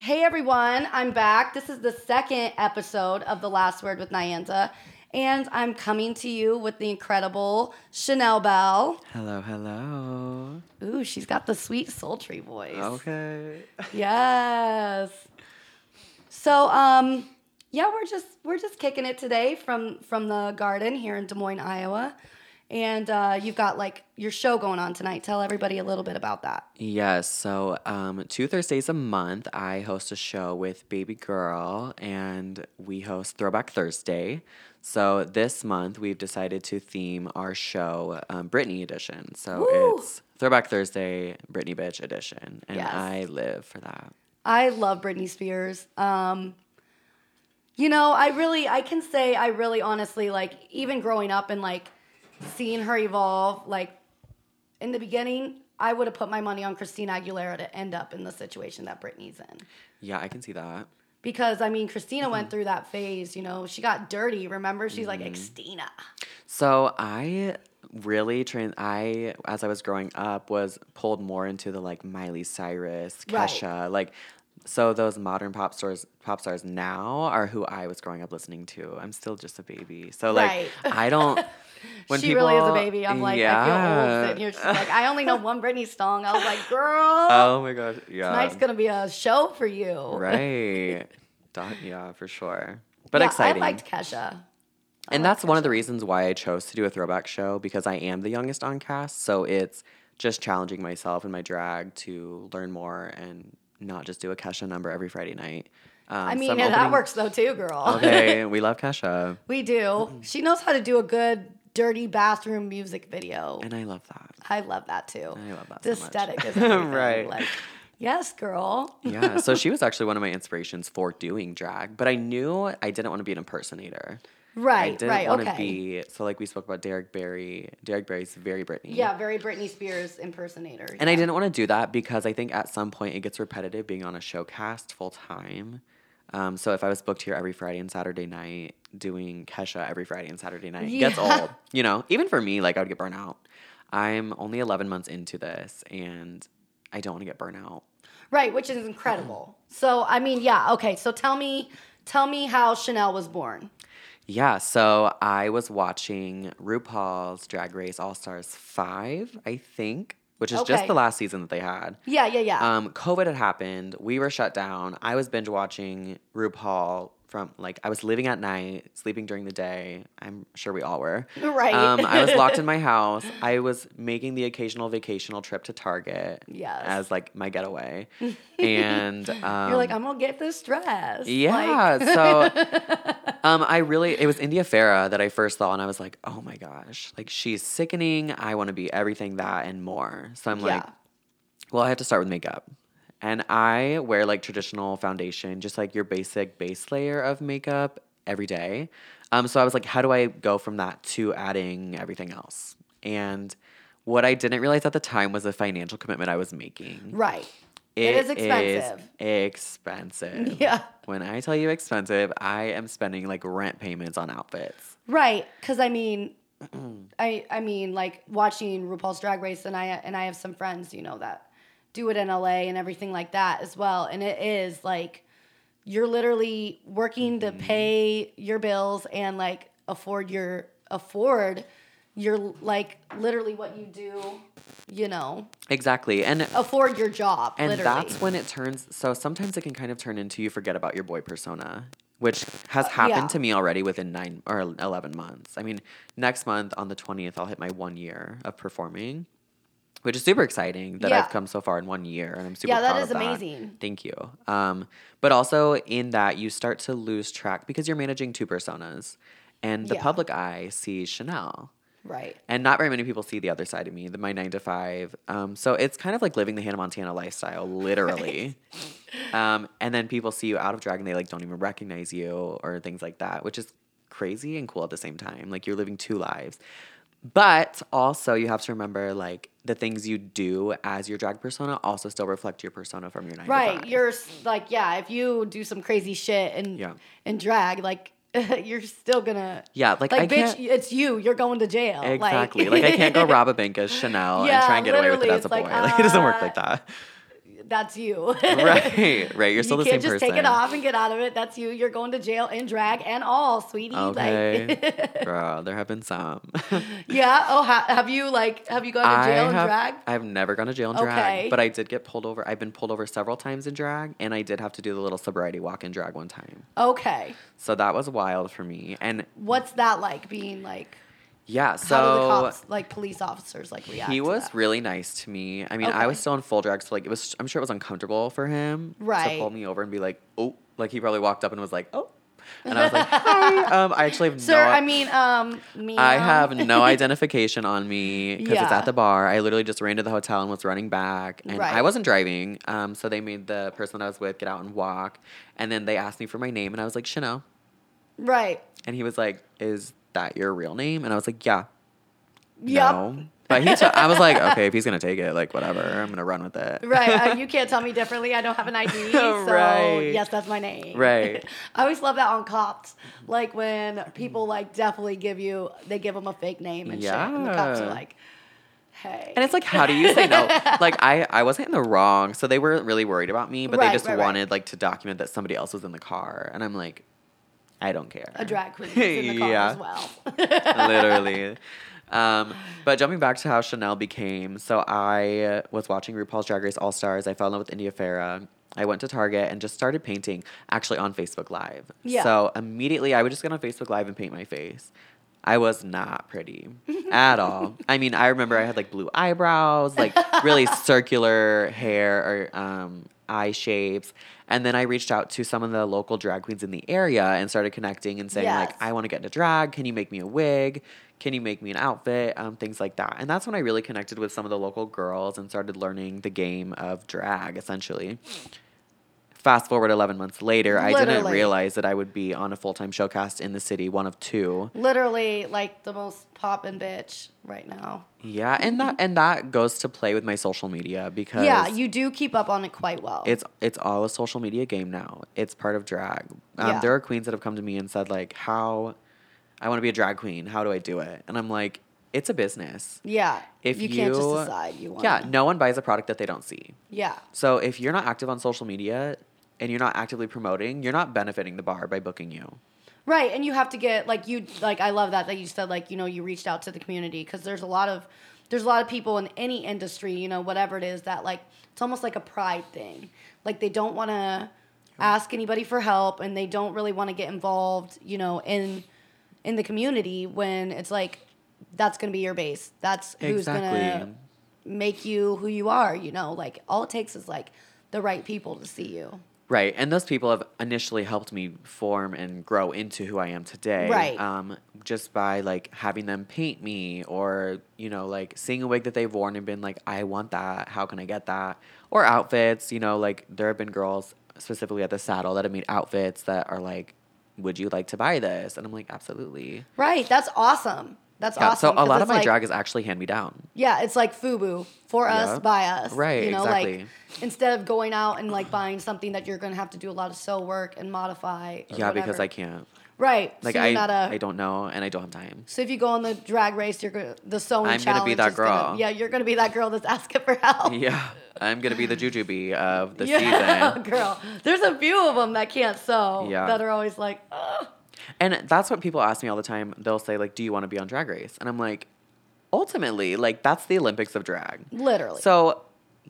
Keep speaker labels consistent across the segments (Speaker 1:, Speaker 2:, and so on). Speaker 1: Hey everyone, I'm back. This is the second episode of The Last Word with Nyanda, and I'm coming to you with the incredible Chanel Bell.
Speaker 2: Hello, hello.
Speaker 1: Ooh, she's got the sweet, sultry voice.
Speaker 2: Oh, Okay.
Speaker 1: Yes. So, um, yeah, we're just we're just kicking it today from from the garden here in Des Moines, Iowa, and uh, you've got like your show going on tonight. Tell everybody a little bit about that.
Speaker 2: Yes. So, um, two Thursdays a month, I host a show with Baby Girl, and we host Throwback Thursday. So this month, we've decided to theme our show um, Britney Edition. So
Speaker 1: Woo!
Speaker 2: it's Throwback Thursday, Britney Bitch Edition, and
Speaker 1: Yes.
Speaker 2: I live for that.
Speaker 1: I love Britney Spears. Um, you know, I really, I can say, I really honestly, like, even growing up and like seeing her evolve, like, in the beginning, I would have put my money on Christina Aguilera to end up in the situation that Britney's in.
Speaker 2: Yeah, I can see that.
Speaker 1: Because, I mean, Christina
Speaker 2: Mm-hmm.
Speaker 1: went through that phase, you know, she got dirty, remember? She's like, Xtina.
Speaker 2: So I really trained. I, as I was growing up, was pulled more into the like Miley Cyrus,
Speaker 1: Right.
Speaker 2: Kesha, like. So those modern pop stars, pop stars now are who I was growing up listening to. I'm still just a baby. So like
Speaker 1: Right.
Speaker 2: I don't. When
Speaker 1: she really is a
Speaker 2: people-
Speaker 1: baby. I'm like, I feel old sitting here. She's like, I only know one Britney song. I was like, girl,
Speaker 2: Oh my gosh! Yeah.
Speaker 1: tonight's going to be a show for you.
Speaker 2: right. Dot, yeah, for sure. But
Speaker 1: Yeah,
Speaker 2: exciting.
Speaker 1: I liked Kesha.
Speaker 2: And that's one of the reasons why I chose to do a throwback show because I am the youngest on cast. So it's just challenging myself and my drag to learn more and not just do a Kesha number every Friday night. Um,
Speaker 1: I
Speaker 2: so
Speaker 1: mean,
Speaker 2: I'm
Speaker 1: yeah, that
Speaker 2: opening-
Speaker 1: works though too, girl.
Speaker 2: Okay, we love Kesha.
Speaker 1: we do. She knows how to do a good dirty bathroom music video.
Speaker 2: And I love that.
Speaker 1: I love that too.
Speaker 2: I love that
Speaker 1: The
Speaker 2: so much.
Speaker 1: aesthetic is everything.
Speaker 2: Right.
Speaker 1: Like, yes, girl.
Speaker 2: Yeah. so she was actually one of my inspirations for doing drag, but I knew I didn't want to be an impersonator. I
Speaker 1: Right.
Speaker 2: didn't
Speaker 1: Right.
Speaker 2: want
Speaker 1: Okay.
Speaker 2: to be. So, like, we spoke about Derek Barry. Derek Barry's very Britney.
Speaker 1: yeah, very Britney Spears impersonator.
Speaker 2: And I
Speaker 1: yeah.
Speaker 2: didn't want to do that because I think at some point it gets repetitive being on a show cast full time. Um, so if I was booked here every Friday and Saturday night, doing Kesha every Friday and Saturday night it gets
Speaker 1: Yeah.
Speaker 2: old. You know, even for me, like I would get burnt out. I'm only 11 months into this and I don't want to get burnt out.
Speaker 1: Right, which is incredible. So I mean, yeah. Okay. So tell me, tell me how Chanel was born.
Speaker 2: Yeah, so I was watching RuPaul's Drag Race All Stars 5, I think, which is
Speaker 1: Okay.
Speaker 2: just the last season that they had.
Speaker 1: Yeah. Yeah. Yeah.
Speaker 2: um, COVID had happened. We were shut down. I was binge watching RuPaul from like I was living at night, sleeping during the day. I'm sure we all were.
Speaker 1: right.
Speaker 2: Um, I was locked in my house. I was making the occasional vacational trip to Target
Speaker 1: Yes.
Speaker 2: as like my getaway. And um,
Speaker 1: You're like, I'm gonna get this dress. Like,
Speaker 2: yeah. so um, I really, it was India Farah that I first saw, and I was like, oh my gosh, like she's sickening. I want to be everything that and more. So I'm like,
Speaker 1: Yeah.
Speaker 2: well, I have to start with makeup. And I wear like traditional foundation, just like your basic base layer of makeup every day. Um, so I was like, how do I go from that to adding everything else? And what I didn't realize at the time was the financial commitment I was making
Speaker 1: right. It is expensive.
Speaker 2: expensive.
Speaker 1: Yeah.
Speaker 2: When I tell you expensive, I am spending like rent payments on outfits.
Speaker 1: Right, because I mean, I I mean, like watching RuPaul's Drag Race, and I and I have some friends, you know, that do it in LA and everything like that as well. And it is like you're literally working
Speaker 2: Mm-hmm.
Speaker 1: to pay your bills and like afford your afford your like literally what you do, you know,
Speaker 2: Exactly. And
Speaker 1: afford your job.
Speaker 2: and
Speaker 1: literally.
Speaker 2: that's when it turns so sometimes it can kind of turn into you forget about your boy persona, which has happened
Speaker 1: Uh, yeah.
Speaker 2: to me already within 9 or 11 months. I mean, next month on the 20th I'll hit my 1 year of performing. Which is super exciting that
Speaker 1: Yeah.
Speaker 2: I've come so far in one year, and I'm super.
Speaker 1: Yeah, that
Speaker 2: proud
Speaker 1: is
Speaker 2: of
Speaker 1: amazing.
Speaker 2: Thank you. Um, but also in that you start to lose track because you're managing two personas, and the
Speaker 1: Yeah.
Speaker 2: public eye sees Chanel,
Speaker 1: right.
Speaker 2: and not very many people see the other side of me, the my nine to five. Um, so it's kind of like living the Hannah Montana lifestyle, literally. um, and then people see you out of drag and they like don't even recognize you or things like that, which is crazy and cool at the same time. Like you're living two lives. But also you have to remember like the things you do as your drag persona also still reflect your persona from your nine to
Speaker 1: Right.
Speaker 2: five.
Speaker 1: You're s- like, yeah, if you do some crazy shit and
Speaker 2: Yeah.
Speaker 1: and drag, like you're still gonna
Speaker 2: yeah, like, I
Speaker 1: like bitch,
Speaker 2: can't
Speaker 1: it's you. You're going to jail. Like-
Speaker 2: Exactly. Like, I can't go rob a bank as Chanel
Speaker 1: Yeah,
Speaker 2: and try and get away with it
Speaker 1: literally,
Speaker 2: as
Speaker 1: it's
Speaker 2: a boy.
Speaker 1: like,
Speaker 2: Like, it doesn't work
Speaker 1: uh,
Speaker 2: like that.
Speaker 1: that's you.
Speaker 2: right, right. You're still
Speaker 1: you
Speaker 2: the same
Speaker 1: can't just
Speaker 2: person.
Speaker 1: take it off and get out of it. That's you. You're going to jail in drag and all, sweetie.
Speaker 2: Okay.
Speaker 1: Like,
Speaker 2: Girl, there have been some.
Speaker 1: yeah. Oh, ha- have you like have you gone to jail in
Speaker 2: have,
Speaker 1: drag?
Speaker 2: I've never gone to jail in drag,
Speaker 1: Okay.
Speaker 2: but I did get pulled over. I've been pulled over several times in drag, and I did have to do the little sobriety walk in drag one time.
Speaker 1: Okay.
Speaker 2: So that was wild for me. And
Speaker 1: What's that like? Being like,
Speaker 2: yeah, so
Speaker 1: how do the cops, like police officers, like react?
Speaker 2: he
Speaker 1: to
Speaker 2: was
Speaker 1: that?
Speaker 2: really nice to me. I mean, I was
Speaker 1: Okay.
Speaker 2: still in full drag, so like it was. I'm sure it was uncomfortable for him to
Speaker 1: Right.
Speaker 2: pull me over and be like, "Oh," like he probably walked up and was like, "Oh," and I was like, "Hi." Um, I actually have
Speaker 1: Sir,
Speaker 2: no.
Speaker 1: I mean, um, me.
Speaker 2: I have no identification on me because it's
Speaker 1: Yeah.
Speaker 2: at the bar. I literally just ran to the hotel and was running back, and I
Speaker 1: Right.
Speaker 2: wasn't driving. Um, so they made the person that I was with get out and walk, and then they asked me for my name, and I was like, "Chanel,"
Speaker 1: Right.
Speaker 2: and he was like, "Is that your real name?" And I was like, "Yeah."
Speaker 1: Yep.
Speaker 2: No. But he, took I was like, okay, if he's gonna take it, like whatever, I'm gonna run with it.
Speaker 1: Right. Uh, you can't tell me differently. I don't have an ID. So,
Speaker 2: Right.
Speaker 1: yes, that's my name.
Speaker 2: Right.
Speaker 1: I always love that on cops. Like when people like definitely give you, they give them a fake name and shit. And the cops are
Speaker 2: Yeah.
Speaker 1: like, hey.
Speaker 2: And it's like, how do you say no? Like I, I wasn't in the wrong, so they weren't really worried about me, but they
Speaker 1: Right,
Speaker 2: just
Speaker 1: right, right.
Speaker 2: wanted like to document that somebody else was in the car, and I'm like, I don't care.
Speaker 1: a drag queen is in the car
Speaker 2: Yeah.
Speaker 1: as well.
Speaker 2: literally. Um, but jumping back to how Chanel became, so I was watching RuPaul's Drag Race All Stars. I fell in love with India Farah. I went to Target and just started painting, actually on Facebook Live.
Speaker 1: Yeah.
Speaker 2: So immediately, I would just get on Facebook Live and paint my face. I was not pretty at all. I mean, I remember I had like blue eyebrows, like really circular hair or um, eye shapes. And then I reached out to some of the local drag queens in the area and started connecting and saying,
Speaker 1: Yes.
Speaker 2: like, I want to get into drag. Can you make me a wig? Can you make me an outfit? Um, things like that. And that's when I really connected with some of the local girls and started learning the game of drag, essentially. Fast forward 11 months later, I didn't
Speaker 1: Literally.
Speaker 2: realize that I would be on a full time showcast in the city, one of two.
Speaker 1: Literally, like the most poppin' bitch right now.
Speaker 2: Yeah, and that and that goes to play with my social media because
Speaker 1: Yeah, you do keep up on it quite well.
Speaker 2: it's it's all a social media game now. It's part of drag. Um,
Speaker 1: Yeah.
Speaker 2: There are queens that have come to me and said like, "How I want to be a drag queen. How do I do it?" And I'm like, "It's a business.
Speaker 1: yeah.
Speaker 2: If
Speaker 1: you, can't just
Speaker 2: you-
Speaker 1: decide you want.
Speaker 2: Yeah, no one buys a product that they don't see.
Speaker 1: Yeah.
Speaker 2: So if you're not active on social media and you're not actively promoting, you're not benefiting the bar by booking you.
Speaker 1: Right, and you have to get like you like I love that that you said like you know you reached out to the community because there's a lot of there's a lot of people in any industry you know whatever it is that like it's almost like a pride thing like they don't want to ask anybody for help and they don't really want to get involved you know in in the community when it's like that's gonna be your base that's who's gonna
Speaker 2: Exactly.
Speaker 1: make you who you are you know like all it takes is like the right people to see you
Speaker 2: Right. And those people have initially helped me form and grow into who I am today.
Speaker 1: Right.
Speaker 2: Um, just by like having them paint me or, you know, like seeing a wig that they've worn and been like, I want that. How can I get that? Or outfits, you know, like there have been girls specifically at the saddle that have made outfits that are like, would you like to buy this? And I'm like, absolutely.
Speaker 1: right that's awesome that's
Speaker 2: Yeah,
Speaker 1: awesome
Speaker 2: so a
Speaker 1: 'cause
Speaker 2: lot
Speaker 1: it's
Speaker 2: of my
Speaker 1: like-
Speaker 2: drag is actually hand me down.
Speaker 1: Yeah, it's like FUBU for us
Speaker 2: Yeah.
Speaker 1: by us.
Speaker 2: Right,
Speaker 1: You know, like
Speaker 2: exactly.
Speaker 1: instead of going out and like buying something that you're gonna have to do a lot of sew work and modify. or
Speaker 2: Yeah, because
Speaker 1: whatever.
Speaker 2: I can't.
Speaker 1: Right.
Speaker 2: Like
Speaker 1: so you're
Speaker 2: I,
Speaker 1: not a.
Speaker 2: I don't know and I don't have time.
Speaker 1: so if you go on the drag race, you're gonna the sewing.
Speaker 2: I'm gonna be
Speaker 1: challenge
Speaker 2: that
Speaker 1: is gonna-
Speaker 2: girl.
Speaker 1: yeah, you're gonna be that girl that's asking for help.
Speaker 2: Yeah. I'm gonna be the jujube of the
Speaker 1: Yeah,
Speaker 2: season.
Speaker 1: girl. There's a few of them that can't sew.
Speaker 2: Yeah.
Speaker 1: That are always like, Ugh.
Speaker 2: And that's what people ask me all the time. They'll say like, "Do you want to be on Drag Race?" And I'm like, ultimately, like that's the Olympics of drag.
Speaker 1: literally.
Speaker 2: So,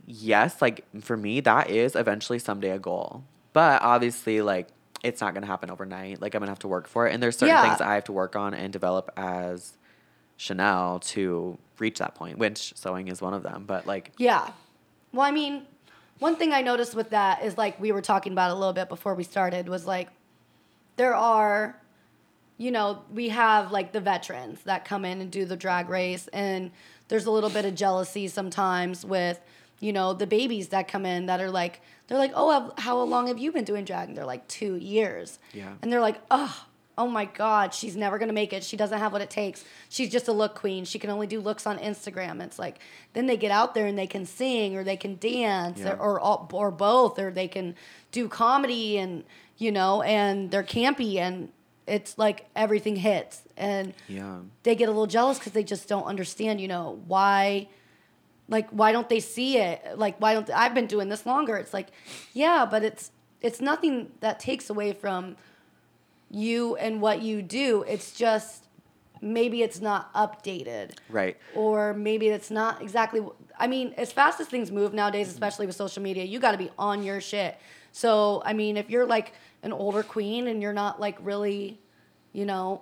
Speaker 2: yes, like for me, that is eventually someday a goal. But obviously, like it's not gonna happen overnight. Like I'm gonna have to work for it, and there's certain
Speaker 1: Yeah.
Speaker 2: things I have to work on and develop as Chanel to reach that point. Which sewing is one of them. But like,
Speaker 1: Yeah. Well, I mean, one thing I noticed with that is like we were talking about it a little bit before we started was like there are you know, we have like the veterans that come in and do the drag race and there's a little bit of jealousy sometimes with you know, the babies that come in that are like they're like, "Oh, how- how long have you been doing drag?" And they're like, "2 years."
Speaker 2: Yeah.
Speaker 1: And they're like, "Oh, oh my god, she's never going to make it. She doesn't have what it takes. She's just a look queen. She can only do looks on Instagram." It's like then they get out there and they can sing or they can dance
Speaker 2: Yeah.
Speaker 1: or or, all, or both or they can do comedy and you know, and they're campy and it's like everything hits and
Speaker 2: yeah,
Speaker 1: they get a little jealous because they just don't understand, you know, why like why don't they see it like why don't i've been doing this longer it's like yeah but it's it's nothing that takes away from you and what you do it's just maybe it's not updated
Speaker 2: Right.
Speaker 1: or maybe it's not exactly i mean as fast as things move nowadays especially with social media you got to be on your shit so i mean if you're like an older queen and you're not like really you know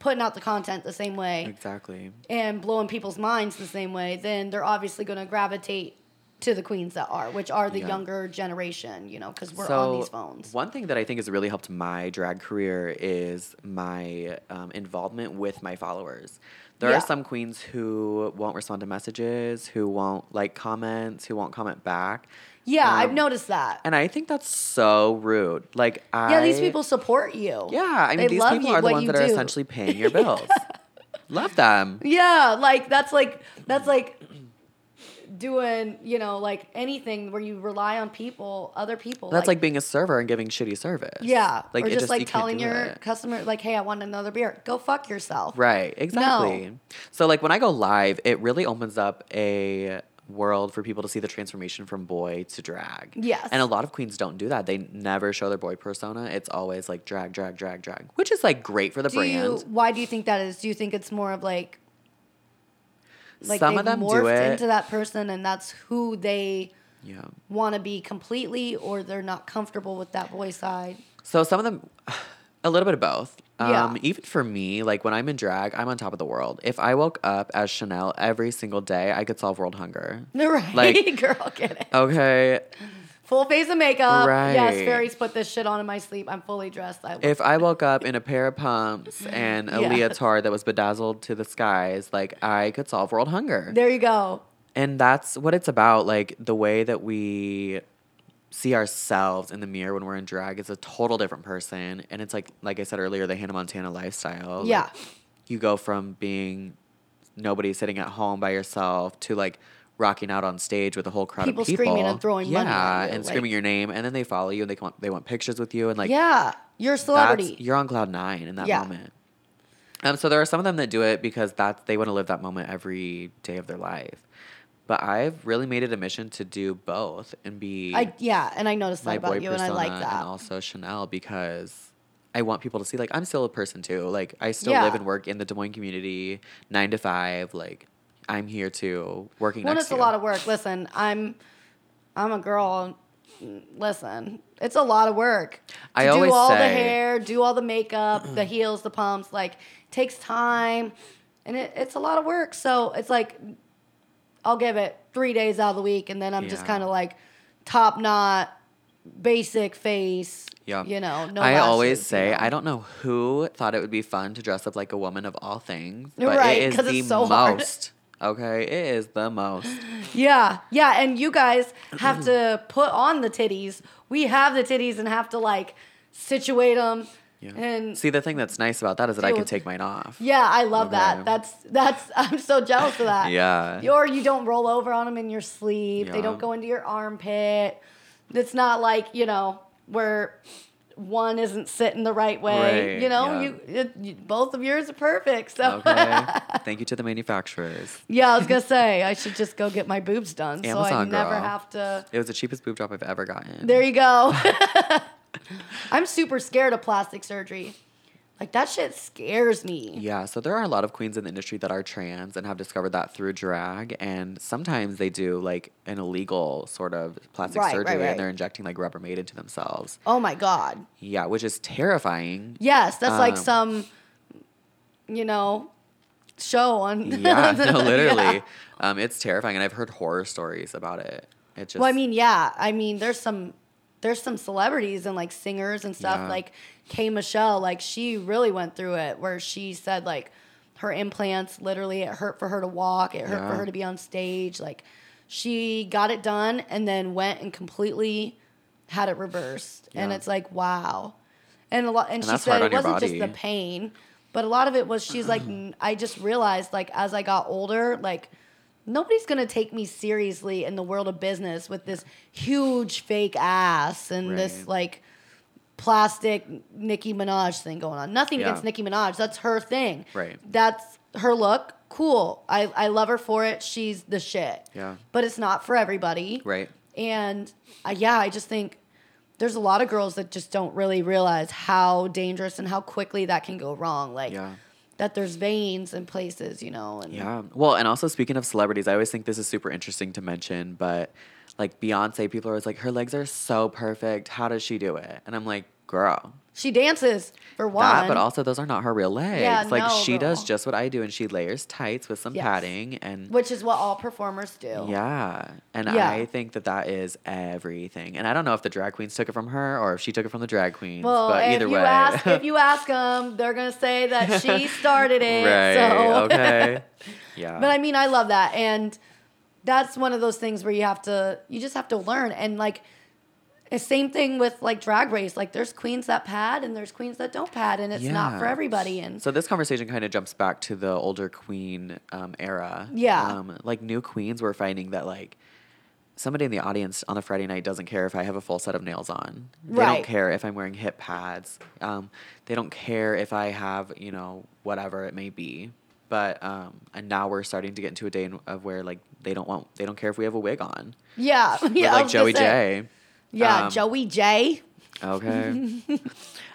Speaker 1: putting out the content the same way
Speaker 2: Exactly.
Speaker 1: and blowing people's minds the same way, then they're obviously going to gravitate to the queens that are, which are the
Speaker 2: Yeah.
Speaker 1: younger generation, you know, because we're on these phones.
Speaker 2: One thing that I think has really helped my drag career is my um, involvement with my followers. There
Speaker 1: Yeah.
Speaker 2: are some queens who won't respond to messages, who won't like comments, who won't comment back.
Speaker 1: Yeah, I've
Speaker 2: Um,
Speaker 1: noticed that.
Speaker 2: And I think that's so rude. Like, I.
Speaker 1: yeah, these people support you.
Speaker 2: Yeah, I mean,
Speaker 1: They
Speaker 2: these
Speaker 1: love
Speaker 2: people
Speaker 1: you-
Speaker 2: are the
Speaker 1: what
Speaker 2: ones
Speaker 1: you
Speaker 2: that are
Speaker 1: do.
Speaker 2: essentially paying your bills. Love them.
Speaker 1: Yeah, like that's like that's like doing you know like anything where you rely on people, other people.
Speaker 2: That's like, being a server and giving shitty service.
Speaker 1: yeah,
Speaker 2: Like,
Speaker 1: or
Speaker 2: it
Speaker 1: just,
Speaker 2: just- you
Speaker 1: like
Speaker 2: can't
Speaker 1: telling
Speaker 2: do
Speaker 1: your
Speaker 2: it.
Speaker 1: customer like, hey, I want another beer. Go fuck yourself.
Speaker 2: Right, exactly. So like when I go live, it really opens up a world for people to see the transformation from boy to drag.
Speaker 1: Yes.
Speaker 2: And a lot of queens don't do that. They never show their boy persona. It's always like drag, drag, drag, drag, which is like great for the
Speaker 1: Do
Speaker 2: brand.
Speaker 1: you? Why do you think that is? Do you think it's more of like like
Speaker 2: Some
Speaker 1: they've
Speaker 2: of them
Speaker 1: morphed
Speaker 2: do it.
Speaker 1: into that person and that's who they
Speaker 2: yeah.
Speaker 1: want to be completely or they're not comfortable with that boy side
Speaker 2: So some of them, a little bit of both.
Speaker 1: Yeah.
Speaker 2: Um, Even for me, like when I'm in drag, I'm on top of the world. If I woke up as Chanel every single day, I could solve world hunger.
Speaker 1: no right
Speaker 2: Like-
Speaker 1: girl get it
Speaker 2: Okay,
Speaker 1: full face of makeup yes
Speaker 2: Right.
Speaker 1: fairies put this shit on in my sleep i'm fully dressed I
Speaker 2: If I woke up in a pair of pumps and a
Speaker 1: Yes.
Speaker 2: leotard that was bedazzled to the skies, like I could solve world hunger.
Speaker 1: there you go
Speaker 2: and that's what it's about. Like the way that we see ourselves in the mirror when we're in drag is a total different person. And it's like, like I said earlier, the Hannah Montana lifestyle. like,
Speaker 1: Yeah.
Speaker 2: you go from being nobody sitting at home by yourself to like rocking out on stage with a whole crowd
Speaker 1: People
Speaker 2: of people
Speaker 1: screaming and throwing
Speaker 2: yeah,
Speaker 1: money at you, like-
Speaker 2: and screaming your name, and then they follow you and they want, they want pictures with you and like
Speaker 1: yeah you're a
Speaker 2: that's-
Speaker 1: celebrity
Speaker 2: You're on cloud nine in that
Speaker 1: Yeah.
Speaker 2: moment. Um, so there are some of them that do it because that's they want to live that moment every day of their life. But I've really made it a mission to do both and be
Speaker 1: I, yeah and i noticed
Speaker 2: my
Speaker 1: that
Speaker 2: boy
Speaker 1: about you and i
Speaker 2: persona
Speaker 1: like that
Speaker 2: and also Chanel because I want people to see like I'm still a person too. Like I still live
Speaker 1: Yeah.
Speaker 2: and work in the Des Moines community, nine to five. Like I'm here too, working.
Speaker 1: Well,
Speaker 2: next
Speaker 1: it's
Speaker 2: to
Speaker 1: a
Speaker 2: you.
Speaker 1: lot of work. Listen, I'm I'm a girl. Listen, it's a lot of work.
Speaker 2: I
Speaker 1: To
Speaker 2: always
Speaker 1: do all the
Speaker 2: say-
Speaker 1: hair, do all the makeup, the heels, the pumps. Like takes time, and it, it's a lot of work. So it's like I'll give it three days out of the week, and then I'm just
Speaker 2: Yeah.
Speaker 1: kind of like top knot, basic face.
Speaker 2: Yeah.
Speaker 1: you know. No,
Speaker 2: I
Speaker 1: lashes,
Speaker 2: always
Speaker 1: you
Speaker 2: say
Speaker 1: know.
Speaker 2: I don't know who thought it would be fun to dress up like a woman of all things, but
Speaker 1: Right,
Speaker 2: it is
Speaker 1: 'cause
Speaker 2: the
Speaker 1: it's so hard.
Speaker 2: most. Okay, it is the most.
Speaker 1: Yeah, yeah, and you guys have to put on the titties. We have the titties and have to like situate them.
Speaker 2: Yeah.
Speaker 1: And
Speaker 2: See, the thing that's nice about that is that I
Speaker 1: Dude.
Speaker 2: can take mine off.
Speaker 1: yeah, I love
Speaker 2: Okay.
Speaker 1: that. That's that's I'm so jealous of that.
Speaker 2: Yeah.
Speaker 1: Or you don't roll over on them in your sleep. They
Speaker 2: Yeah.
Speaker 1: don't go into your armpit. It's not like, you know, where one isn't sitting the right way.
Speaker 2: Right,
Speaker 1: you know,
Speaker 2: yeah.
Speaker 1: you, it, you both of yours are perfect. So
Speaker 2: Okay. Thank you to the manufacturers.
Speaker 1: yeah, I was gonna say I should just go get my boobs done so I
Speaker 2: Amazon,
Speaker 1: never
Speaker 2: girl.
Speaker 1: have to
Speaker 2: It was the cheapest boob drop I've ever gotten.
Speaker 1: There you go. I'm super scared of plastic surgery. Like that shit scares me.
Speaker 2: Yeah, so there are a lot of queens in the industry that are trans and have discovered that through drag. And sometimes they do like an illegal sort of plastic
Speaker 1: Right, right,
Speaker 2: surgery
Speaker 1: right.
Speaker 2: and they're injecting like Rubbermaid into themselves.
Speaker 1: Oh my god.
Speaker 2: Yeah, which is terrifying.
Speaker 1: Yes, that's like
Speaker 2: Um,
Speaker 1: some you know show on
Speaker 2: yeah, no, literally.
Speaker 1: Yeah.
Speaker 2: Um, it's terrifying, and I've heard horror stories about it. It just,
Speaker 1: Well, I mean, yeah. I mean, there's some there's some celebrities and like singers and stuff
Speaker 2: Yeah.
Speaker 1: like Kay Michelle, like she really went through it where she said like her implants literally it hurt for her to walk, it hurt for
Speaker 2: Yeah.
Speaker 1: her to be on stage, like she got it done and then went and completely had it reversed. And
Speaker 2: Yeah.
Speaker 1: it's like, wow. And a lot and,
Speaker 2: And
Speaker 1: she
Speaker 2: that's hard
Speaker 1: said
Speaker 2: on
Speaker 1: it
Speaker 2: your
Speaker 1: wasn't just the
Speaker 2: body.
Speaker 1: pain, but a lot of it was she's like "N- I just realized like as I got older, like nobody's gonna take me seriously in the world of business with this huge fake ass and this
Speaker 2: Right.
Speaker 1: like plastic Nicki Minaj thing going on. Nothing
Speaker 2: Yeah.
Speaker 1: against Nicki Minaj. That's her thing.
Speaker 2: Right.
Speaker 1: That's her look, cool. I, I love her for it. She's the shit.
Speaker 2: Yeah.
Speaker 1: But it's not for everybody.
Speaker 2: Right.
Speaker 1: And I, yeah, I just think there's a lot of girls that just don't really realize how dangerous and how quickly that can go wrong. Like
Speaker 2: Yeah.
Speaker 1: that there's veins in places, you know. And
Speaker 2: Yeah. Well, and also speaking of celebrities, I always think this is super interesting to mention, but like Beyonce, people are always like, her legs are so perfect. How does she do it? And I'm like, girl,
Speaker 1: she dances for one.
Speaker 2: that, but also those are not her real legs.
Speaker 1: Yeah,
Speaker 2: like
Speaker 1: no,
Speaker 2: she does
Speaker 1: girl.
Speaker 2: just what I do and she layers tights with some
Speaker 1: Yes.
Speaker 2: padding and
Speaker 1: which is what all performers do.
Speaker 2: yeah. And
Speaker 1: Yeah.
Speaker 2: I think that that is everything. And I don't know if the drag queens took it from her or if she took it from the drag queens,
Speaker 1: Well,
Speaker 2: but
Speaker 1: if
Speaker 2: either
Speaker 1: you
Speaker 2: way.
Speaker 1: ask if you ask them, they're gonna say that she started it.
Speaker 2: right.
Speaker 1: So
Speaker 2: okay. Yeah.
Speaker 1: But I mean, I love that. And that's one of those things where you have to, you just have to learn. And like, the same thing with like drag race. Like, there's queens that pad and there's queens that don't pad, and it's not for
Speaker 2: Yeah.
Speaker 1: everybody. And
Speaker 2: So this conversation kind of jumps back to the older queen um, era.
Speaker 1: Yeah.
Speaker 2: Um, like new queens were finding that like somebody in the audience on a Friday night doesn't care if I have a full set of nails on. They
Speaker 1: Right.
Speaker 2: don't care if I'm wearing hip pads. Um, they don't care if I have you know whatever it may be. But um, and now we're starting to get into a day in, of where like they don't want they don't care if we have a wig on.
Speaker 1: yeah, yeah,
Speaker 2: With,
Speaker 1: I
Speaker 2: like
Speaker 1: was gonna
Speaker 2: Joey
Speaker 1: say.
Speaker 2: J.
Speaker 1: Yeah,
Speaker 2: Um,
Speaker 1: Joey J.
Speaker 2: Okay.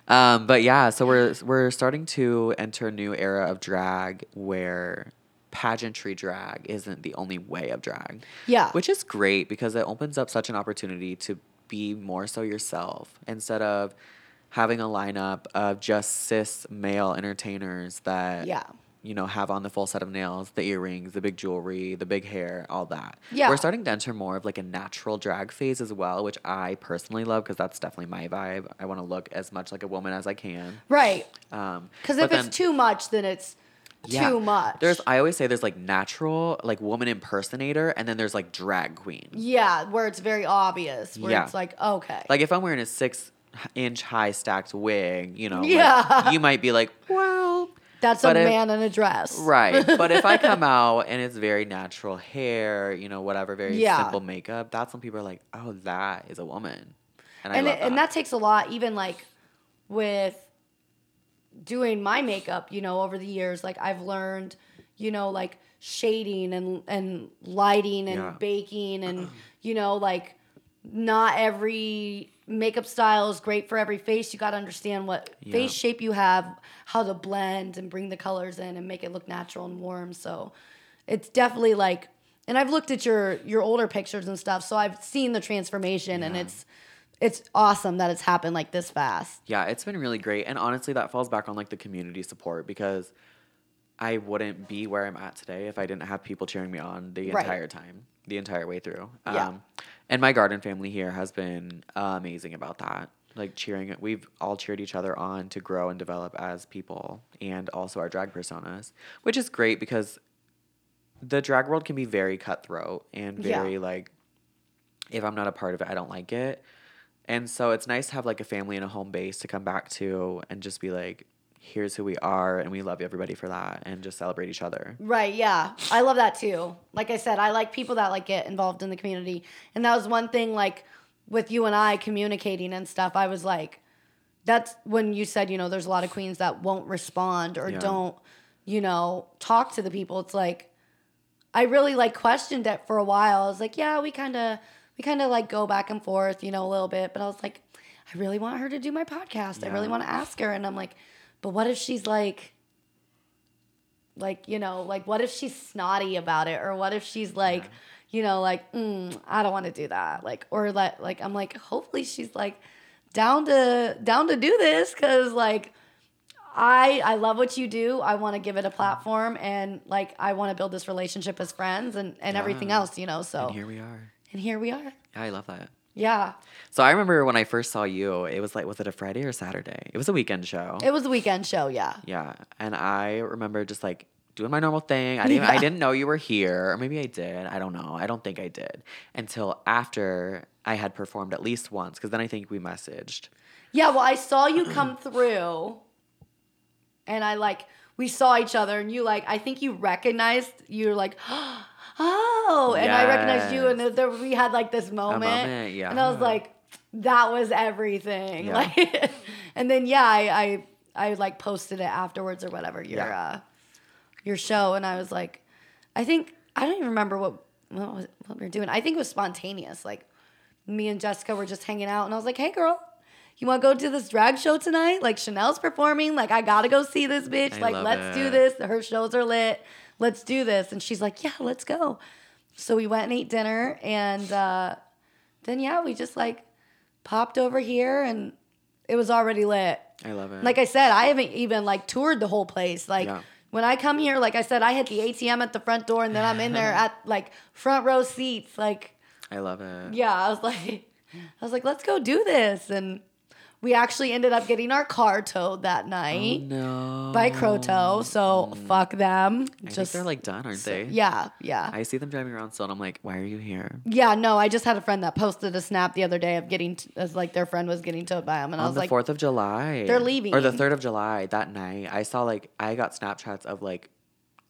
Speaker 2: um, but yeah, so we're we're starting to enter a new era of drag where pageantry drag isn't the only way of drag.
Speaker 1: Yeah.
Speaker 2: Which is great because it opens up such an opportunity to be more so yourself instead of having a lineup of just cis male entertainers that
Speaker 1: Yeah.
Speaker 2: you know have on the full set of nails, the earrings, the big jewelry, the big hair, all that.
Speaker 1: Yeah.
Speaker 2: We're starting to enter more of like a natural drag phase as well, which I personally love because that's definitely my vibe. I want to look as much like a woman as I can.
Speaker 1: Right.
Speaker 2: Um,
Speaker 1: Because
Speaker 2: but
Speaker 1: if
Speaker 2: then-
Speaker 1: it's too much, then it's
Speaker 2: yeah.
Speaker 1: too much.
Speaker 2: There's I always say there's like natural, like woman impersonator, and then there's like drag queen.
Speaker 1: yeah, where it's very obvious, where
Speaker 2: Yeah.
Speaker 1: it's like, okay.
Speaker 2: Like if I'm wearing a six inch high stacked wig, you know, like,
Speaker 1: Yeah.
Speaker 2: you might be like, well,
Speaker 1: that's a
Speaker 2: but if-
Speaker 1: man in a dress.
Speaker 2: Right. But if I come out and it's very natural hair, you know, whatever, very
Speaker 1: Yeah.
Speaker 2: simple makeup, that's when people are like, oh, that is a woman. And,
Speaker 1: and
Speaker 2: I love
Speaker 1: it, and that takes a lot even like with doing my makeup you know over the years like i've learned you know like shading and and lighting and
Speaker 2: Yeah.
Speaker 1: baking and you know like not every makeup style is great for every face you got to understand what
Speaker 2: Yeah.
Speaker 1: face shape you have how to blend and bring the colors in and make it look natural and warm so it's definitely like and i've looked at your your older pictures and stuff so i've seen the transformation and
Speaker 2: Yeah.
Speaker 1: it's it's awesome that it's happened like this fast.
Speaker 2: Yeah, it's been really great. And honestly, that falls back on like the community support because I wouldn't be where I'm at today if I didn't have people cheering me on the
Speaker 1: Right.
Speaker 2: entire time, the entire way through. Um,
Speaker 1: Yeah.
Speaker 2: And my garden family here has been amazing about that. Like cheering, we've all cheered each other on to grow and develop as people and also our drag personas, which is great because the drag world can be very cutthroat and
Speaker 1: Yeah.
Speaker 2: very like if I'm not a part of it, I don't like it. And so it's nice to have like a family and a home base to come back to and just be like, here's who we are and we love everybody for that and just celebrate each other.
Speaker 1: Right, yeah. I love that too. Like I said, I like people that like get involved in the community. And that was one thing like with you and I communicating and stuff, I was like that's when you said, you know, there's a lot of queens that won't respond or
Speaker 2: Yeah.
Speaker 1: don't, you know, talk to the people. It's like I really like questioned it for a while. I was like, yeah, we kind of we kind of like go back and forth, you know, a little bit, but I was like I really want her to do my podcast. I really
Speaker 2: Yeah.
Speaker 1: want to ask her and I'm like, but what if she's like like you know like what if she's snotty about it or what if she's like you know like mm, i don't want to do that like or like like i'm like hopefully she's like down to down to do this because like i i love what you do i want to give it a platform and like i want to build this relationship as friends and and everything
Speaker 2: Yeah.
Speaker 1: else you know so
Speaker 2: And here we are.
Speaker 1: and here we are
Speaker 2: Yeah, I love that.
Speaker 1: yeah
Speaker 2: So I remember when I first saw you, it was like, was it a Friday or Saturday? It was a weekend show.
Speaker 1: it was a weekend show yeah
Speaker 2: yeah. And I remember just like doing my normal thing. I didn't, I
Speaker 1: Yeah.
Speaker 2: didn't know you were here, or maybe I did. I don't know. I don't think I did until after I had performed at least once, because then I think we messaged.
Speaker 1: Yeah, well, I saw you come through, and I like we saw each other, and you like I think you recognized you're like, oh, and I recognized you, and there, we had like this moment,
Speaker 2: moment,
Speaker 1: and I was
Speaker 2: yeah.
Speaker 1: like, that was everything,
Speaker 2: Yeah.
Speaker 1: like, and then yeah, I, I I like posted it afterwards or whatever your
Speaker 2: Yeah.
Speaker 1: uh your show, and I was like, I think I don't even remember what what, was, what we were doing. I think it was spontaneous. Like me and Jessica were just hanging out, and I was like, "Hey, girl, you want to go to this drag show tonight? Like Chanel's performing. Like I gotta go see this bitch.
Speaker 2: I
Speaker 1: like
Speaker 2: love
Speaker 1: let's do
Speaker 2: it.
Speaker 1: this. Her shows are lit. Let's do this." And she's like, "Yeah, let's go." So we went and ate dinner, and uh, then yeah, we just like popped over here, and it was already lit.
Speaker 2: I love it.
Speaker 1: Like I said, I haven't even like toured the whole place. Like
Speaker 2: Yeah.
Speaker 1: when I come here, like I said, I hit the ATM at the front door and then I'm in there at like front row seats. Like,
Speaker 2: I love it.
Speaker 1: yeah, I was like I was like, let's go do this. And we actually ended up getting our car towed that night
Speaker 2: Oh, No.
Speaker 1: by Croto. So fuck them.
Speaker 2: Mm. I think
Speaker 1: Just
Speaker 2: they're like done, aren't they?
Speaker 1: Yeah, yeah.
Speaker 2: I see them driving around still, and I'm like, why are you here?
Speaker 1: yeah, no, I just had a friend that posted a snap the other day of getting, t- as like their friend was getting towed by him. And I
Speaker 2: On
Speaker 1: was
Speaker 2: the
Speaker 1: like,
Speaker 2: Fourth of July,
Speaker 1: They're leaving.
Speaker 2: or the Third of July that night. I saw like I got Snapchats of like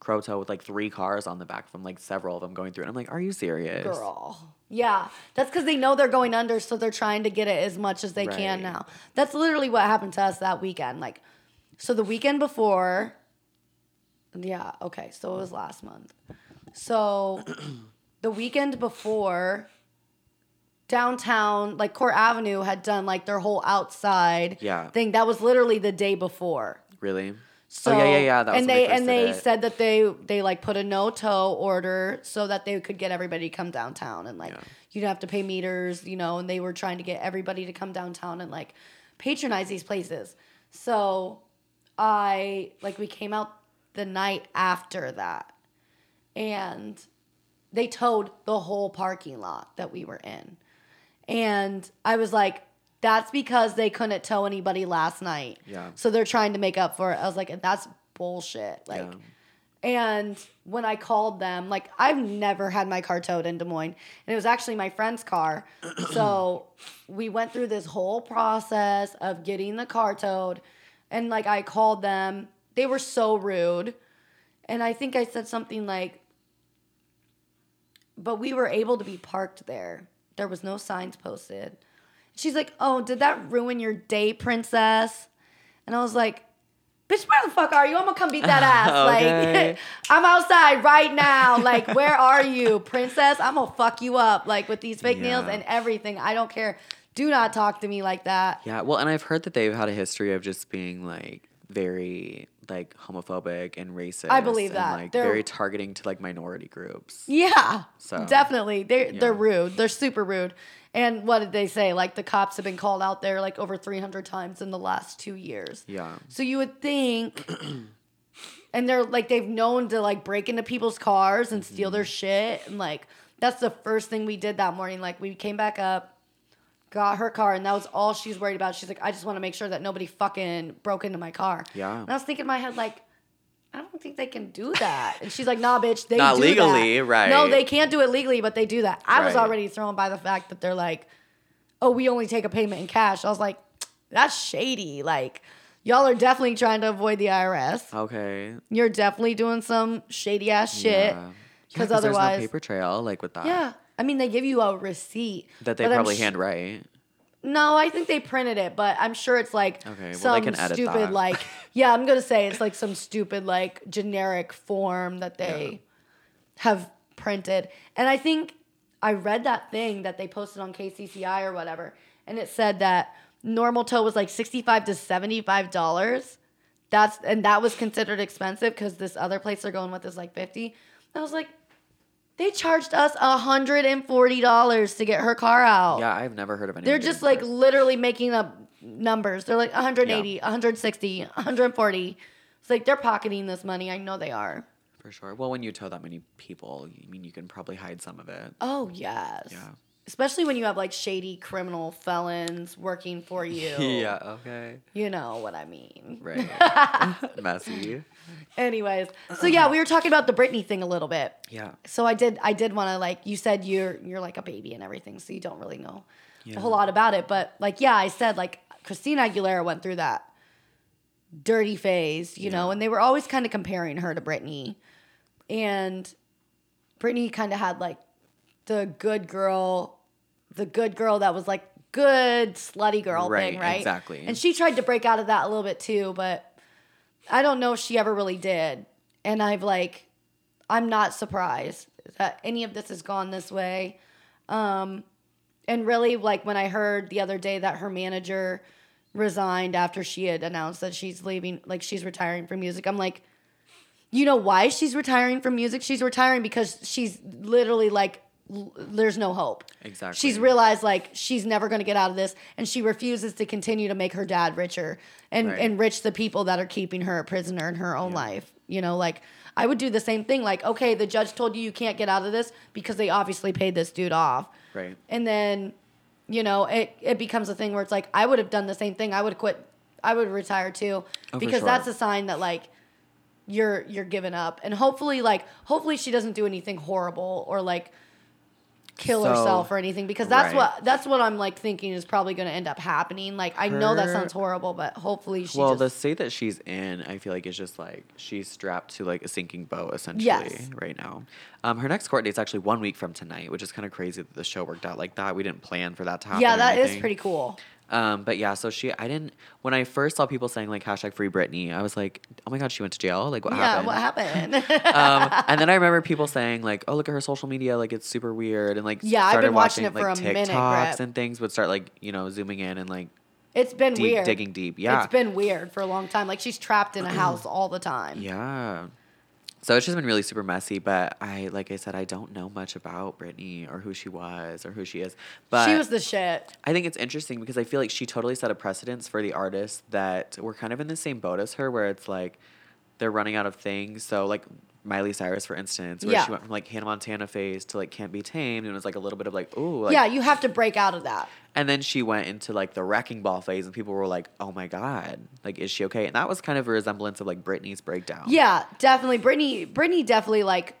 Speaker 2: Croto with like three cars on the back from like several of them going through, and I'm like, are you serious?
Speaker 1: girl. Yeah, that's because they know they're going under, so they're trying to get it as much as they can
Speaker 2: Right.
Speaker 1: now. That's literally what happened to us that weekend. Like, so the weekend before, yeah, okay, so it was last month. So the weekend before, downtown, like Court Avenue, had done like their whole outside
Speaker 2: Yeah.
Speaker 1: thing. That was literally the day before.
Speaker 2: Really?
Speaker 1: So
Speaker 2: oh yeah, yeah, yeah. That was
Speaker 1: and
Speaker 2: when
Speaker 1: they
Speaker 2: first
Speaker 1: and
Speaker 2: did
Speaker 1: they
Speaker 2: it.
Speaker 1: said that they they like put a no tow order so that they could get everybody to come downtown and like
Speaker 2: Yeah.
Speaker 1: you don't have to pay meters, you know. And they were trying to get everybody to come downtown and like patronize these places. So I like we came out the night after that, and they towed the whole parking lot that we were in, and I was like. That's because they couldn't tow anybody last night.
Speaker 2: Yeah.
Speaker 1: So they're trying to make up for it. I was like, and that's bullshit. Like,
Speaker 2: Yeah.
Speaker 1: and when I called them, like, I've never had my car towed in Des Moines, and it was actually my friend's car. so we went through this whole process of getting the car towed, and like, I called them. They were so rude. And I think I said something like, but we were able to be parked there. There was no signs posted. She's like, oh, did that ruin your day, princess? And I was like, bitch, where the fuck are you? I'm gonna come beat that ass.
Speaker 2: Okay.
Speaker 1: Like, I'm outside right now. Like, where are you, princess? I'm gonna fuck you up, like, with these fake nails
Speaker 2: Yeah.
Speaker 1: and everything. I don't care. Do not talk to me like that.
Speaker 2: Yeah, well, and I've heard that they've had a history of just being like very like homophobic and racist.
Speaker 1: I believe
Speaker 2: and,
Speaker 1: that.
Speaker 2: Like
Speaker 1: They're-
Speaker 2: very targeting to like minority groups.
Speaker 1: Yeah,
Speaker 2: So-
Speaker 1: definitely. They are
Speaker 2: Yeah.
Speaker 1: they're rude. They're super rude. And what did they say? Like the cops have been called out there like over 300 times in the last 2 years.
Speaker 2: Yeah.
Speaker 1: So you would think and they're like they've known to like break into people's cars and steal their
Speaker 2: Mm-hmm.
Speaker 1: shit and like that's the first thing we did that morning like we came back up got her car and that was all she's worried about. She's like I just want to make sure that nobody fucking broke into my car.
Speaker 2: Yeah.
Speaker 1: And I was thinking in my head like I don't think they can do that. And she's like, nah, bitch, they
Speaker 2: Not
Speaker 1: do
Speaker 2: legally,
Speaker 1: that.
Speaker 2: right.
Speaker 1: No, they can't do it legally, but they do that. I was
Speaker 2: Right.
Speaker 1: already thrown by the fact that they're like, oh, we only take a payment in cash. I was like, that's shady. Like, y'all are definitely trying to avoid the IRS.
Speaker 2: Okay.
Speaker 1: You're definitely doing some shady ass shit.
Speaker 2: Yeah.
Speaker 1: Because
Speaker 2: yeah, there's no
Speaker 1: otherwise,
Speaker 2: paper trail like with that.
Speaker 1: yeah. I mean, they give you a receipt
Speaker 2: That they
Speaker 1: but I'm
Speaker 2: probably
Speaker 1: sh-
Speaker 2: handwrite.
Speaker 1: No, I think they printed it, but I'm sure it's like
Speaker 2: Okay, well, they
Speaker 1: some
Speaker 2: can edit
Speaker 1: stupid
Speaker 2: that.
Speaker 1: like yeah, I'm gonna say it's like some stupid like generic form that they
Speaker 2: Yeah.
Speaker 1: have printed. And I think I read that thing that they posted on KCCI or whatever, and it said that normal tow was like sixty five to seventy five dollars. That's and that was considered expensive because this other place they're going with is like fifty. And I was like, they charged us hundred and forty dollars to get her car out.
Speaker 2: Yeah, I've never heard of any.
Speaker 1: They're just like literally making up numbers. They're like 180, 160, 140. It's like they're pocketing this money. I know they are.
Speaker 2: for sure. Well, when you tow that many people, you- I mean, you can probably hide some of it.
Speaker 1: Oh, yes.
Speaker 2: Yeah.
Speaker 1: Especially when you have like shady criminal felons working for you.
Speaker 2: Yeah. Okay.
Speaker 1: You know what I mean.
Speaker 2: Right. Messy.
Speaker 1: Anyways, so yeah, we were talking about the Britney thing a little bit.
Speaker 2: Yeah.
Speaker 1: So I did I did want to like you said you're you're like a baby and everything, so you don't really know a
Speaker 2: Yeah.
Speaker 1: whole lot about it, but like yeah, I said like Christina Aguilera went through that dirty phase, you know, and they were always kind of comparing her to Britney. And Britney kind of had like the good girl, the good girl that was like good slutty girl
Speaker 2: Right,
Speaker 1: thing, right?
Speaker 2: exactly.
Speaker 1: And she tried to break out of that a little bit too, but I don't know if she ever really did. and I've like I'm not surprised that any of this has gone this way. Um, and really, like when I heard the other day that her manager resigned after she had announced that she's leaving, like she's retiring from music, I'm like, you know why she's retiring from music? She's retiring because she's literally like, l- there's no hope.
Speaker 2: Exactly.
Speaker 1: She's realized like she's never going to get out of this, and she refuses to continue to make her dad richer and
Speaker 2: Right.
Speaker 1: enrich the people that are keeping her a prisoner in her own life. You know, like I would do the same thing. Like, okay, the judge told you you can't get out of this because they obviously paid this dude off.
Speaker 2: Right.
Speaker 1: And then, you know, it, it becomes a thing where it's like, I would have done the same thing. I would have quit. I would retire too.
Speaker 2: Oh, for
Speaker 1: because
Speaker 2: sure.
Speaker 1: that's a sign that like you're you're giving up. And hopefully, like, hopefully she doesn't do anything horrible or like kill
Speaker 2: So-
Speaker 1: herself or anything. Because that's
Speaker 2: right.
Speaker 1: what that's what I'm like thinking is probably gonna end up happening. Like I know that
Speaker 2: Her-
Speaker 1: sounds horrible, but hopefully she
Speaker 2: well,
Speaker 1: just,
Speaker 2: the state that she's in, I feel like is just like she's strapped to like a sinking boat essentially
Speaker 1: Yes.
Speaker 2: right now. Um, her next court date's actually one week from tonight, which is kind of crazy that the show worked out like that. We didn't plan for that to happen.
Speaker 1: Yeah,
Speaker 2: or
Speaker 1: that is
Speaker 2: anything.
Speaker 1: pretty cool.
Speaker 2: Um, but yeah, so she, I didn't. When I first saw people saying like hashtag Free Britney, I was like, oh my god, she went to jail. Like what
Speaker 1: yeah,
Speaker 2: happened?
Speaker 1: what happened?
Speaker 2: um, and then I remember people saying like, "Oh, look at her social media. Like it's super weird." And like,
Speaker 1: Yeah, I've
Speaker 2: started
Speaker 1: been watching it for
Speaker 2: like
Speaker 1: a minute,
Speaker 2: TikToks
Speaker 1: Grip.
Speaker 2: and things would start like you know zooming in and like
Speaker 1: it's been
Speaker 2: deep
Speaker 1: weird.
Speaker 2: digging deep. Yeah,
Speaker 1: It's been weird for a long time. Like she's trapped in a house all the time.
Speaker 2: yeah. So it's just been really super messy. But I, like I said, I don't know much about Britney or who she was or who she is. But
Speaker 1: she was the shit.
Speaker 2: I think it's interesting because I feel like she totally set a precedence for the artists that were kind of in the same boat as her, where it's like they're running out of things. So like Miley Cyrus, for instance, where
Speaker 1: Yeah.
Speaker 2: she went from like Hannah Montana phase to like Can't Be Tamed, and it was like a little bit of like ooh, like,
Speaker 1: yeah, you have to break out of that.
Speaker 2: And then she went into like the wrecking ball phase, and people were like, oh my god, like is she okay? And that was kind of a resemblance of like Britney's breakdown.
Speaker 1: Yeah, definitely. Brittany, Brittany definitely like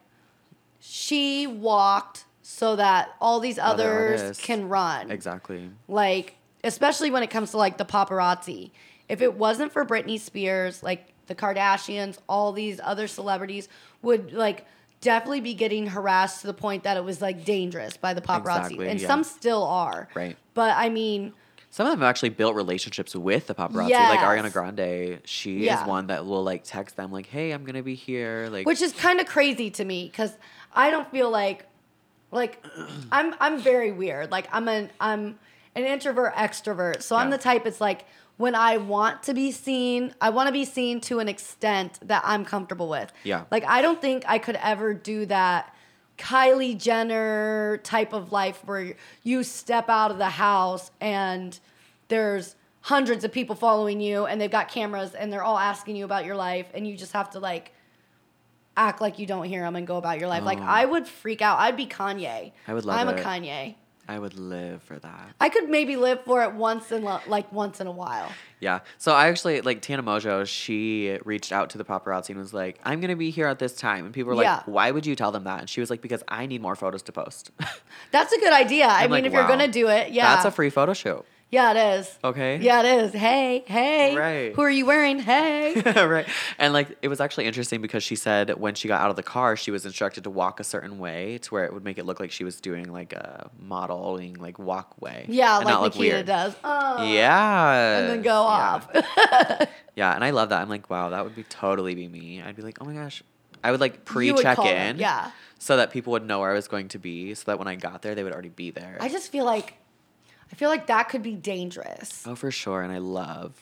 Speaker 1: she walked so that all these
Speaker 2: Other
Speaker 1: others
Speaker 2: artists.
Speaker 1: can run.
Speaker 2: exactly.
Speaker 1: Like especially when it comes to like the paparazzi. If it wasn't for Britney Spears, like the Kardashians, all these other celebrities would like definitely be getting harassed to the point that it was like dangerous by the paparazzi.
Speaker 2: Exactly,
Speaker 1: and
Speaker 2: yeah.
Speaker 1: some still are.
Speaker 2: Right.
Speaker 1: But I mean,
Speaker 2: Some of them have actually built relationships with the paparazzi. Like
Speaker 1: Yes.
Speaker 2: Ariana Grande, she
Speaker 1: Yeah.
Speaker 2: is one that will like text them like, "Hey, I'm gonna be here." Like,
Speaker 1: which is kind of crazy to me because I don't feel like like I'm I'm very weird. Like I'm an I'm an introvert extrovert. So I'm
Speaker 2: Yeah.
Speaker 1: the type it's like when I want to be seen, I want to be seen to an extent that I'm comfortable with.
Speaker 2: Yeah.
Speaker 1: Like I don't think I could ever do that Kylie Jenner type of life where you step out of the house and there's hundreds of people following you and they've got cameras and they're all asking you about your life and you just have to like act like you don't hear them and go about your life. Like
Speaker 2: Oh.
Speaker 1: I would freak out. I'd be Kanye.
Speaker 2: I would love
Speaker 1: I'm a
Speaker 2: it.
Speaker 1: Kanye.
Speaker 2: I would live for that.
Speaker 1: I could maybe live for it once in lo- like once in a while.
Speaker 2: Yeah. So I actually like Tana Mojo. She reached out to the paparazzi and was like, "I'm gonna be here at this time," and people were
Speaker 1: Yeah.
Speaker 2: like, "Why would you tell them that?" And she was like, "Because I need more photos to post."
Speaker 1: That's a good idea. I
Speaker 2: I'm
Speaker 1: mean,
Speaker 2: like,
Speaker 1: if
Speaker 2: wow.
Speaker 1: you're gonna do it, yeah,
Speaker 2: That's a free photo shoot.
Speaker 1: yeah, it is.
Speaker 2: Okay.
Speaker 1: Yeah, it is. Hey, hey,
Speaker 2: Right.
Speaker 1: Who are you wearing? Hey.
Speaker 2: right. And like it was actually interesting because she said when she got out of the car, she was instructed to walk a certain way to where it would make it look like she was doing like a modeling like walkway.
Speaker 1: Yeah,
Speaker 2: and
Speaker 1: like
Speaker 2: not look
Speaker 1: Nikita
Speaker 2: weird.
Speaker 1: does. Oh.
Speaker 2: Yeah.
Speaker 1: And then go off.
Speaker 2: Yeah, and I love that. I'm like, wow, that would be totally be me. I'd be like, oh my gosh. I would like
Speaker 1: You
Speaker 2: pre
Speaker 1: would
Speaker 2: check
Speaker 1: call them,
Speaker 2: in.
Speaker 1: yeah.
Speaker 2: So that people would know where I was going to be, so that when I got there, they would already be there.
Speaker 1: I just feel like, I feel like that could be dangerous.
Speaker 2: oh, for sure. And I love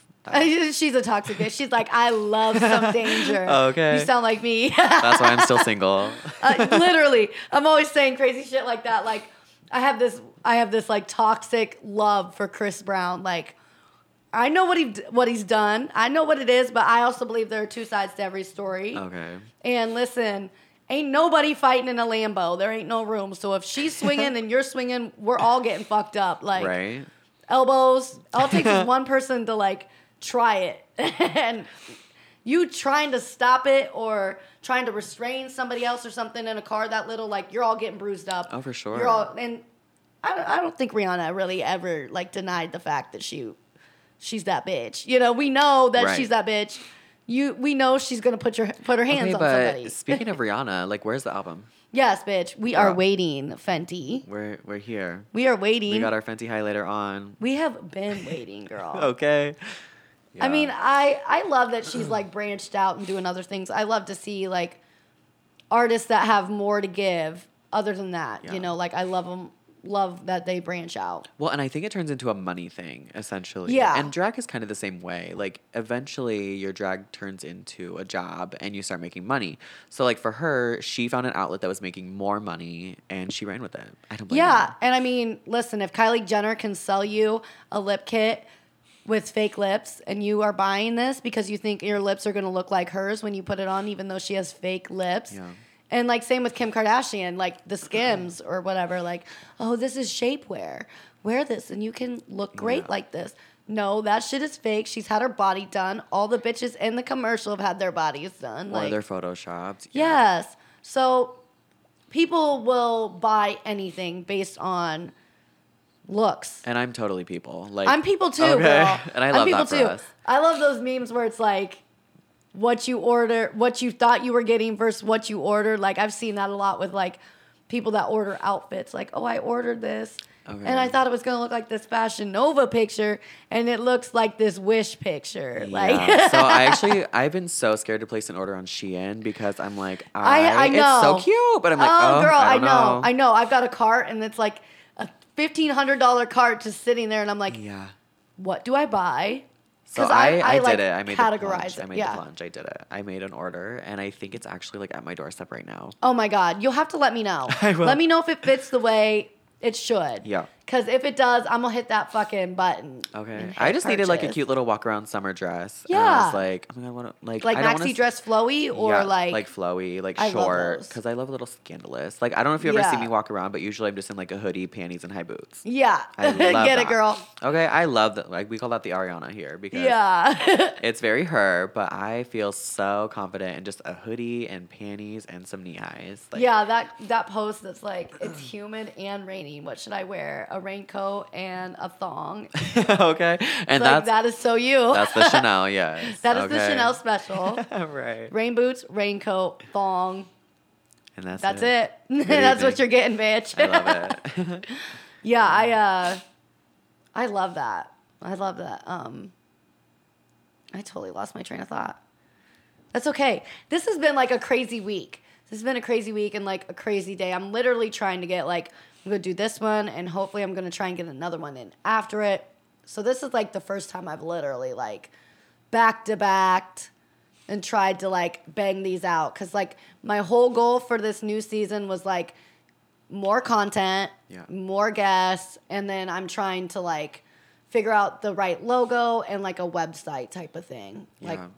Speaker 2: that.
Speaker 1: She's a toxic bitch. She's like, I love some danger.
Speaker 2: Okay.
Speaker 1: You sound like me.
Speaker 2: That's why I'm still single.
Speaker 1: uh, literally i'm always saying crazy shit like that like i have this i have this like toxic love for chris brown like i know what he what he's done i know what it is but i also believe there are two sides to every story
Speaker 2: okay.
Speaker 1: and listen ain't nobody fighting in a lambo there ain't no room so if she's swinging and you're swinging we're all getting fucked up like
Speaker 2: right?
Speaker 1: elbows all it takes is one person to like try it and you trying to stop it or trying to restrain somebody else or something in a car that little like you're all getting bruised up
Speaker 2: Oh, for sure.
Speaker 1: you're all and i don't, I don't think rihanna really ever like denied the fact that she she's that bitch you know we know that
Speaker 2: Right.
Speaker 1: she's that bitch you we know she's gonna put your put her hands
Speaker 2: Okay,
Speaker 1: on
Speaker 2: but
Speaker 1: somebody
Speaker 2: speaking of Rihanna, like, where's the album?
Speaker 1: yes bitch we are
Speaker 2: Yeah.
Speaker 1: waiting fenty
Speaker 2: We're we're here.
Speaker 1: we are waiting
Speaker 2: We got our Fenty highlighter on. Oh,
Speaker 1: we have been waiting girl
Speaker 2: Okay.
Speaker 1: I mean, I I love that she's like branched out and doing other things. I love to see like artists that have more to give other than that.
Speaker 2: Yeah.
Speaker 1: You know, like I love them love that they branch out.
Speaker 2: Well, and I think it turns into a money thing essentially.
Speaker 1: Yeah.
Speaker 2: And drag is kind of the same way. Like eventually your drag turns into a job and you start making money. So like for her, she found an outlet that was making more money and she ran with it. I don't blame
Speaker 1: Yeah,
Speaker 2: her.
Speaker 1: and I mean, listen, if Kylie Jenner can sell you a lip kit with fake lips and you are buying this because you think your lips are going to look like hers when you put it on even though she has fake lips.
Speaker 2: Yeah.
Speaker 1: And like same with Kim Kardashian, like the Skims or whatever, like, "Oh, this is shapewear. Wear this and you can look great
Speaker 2: Yeah.
Speaker 1: like this." No, that shit is fake. She's had her body done. All the bitches in the commercial have had their bodies done.
Speaker 2: Or
Speaker 1: like,
Speaker 2: they're photoshopped.
Speaker 1: Yes. So people will buy anything based on looks.
Speaker 2: And I'm totally people. Like
Speaker 1: I'm people too,
Speaker 2: Okay.
Speaker 1: girl.
Speaker 2: And I
Speaker 1: I'm
Speaker 2: love
Speaker 1: people
Speaker 2: that for
Speaker 1: too.
Speaker 2: us.
Speaker 1: I love those memes where it's like what you order, what you thought you were getting versus what you ordered. Like I've seen that a lot with like people that order outfits. Like, oh, I ordered this.
Speaker 2: Okay.
Speaker 1: And I thought it was gonna look like this Fashion Nova picture, and it looks like this Wish picture. Like,
Speaker 2: Yeah. so I actually I've been so scared to place an order on Shein because I'm like I,
Speaker 1: I- I know.
Speaker 2: it's so cute, but I'm like
Speaker 1: oh,
Speaker 2: oh,
Speaker 1: girl, I,
Speaker 2: I, don't
Speaker 1: know. I know. I've got a cart, and it's like a fifteen hundred dollar cart just sitting there, and I'm like,
Speaker 2: yeah.
Speaker 1: what do I buy?
Speaker 2: So
Speaker 1: 'Cause
Speaker 2: I, I, did
Speaker 1: like,
Speaker 2: it. I made the
Speaker 1: categorize
Speaker 2: plunge. I
Speaker 1: it.
Speaker 2: made
Speaker 1: yeah.
Speaker 2: the plunge. I did it. I made an order, and I think it's actually like at my doorstep right now.
Speaker 1: Oh my god, you'll have to let me know.
Speaker 2: I will.
Speaker 1: Let me know if it fits the way it should.
Speaker 2: Yeah. Uh,
Speaker 1: Because if it does, I'm gonna hit that fucking button.
Speaker 2: Okay.
Speaker 1: and
Speaker 2: I
Speaker 1: hit
Speaker 2: just needed like a
Speaker 1: purchase.
Speaker 2: cute little walk around summer dress. And I
Speaker 1: Yeah.
Speaker 2: was like, oh my god, what? Like,
Speaker 1: like
Speaker 2: I don't
Speaker 1: maxi
Speaker 2: wanna s-
Speaker 1: dress, flowy, or
Speaker 2: Yeah,
Speaker 1: like,
Speaker 2: like flowy, like
Speaker 1: I love
Speaker 2: short,
Speaker 1: those.
Speaker 2: because I love a little scandalous. Like I don't know if you ever see
Speaker 1: Yeah.
Speaker 2: me walk around, but usually I'm just in like a hoodie, panties, and high boots.
Speaker 1: yeah,
Speaker 2: I love
Speaker 1: get it,
Speaker 2: that.
Speaker 1: girl.
Speaker 2: Okay, I love that. Like we call that the Ariana here because
Speaker 1: Yeah.
Speaker 2: it's very her. But I feel so confident in just a hoodie and panties and some knee highs. Like,
Speaker 1: yeah, that that post that's like it's humid and rainy. What should I wear? A raincoat and a thong. It's
Speaker 2: okay, and
Speaker 1: like
Speaker 2: that's
Speaker 1: that is so you.
Speaker 2: That's the Chanel, yes.
Speaker 1: That is the
Speaker 2: Okay.
Speaker 1: Chanel special.
Speaker 2: right.
Speaker 1: Rain boots, raincoat, thong.
Speaker 2: And that's
Speaker 1: That's
Speaker 2: it.
Speaker 1: it. that's what
Speaker 2: evening.
Speaker 1: you're getting, bitch.
Speaker 2: I love it.
Speaker 1: yeah, I uh, I love that. I love that. Um, I totally lost my train of thought. That's okay. This has been like a crazy week. This has been a crazy week and like a crazy day. I'm literally trying to get like I'm gonna do this one and hopefully I'm gonna try and get another one in after it. So this is like the first time I've literally like back to backed and tried to like bang these out because like my whole goal for this new season was like more content,
Speaker 2: Yeah.
Speaker 1: more guests, and then I'm trying to like figure out the right logo and like a website type of thing. Like
Speaker 2: yeah.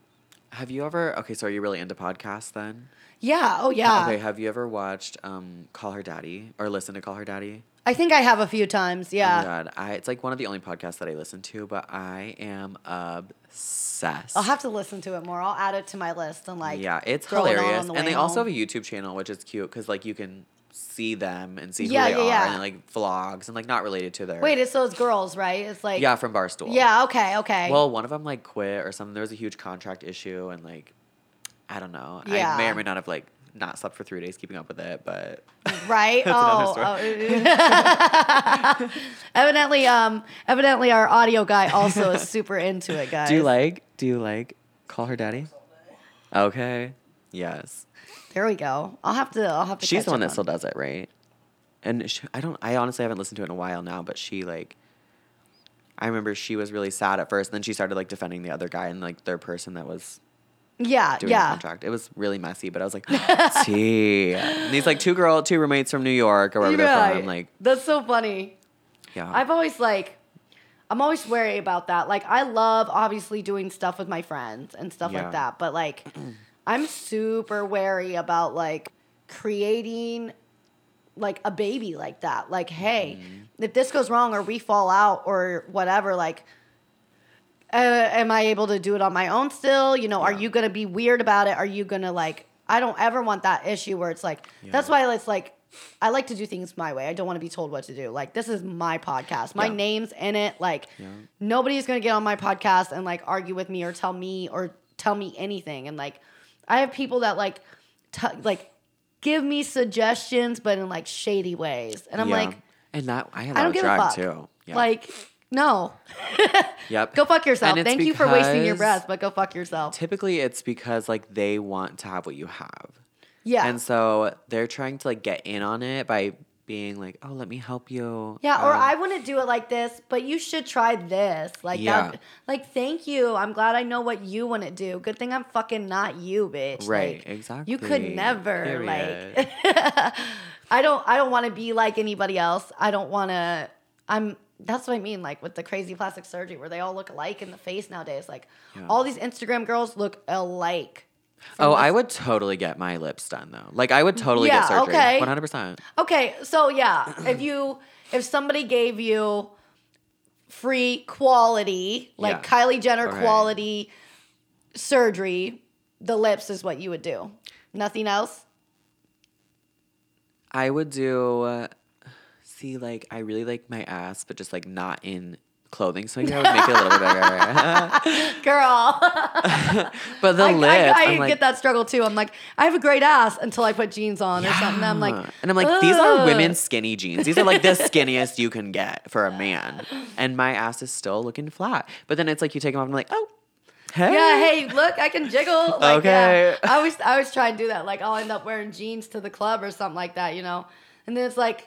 Speaker 2: Have you ever okay, so are you really into podcasts then?
Speaker 1: yeah, oh yeah.
Speaker 2: Okay, have you ever watched um Call Her Daddy or listen to Call Her Daddy?
Speaker 1: I think I have a few times,
Speaker 2: Oh
Speaker 1: yeah.
Speaker 2: my god. I it's like one of the only podcasts that I listen to, but I am obsessed.
Speaker 1: I'll have to listen to it more. I'll add it to my list and like
Speaker 2: Yeah, it's
Speaker 1: throw it on on
Speaker 2: hilarious.
Speaker 1: the
Speaker 2: and
Speaker 1: way
Speaker 2: they also have
Speaker 1: home.
Speaker 2: a YouTube channel, which is cute because like you can see them and see
Speaker 1: Yeah,
Speaker 2: who they
Speaker 1: yeah,
Speaker 2: are
Speaker 1: yeah.
Speaker 2: and like vlogs and like not related to their
Speaker 1: Wait, it's those girls, right? It's like
Speaker 2: Yeah, from Barstool.
Speaker 1: Yeah, okay, okay.
Speaker 2: Well, one of them like quit or something. There was a huge contract issue, and like, I don't know. I may
Speaker 1: Yeah.
Speaker 2: or may not have like not slept for three days keeping up with it, but
Speaker 1: right?
Speaker 2: another
Speaker 1: oh,
Speaker 2: story.
Speaker 1: oh, evidently, um, evidently, our audio guy also is super into it, guys.
Speaker 2: do you like? Do you like? Call her daddy. Okay. Yes,
Speaker 1: There we go. I'll have to. I'll have to.
Speaker 2: she's
Speaker 1: catch
Speaker 2: the one
Speaker 1: up
Speaker 2: that still
Speaker 1: on-
Speaker 2: does it, right? And she, I don't. I honestly haven't listened to it in a while now, but she like. I remember she was really sad at first, and then she started like defending the other guy and like their person that was
Speaker 1: Yeah,
Speaker 2: doing a
Speaker 1: yeah.
Speaker 2: contract. It was really messy, but I was like, tea. And he's like two girl, two roommates from New York or wherever they're
Speaker 1: Right.
Speaker 2: from. Like,
Speaker 1: that's so funny.
Speaker 2: yeah.
Speaker 1: I've always like, I'm always wary about that. Like, I love obviously doing stuff with my friends and stuff
Speaker 2: Yeah.
Speaker 1: like that, but like, I'm super wary about like creating like a baby like that. Like, hey,
Speaker 2: Mm-hmm.
Speaker 1: if this goes wrong or we fall out or whatever, like, uh, am I able to do it on my own still? You know, are
Speaker 2: Yeah.
Speaker 1: you gonna be weird about it? Are you gonna like? I don't ever want that issue where it's like. That's why it's like. I like to do things my way. I don't want to be told what to do. Like this is my podcast. My
Speaker 2: Yeah.
Speaker 1: name's in it. Like nobody's gonna get on my podcast and like argue with me or tell me or tell me anything. And like, I have people that like, t- like, give me suggestions, but in like shady ways. And I'm
Speaker 2: Yeah.
Speaker 1: like,
Speaker 2: and that I had
Speaker 1: I
Speaker 2: that
Speaker 1: don't
Speaker 2: with
Speaker 1: give a
Speaker 2: drag
Speaker 1: fuck.
Speaker 2: too. Yeah.
Speaker 1: Like, No.
Speaker 2: Yep.
Speaker 1: Go fuck yourself.
Speaker 2: And it's
Speaker 1: Thank you for wasting your
Speaker 2: because
Speaker 1: breath, but go fuck yourself.
Speaker 2: Typically, it's because like they want to have what you have,
Speaker 1: yeah.
Speaker 2: and so they're trying to like get in on it by being like, "Oh, let me help you."
Speaker 1: Yeah, or
Speaker 2: Um,
Speaker 1: I wouldn't do it like this, but you should try this. Like
Speaker 2: Yeah.
Speaker 1: that like thank you. I'm glad I know what you want to do. Good thing I'm fucking not you, bitch.
Speaker 2: Right,
Speaker 1: Like,
Speaker 2: exactly.
Speaker 1: You could never like
Speaker 2: Period.
Speaker 1: I don't I don't want to be like anybody else. I don't want to I'm that's what I mean like with the crazy plastic surgery where they all look alike in the face nowadays. Like
Speaker 2: Yeah.
Speaker 1: all these Instagram girls look alike.
Speaker 2: Oh, I would totally get my lips done though. Like I would totally
Speaker 1: Yeah,
Speaker 2: get surgery.
Speaker 1: okay.
Speaker 2: One hundred percent.
Speaker 1: Okay, so yeah, if you if somebody gave you free quality, like
Speaker 2: Yeah.
Speaker 1: Kylie Jenner
Speaker 2: Alright.
Speaker 1: quality surgery, the lips is what you would do. Nothing else?
Speaker 2: I would do. uh, See, like I really like my ass, but just like not in clothing, so yeah, I would make it a little bit bigger.
Speaker 1: Girl.
Speaker 2: but the
Speaker 1: I,
Speaker 2: lips,
Speaker 1: I, I
Speaker 2: am like,
Speaker 1: get that struggle too. I'm like, I have a great ass until I put jeans on or something. I'm like,
Speaker 2: "Huh." and I'm like, these are
Speaker 1: "Ugh."
Speaker 2: women's skinny jeans. These are like the skinniest you can get for a man, and my ass is still looking flat. But then it's like you take them off, and I'm like, oh, hey,
Speaker 1: Yeah, hey, look, I can jiggle. Like,
Speaker 2: Okay.
Speaker 1: Yeah. I always, I always try and do that. Like, I'll end up wearing jeans to the club or something like that, you know. And then it's like,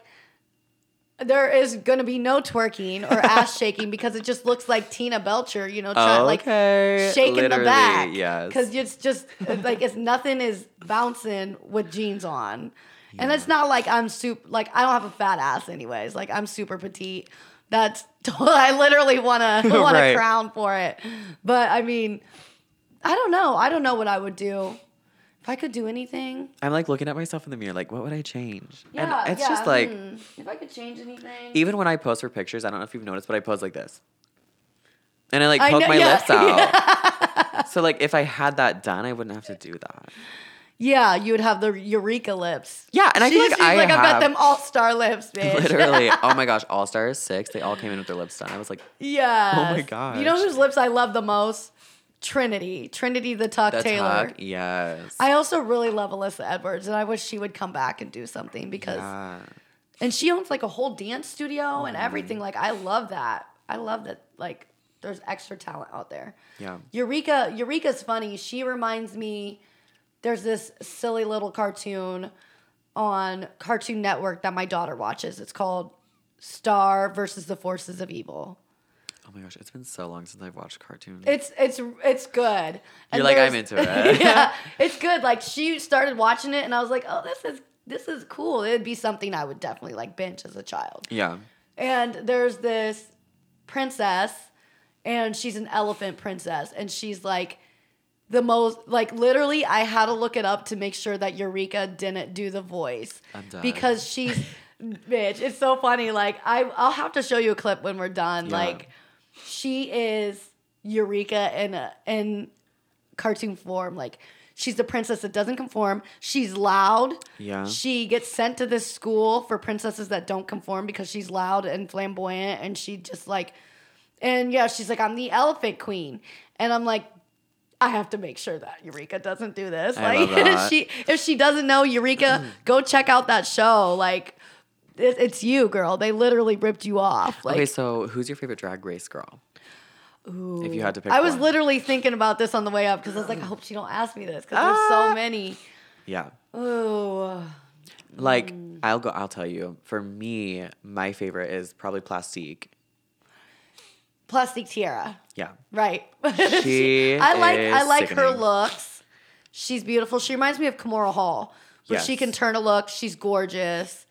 Speaker 1: there is gonna be no twerking or ass shaking because it just looks like Tina Belcher, you know, trying,
Speaker 2: Okay,
Speaker 1: like shaking the
Speaker 2: literally,
Speaker 1: back.
Speaker 2: yes.
Speaker 1: because it's just like it's nothing is bouncing with jeans on. And it's not like I'm super like I don't have a fat ass anyways. Like I'm super petite. That's I literally wanna want a
Speaker 2: Right.
Speaker 1: crown for it. But I mean, I don't know. I don't know what I would do if I could do anything.
Speaker 2: I'm like looking at myself in the mirror, like, what would I change?
Speaker 1: Yeah,
Speaker 2: and it's
Speaker 1: yeah,
Speaker 2: just like, E
Speaker 1: hmm. if I could change anything.
Speaker 2: even when I post for pictures, I don't know if you've noticed, but I pose like this, and I like
Speaker 1: I
Speaker 2: poke
Speaker 1: know-
Speaker 2: my
Speaker 1: yeah,
Speaker 2: lips out. So like, if I had that done, I wouldn't have to do that.
Speaker 1: yeah, you would have the eureka lips.
Speaker 2: Yeah, and I
Speaker 1: she's,
Speaker 2: feel like
Speaker 1: she's
Speaker 2: I
Speaker 1: like I've got
Speaker 2: have-
Speaker 1: them all star lips, bitch.
Speaker 2: Literally, oh my gosh, All Stars six, they all came in with their lips done. I was like,
Speaker 1: Yeah.
Speaker 2: Oh gosh.
Speaker 1: You know whose lips I love the most? Trinity. Trinity the Tuck
Speaker 2: the
Speaker 1: Taylor.
Speaker 2: tug, yes.
Speaker 1: I also really love Alyssa Edwards, and I wish she would come back and do something because,
Speaker 2: Yeah. Mm-hmm.
Speaker 1: and she owns like a whole dance studio and everything. Like, I love that. I love that. Like, there's extra talent out there.
Speaker 2: yeah.
Speaker 1: Eureka Eureka's funny. She reminds me there's this silly little cartoon on Cartoon Network that my daughter watches. It's called Star versus the Forces of Evil.
Speaker 2: Oh my gosh, it's been so long since I've watched cartoons.
Speaker 1: It's it's it's good. And
Speaker 2: You're like, I'm
Speaker 1: there's-
Speaker 2: into it.
Speaker 1: yeah, it's good. Like she started watching it, and I was like, oh, this is this is cool. It'd be something I would definitely like binge as a child.
Speaker 2: yeah.
Speaker 1: And there's this princess, and she's an elephant princess, and she's like the most like literally I had to look it up to make sure that Eureka didn't do the voice
Speaker 2: I'm done.
Speaker 1: because she's bitch. It's so funny. Like I I'll have to show you a clip when we're done.
Speaker 2: Yeah.
Speaker 1: Like she is Eureka in a, in cartoon form. Like she's the princess that doesn't conform. She's loud.
Speaker 2: Yeah.
Speaker 1: She gets sent to this school for princesses that don't conform because she's loud and flamboyant and she just like and yeah, she's like I'm the elephant queen. And I'm like I have to make sure that Eureka doesn't do this.
Speaker 2: I
Speaker 1: like
Speaker 2: love
Speaker 1: if
Speaker 2: that.
Speaker 1: she if she doesn't know Eureka, go check out that show. Like it, it's you, girl. They literally ripped you off. Like
Speaker 2: okay, so who's your favorite drag race girl? If you had to pick
Speaker 1: I was
Speaker 2: one.
Speaker 1: literally thinking about this on the way up because I was like, I hope she don't ask me this because there's
Speaker 2: Ah.
Speaker 1: so many.
Speaker 2: Yeah.
Speaker 1: Ooh.
Speaker 2: Like, I'll go, I'll tell you. For me, my favorite is probably Plastique.
Speaker 1: Plastic Tiara.
Speaker 2: Yeah.
Speaker 1: Right.
Speaker 2: She
Speaker 1: I like I
Speaker 2: is
Speaker 1: like her
Speaker 2: sickening.
Speaker 1: looks. She's beautiful. She reminds me of Kimora Hall. But she
Speaker 2: Yes.
Speaker 1: can turn a look. She's gorgeous.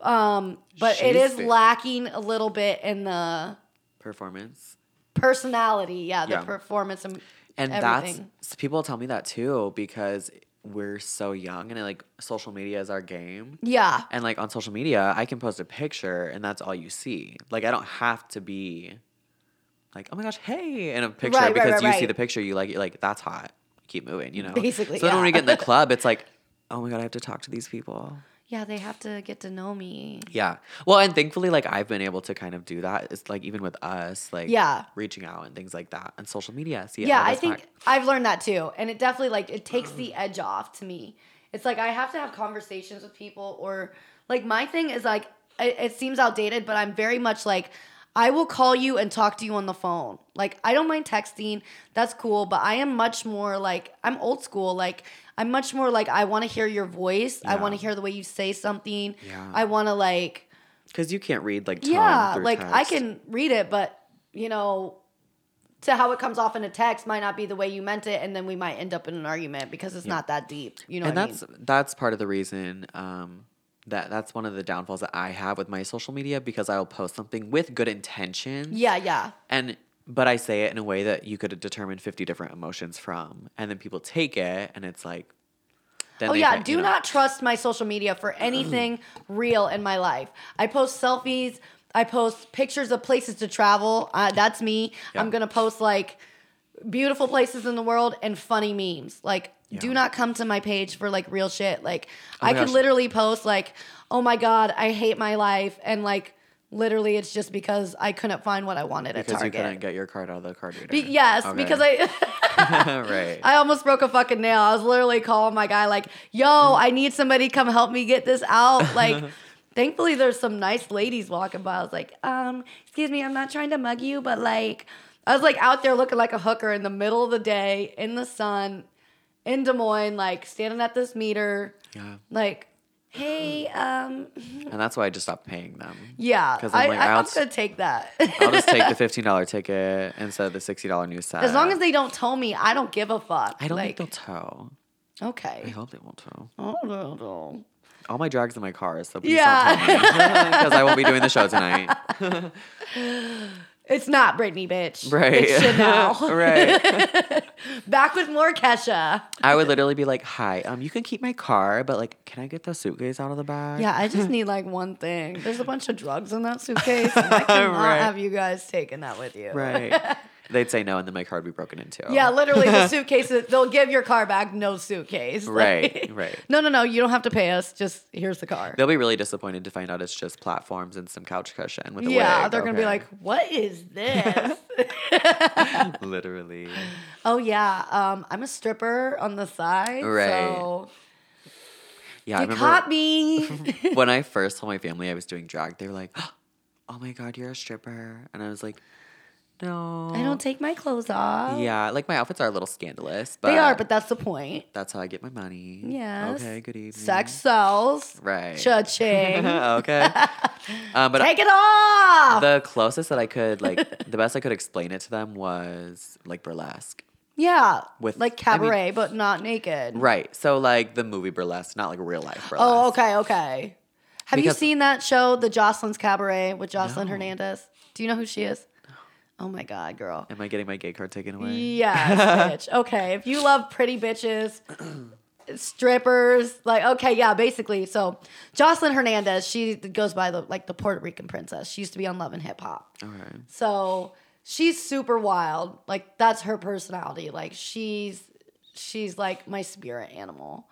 Speaker 1: Um, but it
Speaker 2: She's
Speaker 1: is
Speaker 2: big.
Speaker 1: lacking a little bit in the
Speaker 2: Performance.
Speaker 1: personality. Yeah, the
Speaker 2: Yeah.
Speaker 1: performance and,
Speaker 2: And
Speaker 1: everything.
Speaker 2: that's so people tell me that too because we're so young and like social media is our game.
Speaker 1: yeah.
Speaker 2: And like on social media, I can post a picture and that's all you see. Like I don't have to be like, oh my gosh, hey, in a picture
Speaker 1: Right, right,
Speaker 2: because
Speaker 1: right,
Speaker 2: you see
Speaker 1: right.
Speaker 2: the picture, you like, you're like, that's hot. Keep moving, you know.
Speaker 1: Basically,
Speaker 2: So then when we
Speaker 1: yeah.
Speaker 2: get in the club, it's like, oh my god, I have to talk to these people.
Speaker 1: Yeah, they have to get to know me.
Speaker 2: Yeah. Well, and thankfully, like I've been able to kind of do that. It's like even with us, like
Speaker 1: Yeah.
Speaker 2: reaching out and things like that, and social media. See,
Speaker 1: yeah
Speaker 2: all
Speaker 1: i
Speaker 2: this
Speaker 1: think
Speaker 2: back-
Speaker 1: i've learned that too and it definitely like it takes the edge off to me it's like i have to have conversations with people or like my thing is like it, it seems outdated but i'm very much like I will call you and talk to you on the phone. Like I don't mind texting. That's cool, but I am much more like I'm old school. Like I'm much more like I want to hear your voice. I
Speaker 2: Yeah.
Speaker 1: want to hear the way you say something.
Speaker 2: Yeah.
Speaker 1: I want to like
Speaker 2: Because you can't read like tone
Speaker 1: yeah,
Speaker 2: through
Speaker 1: like I
Speaker 2: text.
Speaker 1: can read it, but you know, to how it comes off in a text might not be the way you meant it, and then we might end up in an argument because it's not that deep. You know,
Speaker 2: and
Speaker 1: what
Speaker 2: that's that's part of the reason um, that that's one of the downfalls that I have with my social media because I'll post something with good intentions.
Speaker 1: I mean? yeah, yeah,
Speaker 2: and but I say it in a way that you could determine fifty different emotions from, and then people take it, and it's like, then
Speaker 1: oh
Speaker 2: they
Speaker 1: yeah.
Speaker 2: think,
Speaker 1: Do
Speaker 2: you know,
Speaker 1: not trust my social media for anything real in my life. I post selfies. I post pictures of places to travel. Uh, that's me. I'm
Speaker 2: Yeah.
Speaker 1: gonna post like beautiful places in the world and funny memes. Like, do
Speaker 2: Yeah. Oh
Speaker 1: not come to my page for like real shit. Like,
Speaker 2: my
Speaker 1: I could
Speaker 2: gosh.
Speaker 1: literally post like, "Oh my god, I hate my life," and like, literally, it's just because I couldn't find what I wanted at
Speaker 2: because you couldn't
Speaker 1: Target.
Speaker 2: get your card out of the card reader.
Speaker 1: Be- yes, because I.
Speaker 2: right.
Speaker 1: I almost broke a fucking nail. I was literally calling my guy like, "Yo, I need somebody to come help me get this out." Like, thankfully there's some nice ladies walking by. I was like, "Um, excuse me, I'm not trying to mug you, but like, I was like out there looking like a hooker in the middle of the day in the sun in Des Moines, like standing at this meter,
Speaker 2: yeah,
Speaker 1: like, "Hey, um,
Speaker 2: and that's why I just stopped paying them.
Speaker 1: yeah,
Speaker 2: 'Cause I'm
Speaker 1: I,
Speaker 2: like,
Speaker 1: I,
Speaker 2: I'll
Speaker 1: I'm
Speaker 2: s-
Speaker 1: gonna take that."
Speaker 2: I'll just take the fifteen dollar ticket instead of the sixty dollar new set.
Speaker 1: as long as they don't tell me, I don't give a fuck.
Speaker 2: I don't
Speaker 1: like,
Speaker 2: think they'll tow. I
Speaker 1: okay.
Speaker 2: hope they won't tow.
Speaker 1: I don't know.
Speaker 2: All my drag's in my car, so please
Speaker 1: Yeah.
Speaker 2: don't tell me because I won't be doing the show tonight.
Speaker 1: It's not Britney, bitch.
Speaker 2: Right.
Speaker 1: It's Chanel.
Speaker 2: right.
Speaker 1: Back with more Kesha.
Speaker 2: I would literally be like, "Hi, um, you can keep my car, but like, can I get the suitcase out of the bag?"
Speaker 1: Yeah, I just need like one thing. There's a bunch of drugs in that suitcase. and I cannot
Speaker 2: Right.
Speaker 1: have you guys taking that with you.
Speaker 2: Right. They'd say no, and then my card would be broken into.
Speaker 1: Yeah, literally the suitcases. They'll give your car back, no suitcase. Like-
Speaker 2: Right, right.
Speaker 1: No, no, no. You don't have to pay us. Just here's the car.
Speaker 2: They'll be really disappointed to find out it's just platforms and some couch cushion with a
Speaker 1: yeah,
Speaker 2: wig.
Speaker 1: they're gonna be
Speaker 2: Okay.
Speaker 1: like, "What is this?"
Speaker 2: literally.
Speaker 1: oh yeah, um, I'm a stripper on the side.
Speaker 2: Right.
Speaker 1: So
Speaker 2: Yeah, I
Speaker 1: you
Speaker 2: remember
Speaker 1: caught me.
Speaker 2: when I first told my family I was doing drag, they were like, "Oh my god, you're a stripper," and I was like, "No,
Speaker 1: I don't take my clothes off.
Speaker 2: Yeah, like my outfits are a little scandalous, but
Speaker 1: They are, but that's the point.
Speaker 2: that's how I get my money.
Speaker 1: Yes.
Speaker 2: Okay. Good evening.
Speaker 1: Sex sells.
Speaker 2: Right.
Speaker 1: Cha-ching.
Speaker 2: okay. Um, but
Speaker 1: Take it off.
Speaker 2: the closest that I could, like, the best I could explain it to them was like burlesque.
Speaker 1: yeah.
Speaker 2: with-
Speaker 1: like
Speaker 2: I mean-
Speaker 1: cabaret, but not naked.
Speaker 2: Right. So like the movie burlesque, not like real life burlesque.
Speaker 1: Oh, okay, okay. Have
Speaker 2: Because-
Speaker 1: you seen that show, The Jocelyn's Cabaret, with Jocelyn
Speaker 2: No.
Speaker 1: Hernandez? Do you know who she is? Oh my god, girl.
Speaker 2: Am I getting my gay card taken away?
Speaker 1: Yes, bitch. Okay, if you love pretty bitches, strippers, like okay, yeah, basically. So Jocelyn Hernandez, she goes by the like the Puerto Rican princess. She used to be on Love and Hip Hop.
Speaker 2: Okay.
Speaker 1: So she's super wild. Like that's her personality. Like she's she's like my spirit animal.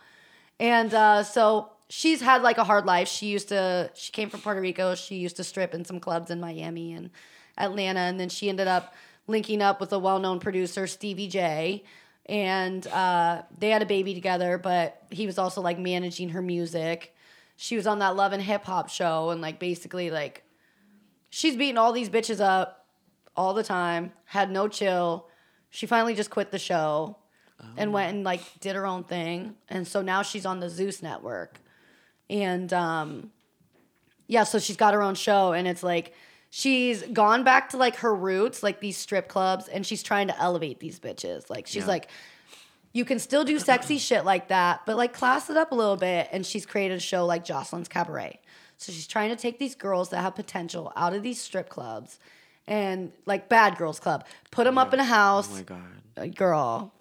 Speaker 1: And uh, so she's had like a hard life. She used to she came from Puerto Rico. She used to strip in some clubs in Miami and Atlanta, and then she ended up linking up with a well-known producer, Stevie J. And uh, they had a baby together, but he was also like managing her music. She was on that Love and Hip Hop show, and like basically like she's beating all these bitches up all the time, had no chill. She finally just quit the show and went and like did her own thing. And so now she's on the Zeus network. And um yeah, so she's got her own show and it's like she's gone back to like her roots, like these strip clubs, and she's trying to elevate these bitches. Like she's
Speaker 2: Yeah.
Speaker 1: like you can still do sexy shit like that, but like class it up a little bit. And she's created a show like Jocelyn's Cabaret. So she's trying to take these girls that have potential out of these strip clubs and like Bad Girls Club, put them up in a
Speaker 2: Oh
Speaker 1: house.
Speaker 2: my god.
Speaker 1: Uh, Girl.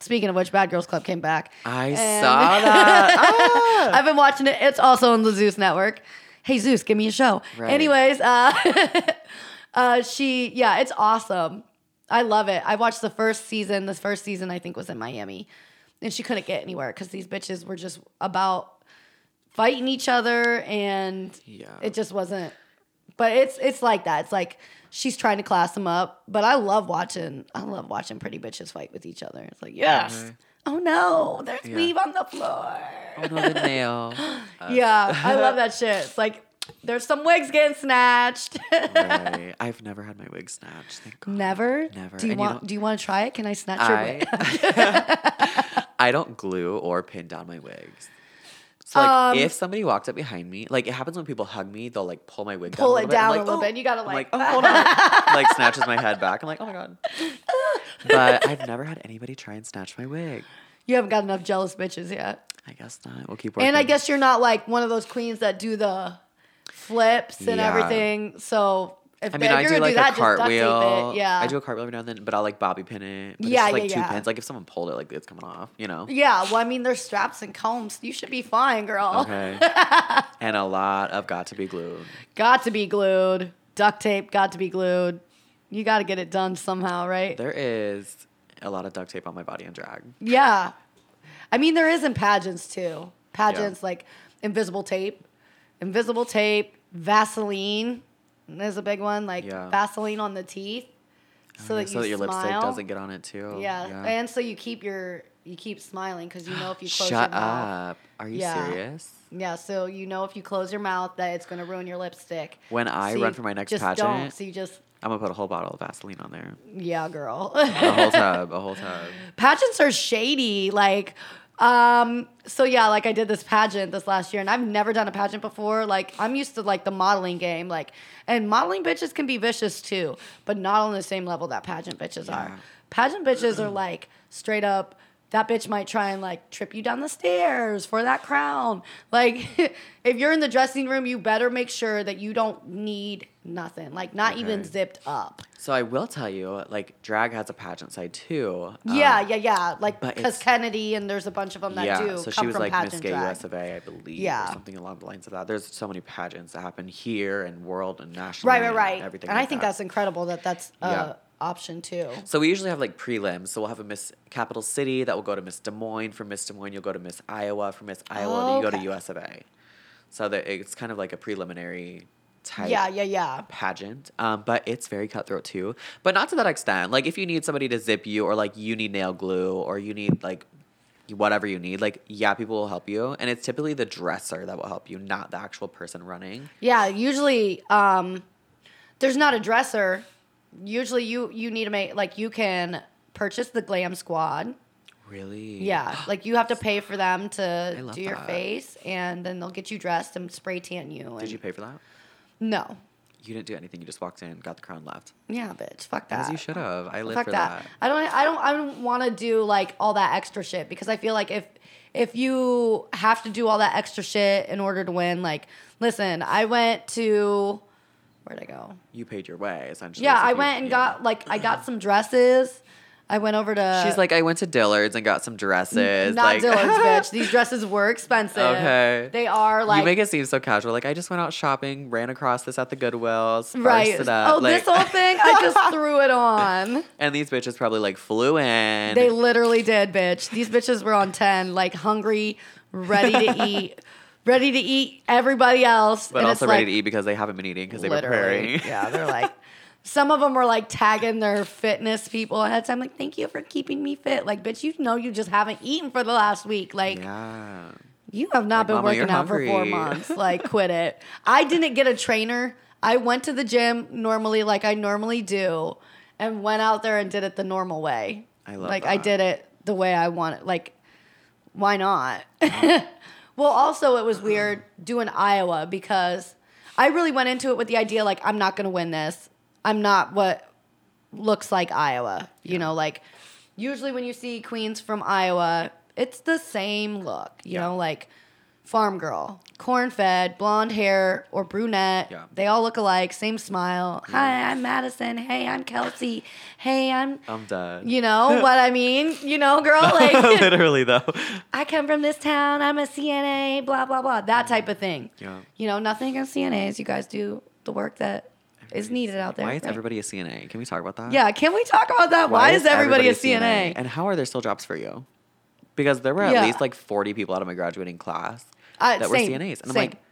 Speaker 1: Speaking of which, Bad Girls Club came back.
Speaker 2: I
Speaker 1: And-
Speaker 2: saw that.
Speaker 1: I've been watching it. It's also on the Zeus network. Hey Zeus, give me a show.
Speaker 2: Right.
Speaker 1: Anyways, uh, uh, she yeah, it's awesome. I love it. I watched the first season. This first season I think was in Miami, and she couldn't get anywhere because these bitches were just about fighting each other, and
Speaker 2: Yeah.
Speaker 1: it just wasn't. But it's it's like that. It's like she's trying to class them up. But I love watching. I love watching pretty bitches fight with each other. It's like yes.
Speaker 2: Mhm.
Speaker 1: Oh no, there's
Speaker 2: Yeah.
Speaker 1: weave on the floor.
Speaker 2: Oh, no, the nail.
Speaker 1: Yeah, I love that shit. It's like There's some wigs getting snatched.
Speaker 2: Right. I've never had my wig snatched. Thank God.
Speaker 1: Never.
Speaker 2: Never.
Speaker 1: Do you
Speaker 2: And you
Speaker 1: want?
Speaker 2: know-
Speaker 1: do you want to try it? Can I snatch your wig?
Speaker 2: I, I don't glue or pin down my wigs. So like
Speaker 1: Um,
Speaker 2: if somebody walks up behind me, like it happens when people hug me, they'll like pull my wig
Speaker 1: Pull it
Speaker 2: down a little
Speaker 1: down
Speaker 2: bit.
Speaker 1: a little bit. You gotta
Speaker 2: I'm
Speaker 1: like.
Speaker 2: like, oh, hold on. like snatches my head back. I'm like, oh my god. But I've never had anybody try and snatch my wig.
Speaker 1: you haven't got enough jealous bitches yet.
Speaker 2: I guess not. We'll keep working.
Speaker 1: And I guess you're not like one of those queens that do the flips and
Speaker 2: Yeah.
Speaker 1: everything. So if,
Speaker 2: I mean,
Speaker 1: if
Speaker 2: I
Speaker 1: you're
Speaker 2: do
Speaker 1: gonna
Speaker 2: like
Speaker 1: do that,
Speaker 2: a
Speaker 1: just duct tape
Speaker 2: cartwheel.
Speaker 1: it. Yeah.
Speaker 2: I do a cartwheel every now and then, but I'll like bobby pin it. But
Speaker 1: Yeah,
Speaker 2: it's just, like
Speaker 1: yeah,
Speaker 2: two
Speaker 1: yeah.
Speaker 2: pins. Like if someone pulled it, like it's coming off. You know.
Speaker 1: yeah. Well, I mean, there's straps and combs. You should be fine, girl.
Speaker 2: Okay. and a lot of got to be glued.
Speaker 1: Got to be glued. Duct tape. Got to be glued. You got to get it done somehow, right?
Speaker 2: There is a lot of duct tape on my body and drag.
Speaker 1: Yeah. I mean, there is in pageants too. Pageants like invisible tape, invisible tape, Vaseline is a big one, like
Speaker 2: Yeah. Oh,
Speaker 1: Vaseline on the teeth. So,
Speaker 2: Yeah,
Speaker 1: that, you
Speaker 2: your
Speaker 1: smile.
Speaker 2: lipstick doesn't get on it too.
Speaker 1: Yeah. And so you keep your, you keep smiling because you know if you close
Speaker 2: Shut
Speaker 1: your mouth.
Speaker 2: up. Are you
Speaker 1: Yeah.
Speaker 2: serious?
Speaker 1: Yeah. So you know if you close your mouth that it's going to ruin your lipstick.
Speaker 2: When I
Speaker 1: So
Speaker 2: run
Speaker 1: you
Speaker 2: for my next
Speaker 1: just
Speaker 2: pageant,
Speaker 1: Don't. So you just,
Speaker 2: I'm gonna put a whole bottle of Vaseline on there.
Speaker 1: yeah, girl.
Speaker 2: A whole tub. A whole tub.
Speaker 1: pageants are shady like um so yeah like i did this pageant this last year and i've never done a pageant before like i'm used to like the modeling game like and modeling bitches can be vicious too but not on the same level that pageant bitches
Speaker 2: Yeah.
Speaker 1: are pageant bitches are like straight up that bitch might try and like trip you down the stairs for that crown like if you're in the dressing room you better make sure that you don't need nothing like not even
Speaker 2: Okay.
Speaker 1: zipped up
Speaker 2: So I will tell you, like drag has a pageant side too. Um,
Speaker 1: Yeah, yeah, yeah. Like
Speaker 2: but
Speaker 1: because
Speaker 2: it's-
Speaker 1: Kennedy and there's a bunch of them that
Speaker 2: yeah,
Speaker 1: do
Speaker 2: so
Speaker 1: come
Speaker 2: she was
Speaker 1: from
Speaker 2: like Miss
Speaker 1: pageant
Speaker 2: Gay
Speaker 1: drag.
Speaker 2: US of A, I believe,
Speaker 1: Yeah.
Speaker 2: or something along the lines of that. There's so many pageants that happen here and world and national,
Speaker 1: Right, right, right.
Speaker 2: And everything,
Speaker 1: and I
Speaker 2: like
Speaker 1: think
Speaker 2: that.
Speaker 1: that's incredible that that's a
Speaker 2: Yeah.
Speaker 1: option too.
Speaker 2: So we usually have like prelims. So we'll have a Miss Capital City that will go to Miss Des Moines. From Miss Des Moines, you'll go to Miss Iowa. From Miss Iowa, you go
Speaker 1: Oh, Okay.
Speaker 2: to US of A. So that it's kind of like a preliminary type
Speaker 1: Yeah, yeah, yeah.
Speaker 2: pageant. Um, but it's very cutthroat too. But not to that extent. Like if you need somebody to zip you, or like you need nail glue, or you need like whatever you need, like yeah, people will help you. And it's typically the dresser that will help you, not the actual person running.
Speaker 1: Yeah, usually um there's not a dresser. Usually you you need to make like you can purchase the glam squad.
Speaker 2: Really?
Speaker 1: Yeah, like you have to pay for them
Speaker 2: I
Speaker 1: to
Speaker 2: love
Speaker 1: do your
Speaker 2: that.
Speaker 1: face and then they'll get you dressed and spray tan you. And
Speaker 2: Did you pay for that?
Speaker 1: No.
Speaker 2: You didn't do anything. You just walked in, got the crown, left.
Speaker 1: Yeah, bitch. Fuck that.
Speaker 2: As you should have. I live
Speaker 1: Fuck
Speaker 2: for
Speaker 1: that.
Speaker 2: that.
Speaker 1: I don't. I don't. I don't want to do like all that extra shit because I feel like if if you have to do all that extra shit in order to win, like, listen, I went to where'd I go?
Speaker 2: You paid your way, essentially.
Speaker 1: Yeah,
Speaker 2: so
Speaker 1: I
Speaker 2: you-
Speaker 1: went and
Speaker 2: yeah.
Speaker 1: got like I got some dresses. I went over to
Speaker 2: She's like, I went to Dillard's and got some dresses.
Speaker 1: not
Speaker 2: like,
Speaker 1: Dillard's, bitch. These dresses were expensive.
Speaker 2: Okay.
Speaker 1: they are like
Speaker 2: you make it seem so casual. Like I just went out shopping, ran across this at the Goodwill, sparsed
Speaker 1: right.
Speaker 2: it up.
Speaker 1: Oh,
Speaker 2: like,
Speaker 1: this whole thing, I just threw it on.
Speaker 2: and these bitches probably like flew in.
Speaker 1: They literally did, bitch. These bitches were on 10, like hungry, ready to eat, ready to eat everybody else.
Speaker 2: but
Speaker 1: and
Speaker 2: also
Speaker 1: it's
Speaker 2: ready
Speaker 1: like,
Speaker 2: to eat because they haven't been eating because they were
Speaker 1: literally.
Speaker 2: preparing.
Speaker 1: yeah, they're like, some of them were like tagging their fitness people ahead of time, like, thank you for keeping me fit. Like, bitch, you know you just haven't eaten for the last week. Like,
Speaker 2: yeah.
Speaker 1: you have not
Speaker 2: Like,
Speaker 1: been
Speaker 2: mama, you're
Speaker 1: working out for four
Speaker 2: hungry.
Speaker 1: months. Like, quit it. I didn't get a trainer. I went to the gym normally, like I normally do, and went out there and did it the normal way.
Speaker 2: I love
Speaker 1: Like, I
Speaker 2: that.
Speaker 1: did it the way I want it. Like, why not? well, also, it was weird doing Iowa because I really went into it with the idea, like, I'm not going to win this. I'm not what looks like Iowa. You know, like usually when you see queens from Iowa, it's the same look. You
Speaker 2: Yeah.
Speaker 1: know, like farm girl, corn fed, blonde hair or brunette.
Speaker 2: Yeah.
Speaker 1: They all look alike, same smile. Hi, I'm Madison. Hey, I'm Kelsey. Hey, I'm.
Speaker 2: I'm done.
Speaker 1: You know what I mean? You know, girl, like
Speaker 2: Literally though.
Speaker 1: I come from this town. I'm a CNA. Blah blah blah. That type of thing.
Speaker 2: Mm-hmm. Yeah.
Speaker 1: You know, nothing against CNAs. You guys do the work that is needed out there.
Speaker 2: Why is
Speaker 1: right?
Speaker 2: everybody a CNA? Can we talk about that?
Speaker 1: Yeah, can we talk about that? Why, is everybody, a CNA?
Speaker 2: And how are there still jobs for you? Because there were at
Speaker 1: Yeah.
Speaker 2: least like 40 people out of my graduating class
Speaker 1: Uh,
Speaker 2: that
Speaker 1: same,
Speaker 2: were CNAs. And I'm
Speaker 1: same.
Speaker 2: like,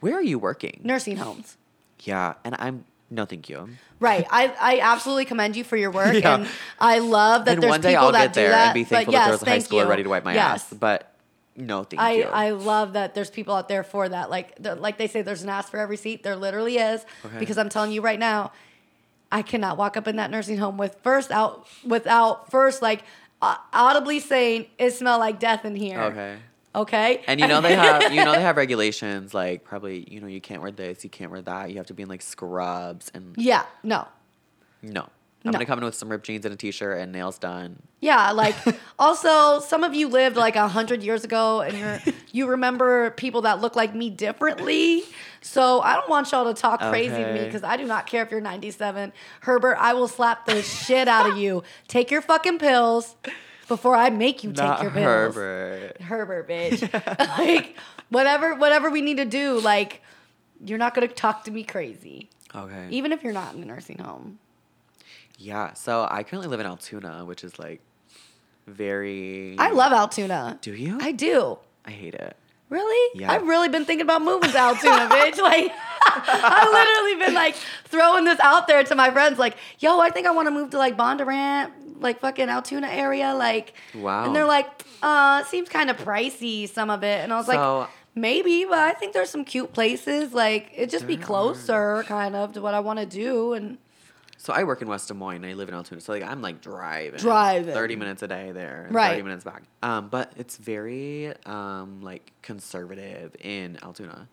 Speaker 2: where are you working?
Speaker 1: Nursing homes.
Speaker 2: Yeah. And I'm, no, thank you.
Speaker 1: Right. I, I absolutely commend you for your work.
Speaker 2: Yeah.
Speaker 1: And I love that
Speaker 2: and
Speaker 1: there's
Speaker 2: one day
Speaker 1: people
Speaker 2: I'll
Speaker 1: that
Speaker 2: get
Speaker 1: do
Speaker 2: there
Speaker 1: that.
Speaker 2: and be
Speaker 1: but
Speaker 2: thankful that
Speaker 1: yes,
Speaker 2: there was a high
Speaker 1: thank
Speaker 2: schooler
Speaker 1: you.
Speaker 2: ready to wipe my
Speaker 1: yes.
Speaker 2: ass. But No, thank
Speaker 1: I,
Speaker 2: you.
Speaker 1: I love that there's people out there for that. Like the- like they say, there's an ass for every seat. There literally is.
Speaker 2: Okay.
Speaker 1: Because I'm telling you right now, I cannot walk up in that nursing home with first out without first like uh, audibly saying it smell like death in here.
Speaker 2: okay.
Speaker 1: Okay.
Speaker 2: And you know they have you know they have regulations like probably you know you can't wear this, you can't wear that. You have to be in like scrubs and
Speaker 1: yeah. No.
Speaker 2: no. I'm
Speaker 1: No.
Speaker 2: gonna come in with some ripped jeans and a t-shirt and nails done.
Speaker 1: Yeah, like also some of you lived like a hundred years ago, and you're you remember people that look like me differently. So I don't want y'all to talk crazy to me
Speaker 2: Okay.
Speaker 1: because I do not care if you're 97, Herbert. I will slap the shit out of you. Take your fucking pills before I make you
Speaker 2: Not
Speaker 1: take your pills.
Speaker 2: Herbert.
Speaker 1: Herbert, bitch. like whatever, whatever we need to do. Like you're not gonna talk to me crazy,
Speaker 2: Okay.
Speaker 1: even if you're not in a nursing home.
Speaker 2: yeah. So I currently live in Altoona, which is like very.
Speaker 1: I love Altoona.
Speaker 2: Do you?
Speaker 1: I do.
Speaker 2: I hate it.
Speaker 1: Really?
Speaker 2: Yeah.
Speaker 1: I've really been thinking about moving to Altoona, bitch. Like, I've literally been like throwing this out there to my friends, like, yo, I think I want to move to like Bondurant, like fucking Altoona area. Like,
Speaker 2: Wow.
Speaker 1: And they're like, uh, it seems kind of pricey, some of it. And I was
Speaker 2: So-
Speaker 1: like, maybe, but I think there's some cute places. Like, it'd just be
Speaker 2: There are.
Speaker 1: closer, kind of, to what I want to do. And
Speaker 2: So I work in West Des Moines. and I live in Altoona. So like I'm like driving,
Speaker 1: Driving.
Speaker 2: thirty minutes a day there, and
Speaker 1: Right.
Speaker 2: Thirty minutes back. Um, but it's very um like conservative in Altoona.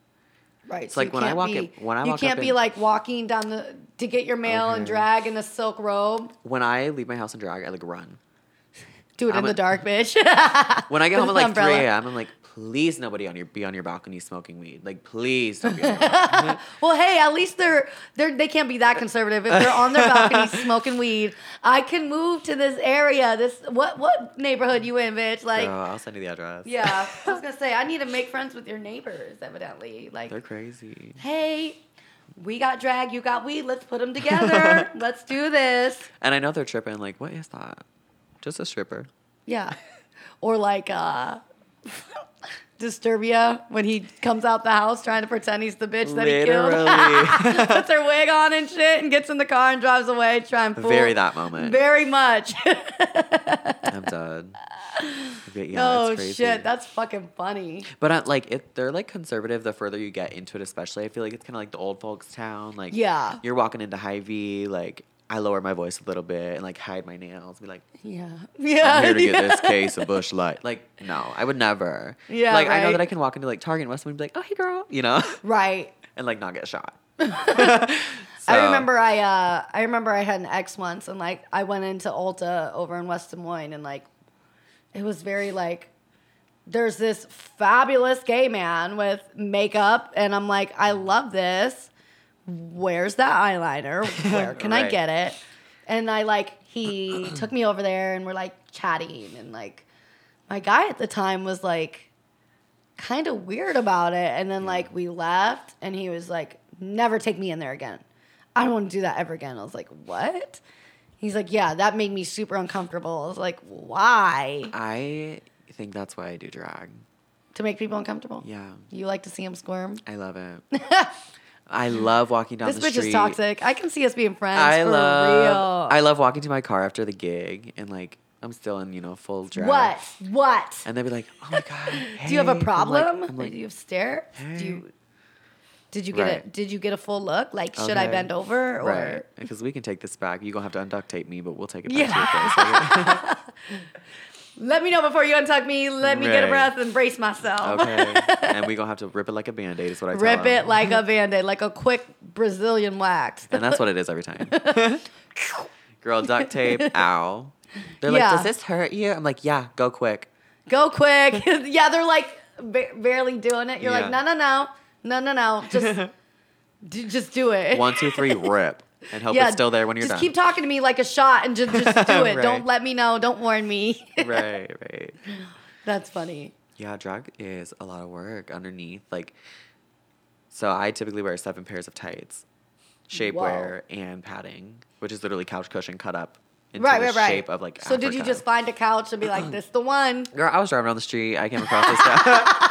Speaker 1: Right.
Speaker 2: It's like
Speaker 1: you
Speaker 2: when I
Speaker 1: can't
Speaker 2: walk
Speaker 1: be,
Speaker 2: in- when I
Speaker 1: you
Speaker 2: walk up
Speaker 1: can't be
Speaker 2: in-
Speaker 1: like walking down the to get your mail and
Speaker 2: Okay.
Speaker 1: drag in a silk robe.
Speaker 2: When I leave my house in drag, I like run.
Speaker 1: Do it
Speaker 2: I'm
Speaker 1: in
Speaker 2: a-
Speaker 1: the dark, bitch.
Speaker 2: When I get
Speaker 1: With
Speaker 2: home
Speaker 1: an
Speaker 2: at like
Speaker 1: umbrella.
Speaker 2: three a.m., I'm like, please nobody on your be on your balcony smoking weed. Like please don't be. On your balcony.
Speaker 1: Well, hey, at least they're they're they can't be that conservative if they're on their balcony smoking weed. I can move to this area. This what what neighborhood you in, bitch? Like,
Speaker 2: Girl, I'll send you the address.
Speaker 1: yeah, I was gonna say I need to make friends with your neighbors. Evidently, like,
Speaker 2: they're crazy.
Speaker 1: hey, we got drag, you got weed. Let's put them together. Let's do this.
Speaker 2: And I know they're tripping. Like what is that? Just a stripper.
Speaker 1: Yeah, or like uh, Disturbia when he comes out the house trying to pretend he's the bitch that he killed. puts her wig on and shit and gets in the car and drives away trying to fool.
Speaker 2: Very that moment.
Speaker 1: Very much.
Speaker 2: I'm done. But yeah,
Speaker 1: oh
Speaker 2: it's crazy.
Speaker 1: shit, that's fucking funny.
Speaker 2: But uh, like, it, they're like conservative. The further you get into it, especially, I feel like it's kind of like the old folks' town. Like,
Speaker 1: Yeah.
Speaker 2: you're walking into High V. Like, I lower my voice a little bit and like hide my nails. Be like,
Speaker 1: Yeah.
Speaker 2: I'm
Speaker 1: Yeah.
Speaker 2: here to
Speaker 1: yeah.
Speaker 2: get this case of Bush Light. Like, no, I would never.
Speaker 1: Yeah,
Speaker 2: Like, I know
Speaker 1: right.
Speaker 2: that I can walk into like Target and Westwood and be like, oh hey girl, you know,
Speaker 1: Right.
Speaker 2: and like not get shot.
Speaker 1: I
Speaker 2: So,
Speaker 1: remember I uh I remember I had an ex once and like I went into Ulta over in West Des Moines and like it was very like there's this fabulous gay man with makeup and I'm like I love this. Where's that eyeliner? Where can I
Speaker 2: Right.
Speaker 1: get it? And I like he took me over there and we're like chatting and like my guy at the time was like kind of weird about it. And then like we left and he was like, never take me in there again. I don't want to do that ever again. I was like, what? He's like, yeah, that made me super uncomfortable. I was like, why?
Speaker 2: I think that's why I do drag.
Speaker 1: To make people uncomfortable?
Speaker 2: Yeah,
Speaker 1: You like to see them squirm?
Speaker 2: I love it. I love walking down
Speaker 1: This
Speaker 2: the
Speaker 1: bitch
Speaker 2: street.
Speaker 1: is toxic. I can see us being friends.
Speaker 2: I
Speaker 1: for
Speaker 2: love
Speaker 1: real.
Speaker 2: I love walking to my car after the gig and like I'm still in, you know, full drag.
Speaker 1: what? What?
Speaker 2: And they'd be like, Oh my god.
Speaker 1: do you have
Speaker 2: hey." I'm
Speaker 1: a
Speaker 2: like-
Speaker 1: problem?
Speaker 2: I'm like,
Speaker 1: do you have stare?
Speaker 2: hey.
Speaker 1: Do you did you get a
Speaker 2: Right.
Speaker 1: did you get a full look? Like, should I
Speaker 2: Okay.
Speaker 1: bend over or
Speaker 2: Right. Because we can take this back. You're gonna have to unduct tape me, but we'll take it back
Speaker 1: let me know before you untuck me? Let me get a
Speaker 2: Right.
Speaker 1: breath and brace myself.
Speaker 2: to your face. okay. And we're gonna have to rip it like a band aid is what I tell
Speaker 1: Rip it
Speaker 2: them.
Speaker 1: like a band-aid, like a quick Brazilian wax.
Speaker 2: And that's what it is every time. Girl, duct tape, ow. They're like,
Speaker 1: Yeah.
Speaker 2: Does this hurt you? I'm like, Yeah, go quick.
Speaker 1: Go quick. yeah, they're like ba- barely doing it. You're like,
Speaker 2: Yeah.
Speaker 1: no, no, no, no, no, no. Just, d- just do it.
Speaker 2: One, two, three, rip. And hope it's still there when you're
Speaker 1: just
Speaker 2: done.
Speaker 1: keep talking to me like a shot and just, just do it.
Speaker 2: Right.
Speaker 1: Don't let me know. Don't warn me.
Speaker 2: right, right.
Speaker 1: That's funny.
Speaker 2: Yeah, drag is a lot of work underneath. Like, so I typically wear seven pairs of tights, shapewear, and padding, which is literally couch cushion cut up into
Speaker 1: Right,
Speaker 2: the
Speaker 1: right, right.
Speaker 2: shape of like.
Speaker 1: so did you
Speaker 2: Africa.
Speaker 1: just find a couch and be like, this the one?
Speaker 2: Girl, I was driving down the street. I came across this guy.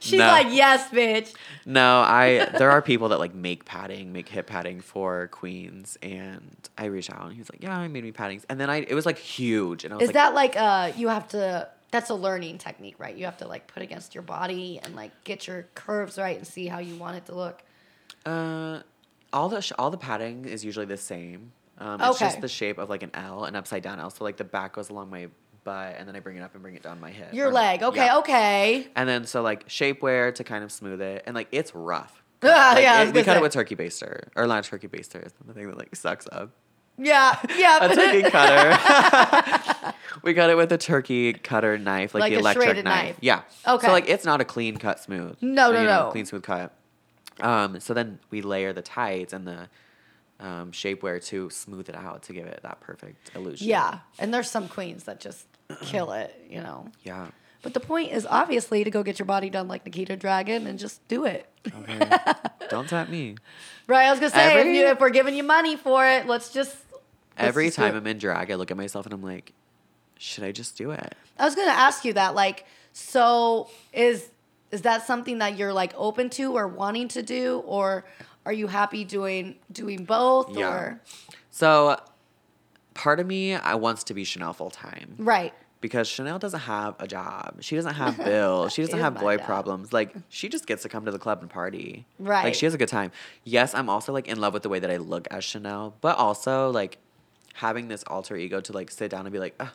Speaker 1: She's
Speaker 2: No.
Speaker 1: like, yes, bitch.
Speaker 2: no, I. There are people that like make padding, make hip padding for queens, and I reached out and he was like, "Yeah, I made me paddings," and then I. It was like huge, and I was
Speaker 1: Is
Speaker 2: like,
Speaker 1: that like uh you have to that's a learning technique, right? You have to like put against your body and like get your curves right and see how you want it to look.
Speaker 2: Uh, all the sh- all the padding is usually the same. Um, It's just
Speaker 1: Okay.
Speaker 2: the shape of like an L, an upside down L. So like the back goes along my butt, and then I bring it up and bring it down my hip.
Speaker 1: Your
Speaker 2: Or-
Speaker 1: leg, okay, oh.
Speaker 2: yeah.
Speaker 1: okay.
Speaker 2: And then so like shapewear to kind of smooth it, and like it's rough.
Speaker 1: Ah,
Speaker 2: Like,
Speaker 1: yeah, I
Speaker 2: it-
Speaker 1: was
Speaker 2: we
Speaker 1: gonna
Speaker 2: cut
Speaker 1: say.
Speaker 2: it with turkey baster or not turkey baster. It's the thing that like sucks up.
Speaker 1: Yeah, yeah.
Speaker 2: A turkey cutter. we cut it with a turkey cutter knife, like,
Speaker 1: Like
Speaker 2: the
Speaker 1: a
Speaker 2: electric
Speaker 1: serrated
Speaker 2: knife.
Speaker 1: knife.
Speaker 2: Yeah.
Speaker 1: Okay.
Speaker 2: So like it's not a clean cut smooth.
Speaker 1: No, no,
Speaker 2: You know,
Speaker 1: no.
Speaker 2: Clean smooth cut. Um, so then we layer the tights and the um, shapewear to smooth it out to give it that perfect illusion.
Speaker 1: yeah, and there's some queens that just kill it, you know.
Speaker 2: Yeah.
Speaker 1: But the point is obviously to go get your body done like Nikita Dragon and just do it.
Speaker 2: Okay. Don't tap me.
Speaker 1: Right, I was gonna say
Speaker 2: Every-
Speaker 1: if, you, if we're giving you money for it, let's just. let's
Speaker 2: Every
Speaker 1: just do
Speaker 2: time
Speaker 1: it.
Speaker 2: I'm in drag, I look at myself and I'm like, should I just do it?
Speaker 1: I was gonna ask you that. Like, so is is that something that you're like open to or wanting to do, or are you happy doing doing both?
Speaker 2: Yeah.
Speaker 1: Or
Speaker 2: So part of me I wants to be Chanel full time.
Speaker 1: right,
Speaker 2: because Chanel doesn't have a job. She doesn't have bills. She doesn't
Speaker 1: Is
Speaker 2: have
Speaker 1: my
Speaker 2: boy
Speaker 1: job.
Speaker 2: problems. Like she just gets to come to the club and party.
Speaker 1: Right.
Speaker 2: Like she has a good time. Yes, I'm also like in love with the way that I look as Chanel, but also like having this alter ego to like sit down and be like, "Ugh,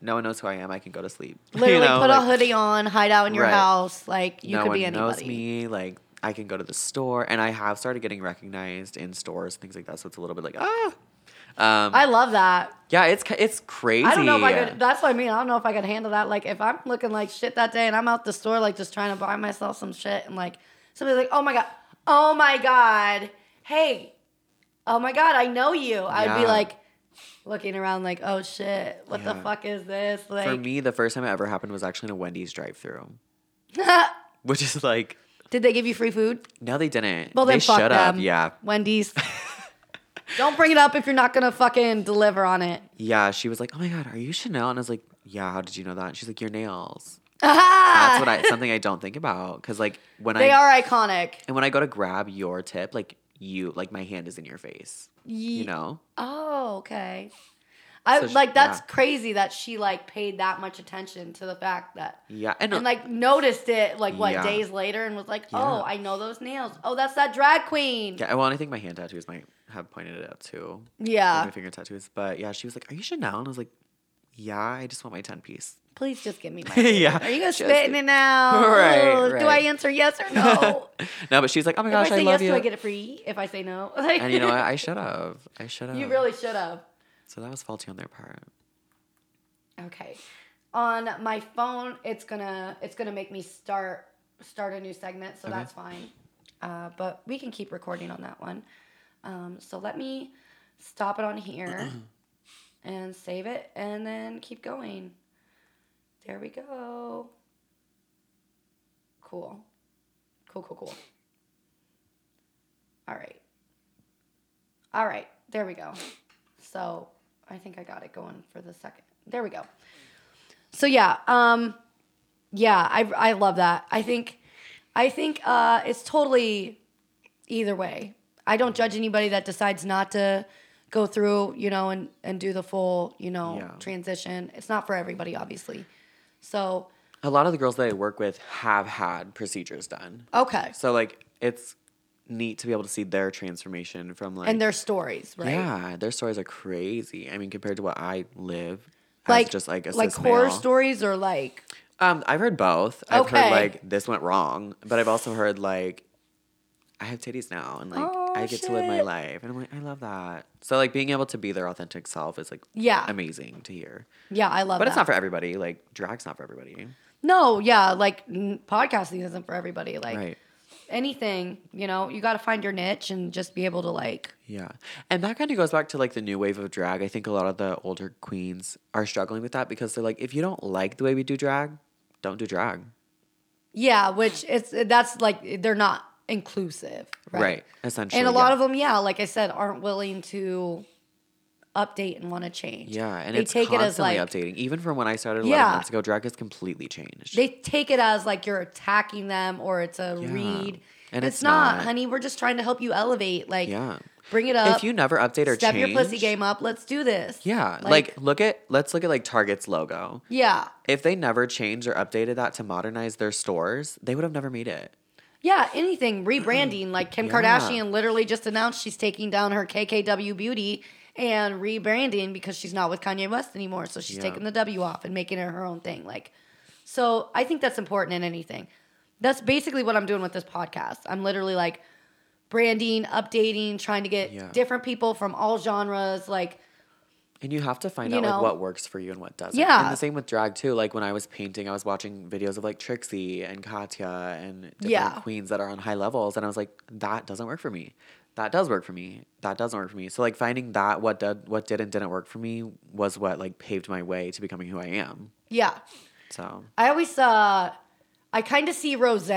Speaker 2: no one knows who I am. I can go to sleep. You
Speaker 1: literally
Speaker 2: know,
Speaker 1: put
Speaker 2: like,
Speaker 1: a hoodie on, hide out in your
Speaker 2: Right.
Speaker 1: house. Like you
Speaker 2: no
Speaker 1: could
Speaker 2: one
Speaker 1: be
Speaker 2: knows
Speaker 1: anybody.
Speaker 2: me. Like I can go to the store, and I have started getting recognized in stores, things like that. So it's a little bit like ah. Um,
Speaker 1: I love that.
Speaker 2: yeah, it's ca- it's crazy.
Speaker 1: I don't know if I could. That's what I mean. I don't know if I could handle that. Like, if I'm looking like shit that day and I'm out the store, like, just trying to buy myself some shit, and like, somebody's like, oh my God, oh my God, hey, oh my God, I know you. I'd be
Speaker 2: Yeah.
Speaker 1: like, looking around, like, oh shit, what the
Speaker 2: Yeah.
Speaker 1: fuck is this? Like,
Speaker 2: For me, the first time it ever happened was actually in a Wendy's drive-through, which is like
Speaker 1: did they give you free food?
Speaker 2: no, they didn't.
Speaker 1: Well, then
Speaker 2: they
Speaker 1: fuck
Speaker 2: shut
Speaker 1: them.
Speaker 2: up. Yeah,
Speaker 1: Wendy's. don't bring it up if you're not gonna fucking deliver on it.
Speaker 2: yeah. She was like, "Oh my god, are you Chanel?" And I was like, "Yeah." How did you know that? And she's like, "Your nails." That's what I something I don't think about because like when
Speaker 1: Ah. They
Speaker 2: I
Speaker 1: are iconic.
Speaker 2: and when I go to grab your tip, like you, like my hand is in your face.
Speaker 1: Ye-
Speaker 2: You know?
Speaker 1: Oh, okay. I
Speaker 2: So she-
Speaker 1: like that's
Speaker 2: yeah.
Speaker 1: crazy that she like paid that much attention to the fact that
Speaker 2: Yeah, and,
Speaker 1: and like noticed it like what
Speaker 2: Yeah.
Speaker 1: days later and was like,
Speaker 2: Yeah.
Speaker 1: "Oh, I know those nails. Oh, that's that drag queen."
Speaker 2: yeah. Well, and I think my hand tattoos might have pointed it out too. like,
Speaker 1: Yeah.
Speaker 2: my finger tattoos, but yeah, she was like, "Are you Chanel?" And I was like, "Yeah, I just want my ten piece."
Speaker 1: Please just give me my.
Speaker 2: Yeah,
Speaker 1: Are you gonna
Speaker 2: just
Speaker 1: spit in
Speaker 2: give-
Speaker 1: it now?
Speaker 2: Right,
Speaker 1: Do I
Speaker 2: right.
Speaker 1: answer yes or no?
Speaker 2: no, but she's like, "Oh my
Speaker 1: if
Speaker 2: gosh,
Speaker 1: I say
Speaker 2: love
Speaker 1: yes,
Speaker 2: you."
Speaker 1: do I get it free? If I say no, like,
Speaker 2: and you know what? I should have. I should have.
Speaker 1: you really should have.
Speaker 2: So that was faulty on their part.
Speaker 1: Okay. On my phone, it's gonna it's gonna make me start start a new segment, so
Speaker 2: Okay.
Speaker 1: that's fine. Uh, but we can keep recording on that one. Um, so let me stop it on here and save it, and then keep going. There we go. Cool. Cool. Cool. Cool. All right. All right. There we go. So I think I got it going for the second. There we go. So yeah, um, yeah, I I love that. I think, I think uh, it's totally either way. I don't judge anybody that decides not to go through, you know, and and do the full, you know,
Speaker 2: Yeah.
Speaker 1: transition. It's not for everybody, obviously. So
Speaker 2: A lot of the girls that I work with have had procedures done.
Speaker 1: okay,
Speaker 2: So like it's neat to be able to see their transformation from like
Speaker 1: and their stories, right?
Speaker 2: Yeah, their stories are crazy. I mean, compared to what I live as
Speaker 1: Like
Speaker 2: just like a
Speaker 1: like
Speaker 2: cis
Speaker 1: horror
Speaker 2: male.
Speaker 1: stories or like
Speaker 2: Um, I've heard both. I've
Speaker 1: Okay.
Speaker 2: heard like this went wrong, but I've also heard like I have titties now and like
Speaker 1: Oh,
Speaker 2: I get to live my
Speaker 1: shit.
Speaker 2: life. And I'm like, I love that. So like being able to be their authentic self is like
Speaker 1: Yeah.
Speaker 2: amazing to hear.
Speaker 1: yeah, I love.
Speaker 2: But it's
Speaker 1: that.
Speaker 2: not for everybody. Like drag's not for everybody.
Speaker 1: No, yeah, like n- podcasting isn't for everybody. Like
Speaker 2: right.
Speaker 1: anything, you know, you got to find your niche and just be able to like.
Speaker 2: Yeah. And that kind of goes back to like the new wave of drag. I think a lot of the older queens are struggling with that because they're like, if you don't like the way we do drag, don't do drag.
Speaker 1: Yeah, which it's that's like they're not inclusive, right?
Speaker 2: Right. Essentially.
Speaker 1: And a lot
Speaker 2: yeah.
Speaker 1: of them, yeah, like I said, aren't willing to update and want to change.
Speaker 2: Yeah, and
Speaker 1: they
Speaker 2: it's
Speaker 1: take it as
Speaker 2: constantly
Speaker 1: like
Speaker 2: updating. Even from when I started 11
Speaker 1: Yeah.
Speaker 2: months ago, drag has completely changed.
Speaker 1: they take it as like you're attacking them or it's a
Speaker 2: Yeah.
Speaker 1: read.
Speaker 2: And
Speaker 1: it's,
Speaker 2: it's
Speaker 1: not,
Speaker 2: not.
Speaker 1: honey. We're just trying to help you elevate. Like,
Speaker 2: Yeah.
Speaker 1: Bring it up.
Speaker 2: if you never update or
Speaker 1: step
Speaker 2: change,
Speaker 1: your pussy game up. Let's do this.
Speaker 2: Yeah, like, look at let's look at like Target's logo.
Speaker 1: yeah,
Speaker 2: If they never changed or updated that to modernize their stores, they would have never made it.
Speaker 1: yeah. Anything rebranding. Like Kim
Speaker 2: Yeah.
Speaker 1: Kardashian literally just announced she's taking down her KKW Beauty and rebranding because she's not with Kanye West anymore. So she's
Speaker 2: Yeah.
Speaker 1: taking the W off and making it her own thing. Like, so I think that's important in anything. That's basically what I'm doing with this podcast. I'm literally like branding, updating, trying to get
Speaker 2: Yeah.
Speaker 1: different people from all genres. Like,
Speaker 2: And you have to find
Speaker 1: You
Speaker 2: out
Speaker 1: know?
Speaker 2: like what works for you and what doesn't.
Speaker 1: Yeah.
Speaker 2: And the same with drag too. Like when I was painting, I was watching videos of like Trixie and Katya and different
Speaker 1: Yeah.
Speaker 2: queens that are on high levels, and I was like, that doesn't work for me. That does work for me. That doesn't work for me. So like finding that what did what did and didn't work for me was what like paved my way to becoming who I am.
Speaker 1: yeah.
Speaker 2: So
Speaker 1: I always uh I kind of see rose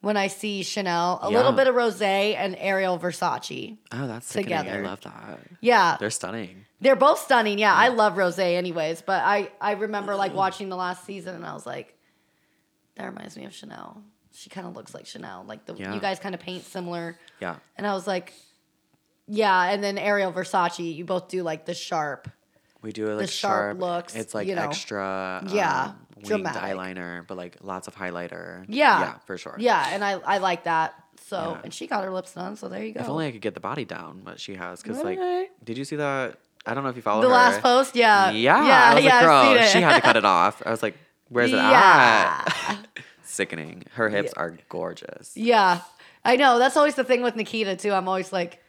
Speaker 1: when I see Chanel, a little
Speaker 2: Yeah.
Speaker 1: bit of rose and Ariel Versace.
Speaker 2: oh, that's sickening.
Speaker 1: Together.
Speaker 2: I love that.
Speaker 1: Yeah, they're,
Speaker 2: They're stunning.
Speaker 1: both stunning. Yeah, I love rose anyways, but I I remember like watching the last season and I was like, that reminds me of Chanel. She kind of looks like Chanel. Like the
Speaker 2: Yeah.
Speaker 1: you guys kind of paint similar,
Speaker 2: Yeah.
Speaker 1: and I was like, yeah. And then Ariel Versace, you both do like the sharp.
Speaker 2: We do like
Speaker 1: sharp
Speaker 2: sharp,
Speaker 1: looks,
Speaker 2: It's like
Speaker 1: you know.
Speaker 2: extra,
Speaker 1: Yeah,
Speaker 2: um, winged
Speaker 1: dramatic.
Speaker 2: eyeliner, but like lots of highlighter.
Speaker 1: Yeah.
Speaker 2: yeah, for sure.
Speaker 1: Yeah, and I I like that. So
Speaker 2: Yeah.
Speaker 1: and she got her lips done. So there you go.
Speaker 2: If only I could get the body down, what she has. Because, like,
Speaker 1: Right.
Speaker 2: did you see that? I don't know if you follow
Speaker 1: the
Speaker 2: her.
Speaker 1: last post, yeah,
Speaker 2: Yeah. I was like,
Speaker 1: I've
Speaker 2: girl,
Speaker 1: seen it.
Speaker 2: she had to cut it off. I was like, where's it
Speaker 1: Yeah.
Speaker 2: at? Sickening. Her hips are gorgeous.
Speaker 1: Yeah, I know. That's always the thing with Nikita too. I'm always like,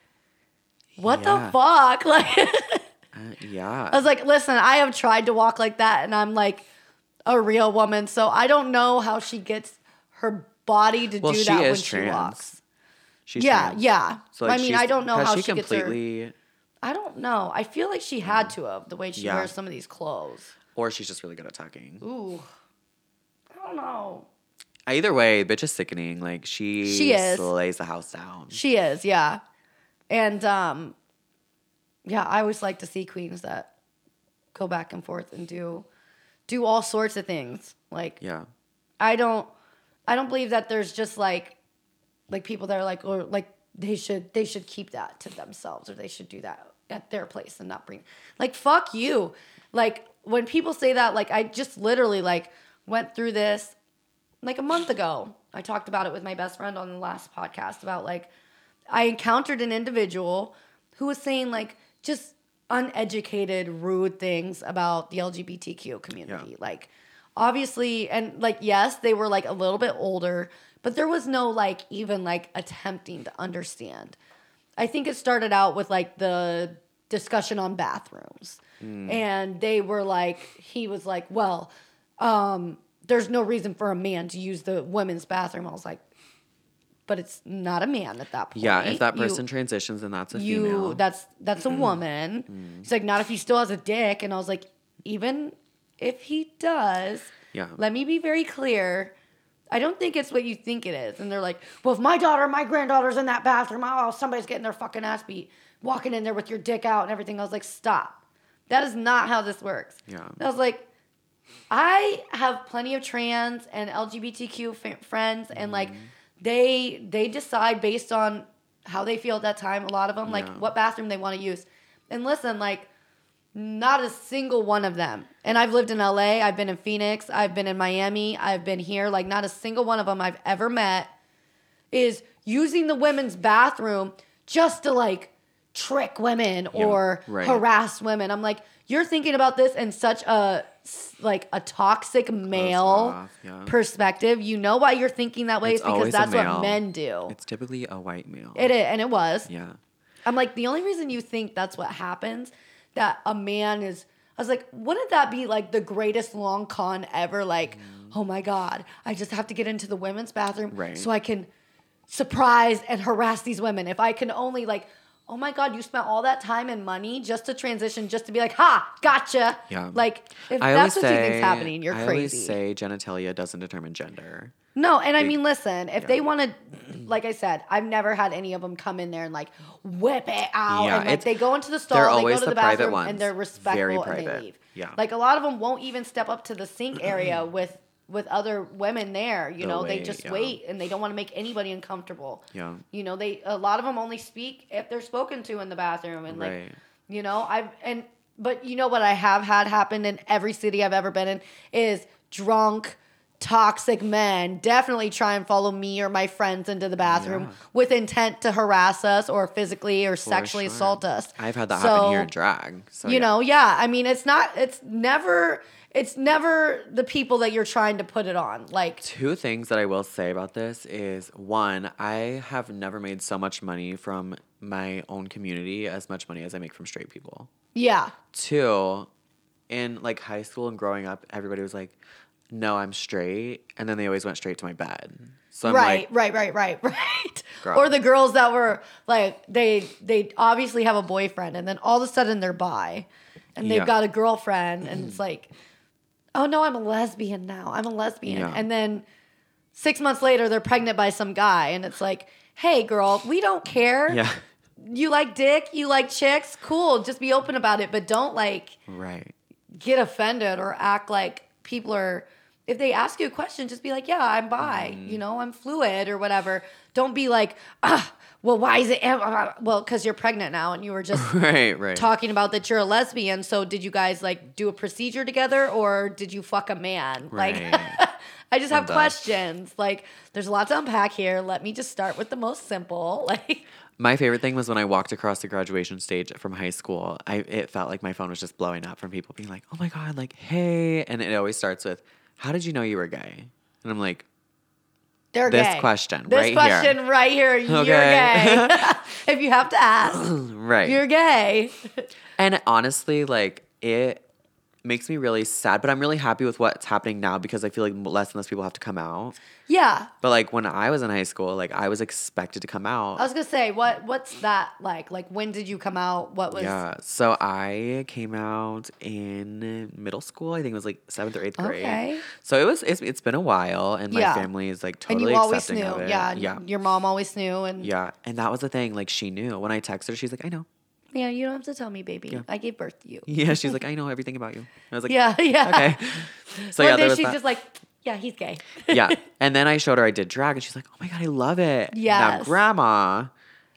Speaker 1: what the
Speaker 2: Yeah.
Speaker 1: fuck? Like,
Speaker 2: Uh, yeah.
Speaker 1: I was like, listen, I have tried to walk like that, and I'm like a real woman, so I don't know how she gets her body to
Speaker 2: well,
Speaker 1: do
Speaker 2: she
Speaker 1: that when
Speaker 2: is
Speaker 1: she
Speaker 2: trans.
Speaker 1: walks.
Speaker 2: She's
Speaker 1: yeah,
Speaker 2: trans.
Speaker 1: yeah.
Speaker 2: So, like,
Speaker 1: I mean,
Speaker 2: she's-
Speaker 1: I don't know
Speaker 2: has
Speaker 1: how she,
Speaker 2: she
Speaker 1: gets her.
Speaker 2: completely,
Speaker 1: I don't know. I feel like she had to have the way she
Speaker 2: Yeah.
Speaker 1: wears some of these clothes.
Speaker 2: or she's just really good at talking.
Speaker 1: Ooh, I don't know.
Speaker 2: Either way, bitch is sickening. Like, she,
Speaker 1: She is.
Speaker 2: slays the house down.
Speaker 1: She is, yeah. And um yeah, I always like to see queens that go back and forth and do do all sorts of things. Like
Speaker 2: yeah.
Speaker 1: I don't I don't believe that there's just like like people that are like or like they should they should keep that to themselves or they should do that at their place and not bring like fuck you. Like when people say that like I just literally like went through this like a month ago. I talked about it with my best friend on the last podcast about like I encountered an individual who was saying like just uneducated, rude things about the LGBTQ community.
Speaker 2: Yeah.
Speaker 1: Like obviously and like yes, they were like a little bit older, but there was no like even like attempting to understand. I think it started out with like the discussion on bathrooms.
Speaker 2: Hmm.
Speaker 1: And they were like, he was like, well, um, there's no reason for a man to use the women's bathroom. I was like, but it's not a man at that point.
Speaker 2: Yeah, if that
Speaker 1: You-
Speaker 2: person transitions, then that's a
Speaker 1: you,
Speaker 2: female. Mm.
Speaker 1: that's that's a woman. It's like not if he still has a dick. And I was like, even if he does,
Speaker 2: Yeah.
Speaker 1: Let me be very clear. I don't think it's what you think it is. And they're like, well, if my daughter, my granddaughter's in that bathroom, oh, somebody's getting their fucking ass beat, walking in there with your dick out and everything. I was like, stop. That is not how this works.
Speaker 2: Yeah.
Speaker 1: I was like, I have plenty of trans and LGBTQ f- friends, and like they they decide based on how they feel at that time. A lot of them, like
Speaker 2: Yeah.
Speaker 1: what bathroom they want to use. And listen, like not a single one of them. And I've lived in LA, I've been in Phoenix, I've been in Miami, I've been here. Like not a single one of them I've ever met is using the women's bathroom just to like trick women
Speaker 2: Yeah,
Speaker 1: or
Speaker 2: right.
Speaker 1: harass women. I'm like, you're thinking about this in such a s- like a toxic male
Speaker 2: off, yeah.
Speaker 1: perspective. You know why you're thinking that way
Speaker 2: It's
Speaker 1: is because
Speaker 2: always a
Speaker 1: that's what
Speaker 2: male.
Speaker 1: men do.
Speaker 2: It's typically a white male.
Speaker 1: it is, and it was.
Speaker 2: Yeah.
Speaker 1: I'm like, the only reason you think that's what happens, that a man is, I was like, wouldn't that be like the greatest long con ever? Like, oh my God, I just have to get into the women's bathroom
Speaker 2: Mm. Right.
Speaker 1: so I can surprise and harass these women. If I can only, like, oh my God, you spent all that time and money just to transition, just to be like, ha, gotcha.
Speaker 2: Yeah.
Speaker 1: Like, if
Speaker 2: I
Speaker 1: that's
Speaker 2: always
Speaker 1: what you think's
Speaker 2: say-
Speaker 1: happening, you're
Speaker 2: I
Speaker 1: crazy.
Speaker 2: always say genitalia doesn't determine gender.
Speaker 1: No, and I mean, listen, if they want to, like I said, I've never had any of them come in there and like whip it out.
Speaker 2: Yeah,
Speaker 1: and like
Speaker 2: it's-
Speaker 1: they go into the stall,
Speaker 2: they're
Speaker 1: they go
Speaker 2: always
Speaker 1: to the,
Speaker 2: the private
Speaker 1: bathroom,
Speaker 2: ones.
Speaker 1: and they're
Speaker 2: Very
Speaker 1: respectful and they
Speaker 2: private.
Speaker 1: leave.
Speaker 2: Yeah.
Speaker 1: Like a lot of them won't even step up to the sink area with with other women there. You
Speaker 2: They'll
Speaker 1: know, they
Speaker 2: wait,
Speaker 1: just
Speaker 2: Mm-hmm. yeah.
Speaker 1: wait and they don't want to make anybody uncomfortable.
Speaker 2: Yeah.
Speaker 1: You know, they a lot of them only speak if they're spoken to in the bathroom and like
Speaker 2: Right.
Speaker 1: you know, I've and but you know what I have had happen in every city I've ever been in is drunk, toxic men definitely try and follow me or my friends into the bathroom
Speaker 2: Yeah.
Speaker 1: with intent to harass us or physically or
Speaker 2: For
Speaker 1: sexually
Speaker 2: sure.
Speaker 1: assault us.
Speaker 2: I've had that
Speaker 1: So,
Speaker 2: happen here in drag. So
Speaker 1: you
Speaker 2: yeah.
Speaker 1: know, yeah. I mean, it's not. It's never. It's never the people that you're trying to put it on. Like,
Speaker 2: Two things that I will say about this is one, I have never made so much money from my own community as much money as I make from straight people.
Speaker 1: yeah,
Speaker 2: Two, in like high school and growing up, everybody was like, no, I'm straight. And then they always went straight to my bed. So I'm
Speaker 1: right,
Speaker 2: like,
Speaker 1: right, right, right, right.
Speaker 2: Girl.
Speaker 1: Or the girls that were like they they obviously have a boyfriend and then all of a sudden they're bi and they've
Speaker 2: Yeah.
Speaker 1: got a girlfriend and it's like, oh no, I'm a lesbian now. I'm a lesbian.
Speaker 2: Yeah.
Speaker 1: And then six months later they're pregnant by some guy and it's like, hey girl, we don't care.
Speaker 2: yeah,
Speaker 1: You like dick, you like chicks, cool. Just be open about it, but don't like
Speaker 2: right.
Speaker 1: get offended or act like people are if they ask you a question just be like yeah i'm bi
Speaker 2: Mm-hmm.
Speaker 1: you know i'm fluid or whatever don't be like ah well why is it well because you're pregnant now and you were just
Speaker 2: Right, right.
Speaker 1: talking about that you're a lesbian so did you guys like do a procedure together or did you fuck a man like
Speaker 2: Right.
Speaker 1: i just have
Speaker 2: Sometimes.
Speaker 1: questions like there's a lot to unpack here let me just start with the most simple like
Speaker 2: My favorite thing was when I walked across the graduation stage from high school. I it felt like my phone was just blowing up from people being like, "Oh my god, like hey," and it always starts with, "How did you know you were gay?" And I'm like,
Speaker 1: they're
Speaker 2: This
Speaker 1: gay.
Speaker 2: question
Speaker 1: this
Speaker 2: right here.
Speaker 1: question right here you're
Speaker 2: Okay.
Speaker 1: gay if you have to ask
Speaker 2: "Right."
Speaker 1: You're gay.
Speaker 2: and honestly, like it makes me really sad, but I'm really happy with what's happening now because I feel like less and less people have to come out.
Speaker 1: yeah.
Speaker 2: But like when I was in high school, like I was expected to come out.
Speaker 1: I was gonna say, what what's that like? Like when did you come out? What was
Speaker 2: yeah. So I came out in middle school. I think it was like seventh or eighth grade.
Speaker 1: Okay.
Speaker 2: So it was. It's, it's been a while, and my
Speaker 1: Yeah.
Speaker 2: family is like
Speaker 1: and
Speaker 2: totally
Speaker 1: you always
Speaker 2: accepting
Speaker 1: knew.
Speaker 2: of it.
Speaker 1: Yeah, and
Speaker 2: Yeah.
Speaker 1: Your mom always knew and yeah.
Speaker 2: Yeah. And that was the thing. Like she knew when I texted her, she's like, I know.
Speaker 1: you don't have to tell me, baby. I gave birth to you.
Speaker 2: Yeah. She's like, I know everything about you. I was like,
Speaker 1: Yeah, yeah.
Speaker 2: Okay. So
Speaker 1: One
Speaker 2: yeah, there
Speaker 1: day
Speaker 2: was
Speaker 1: she's
Speaker 2: that.
Speaker 1: just like, Yeah, he's gay.
Speaker 2: yeah. And then I showed her I did drag, and she's like, Oh my god, I love it. Now
Speaker 1: Yes.
Speaker 2: grandma.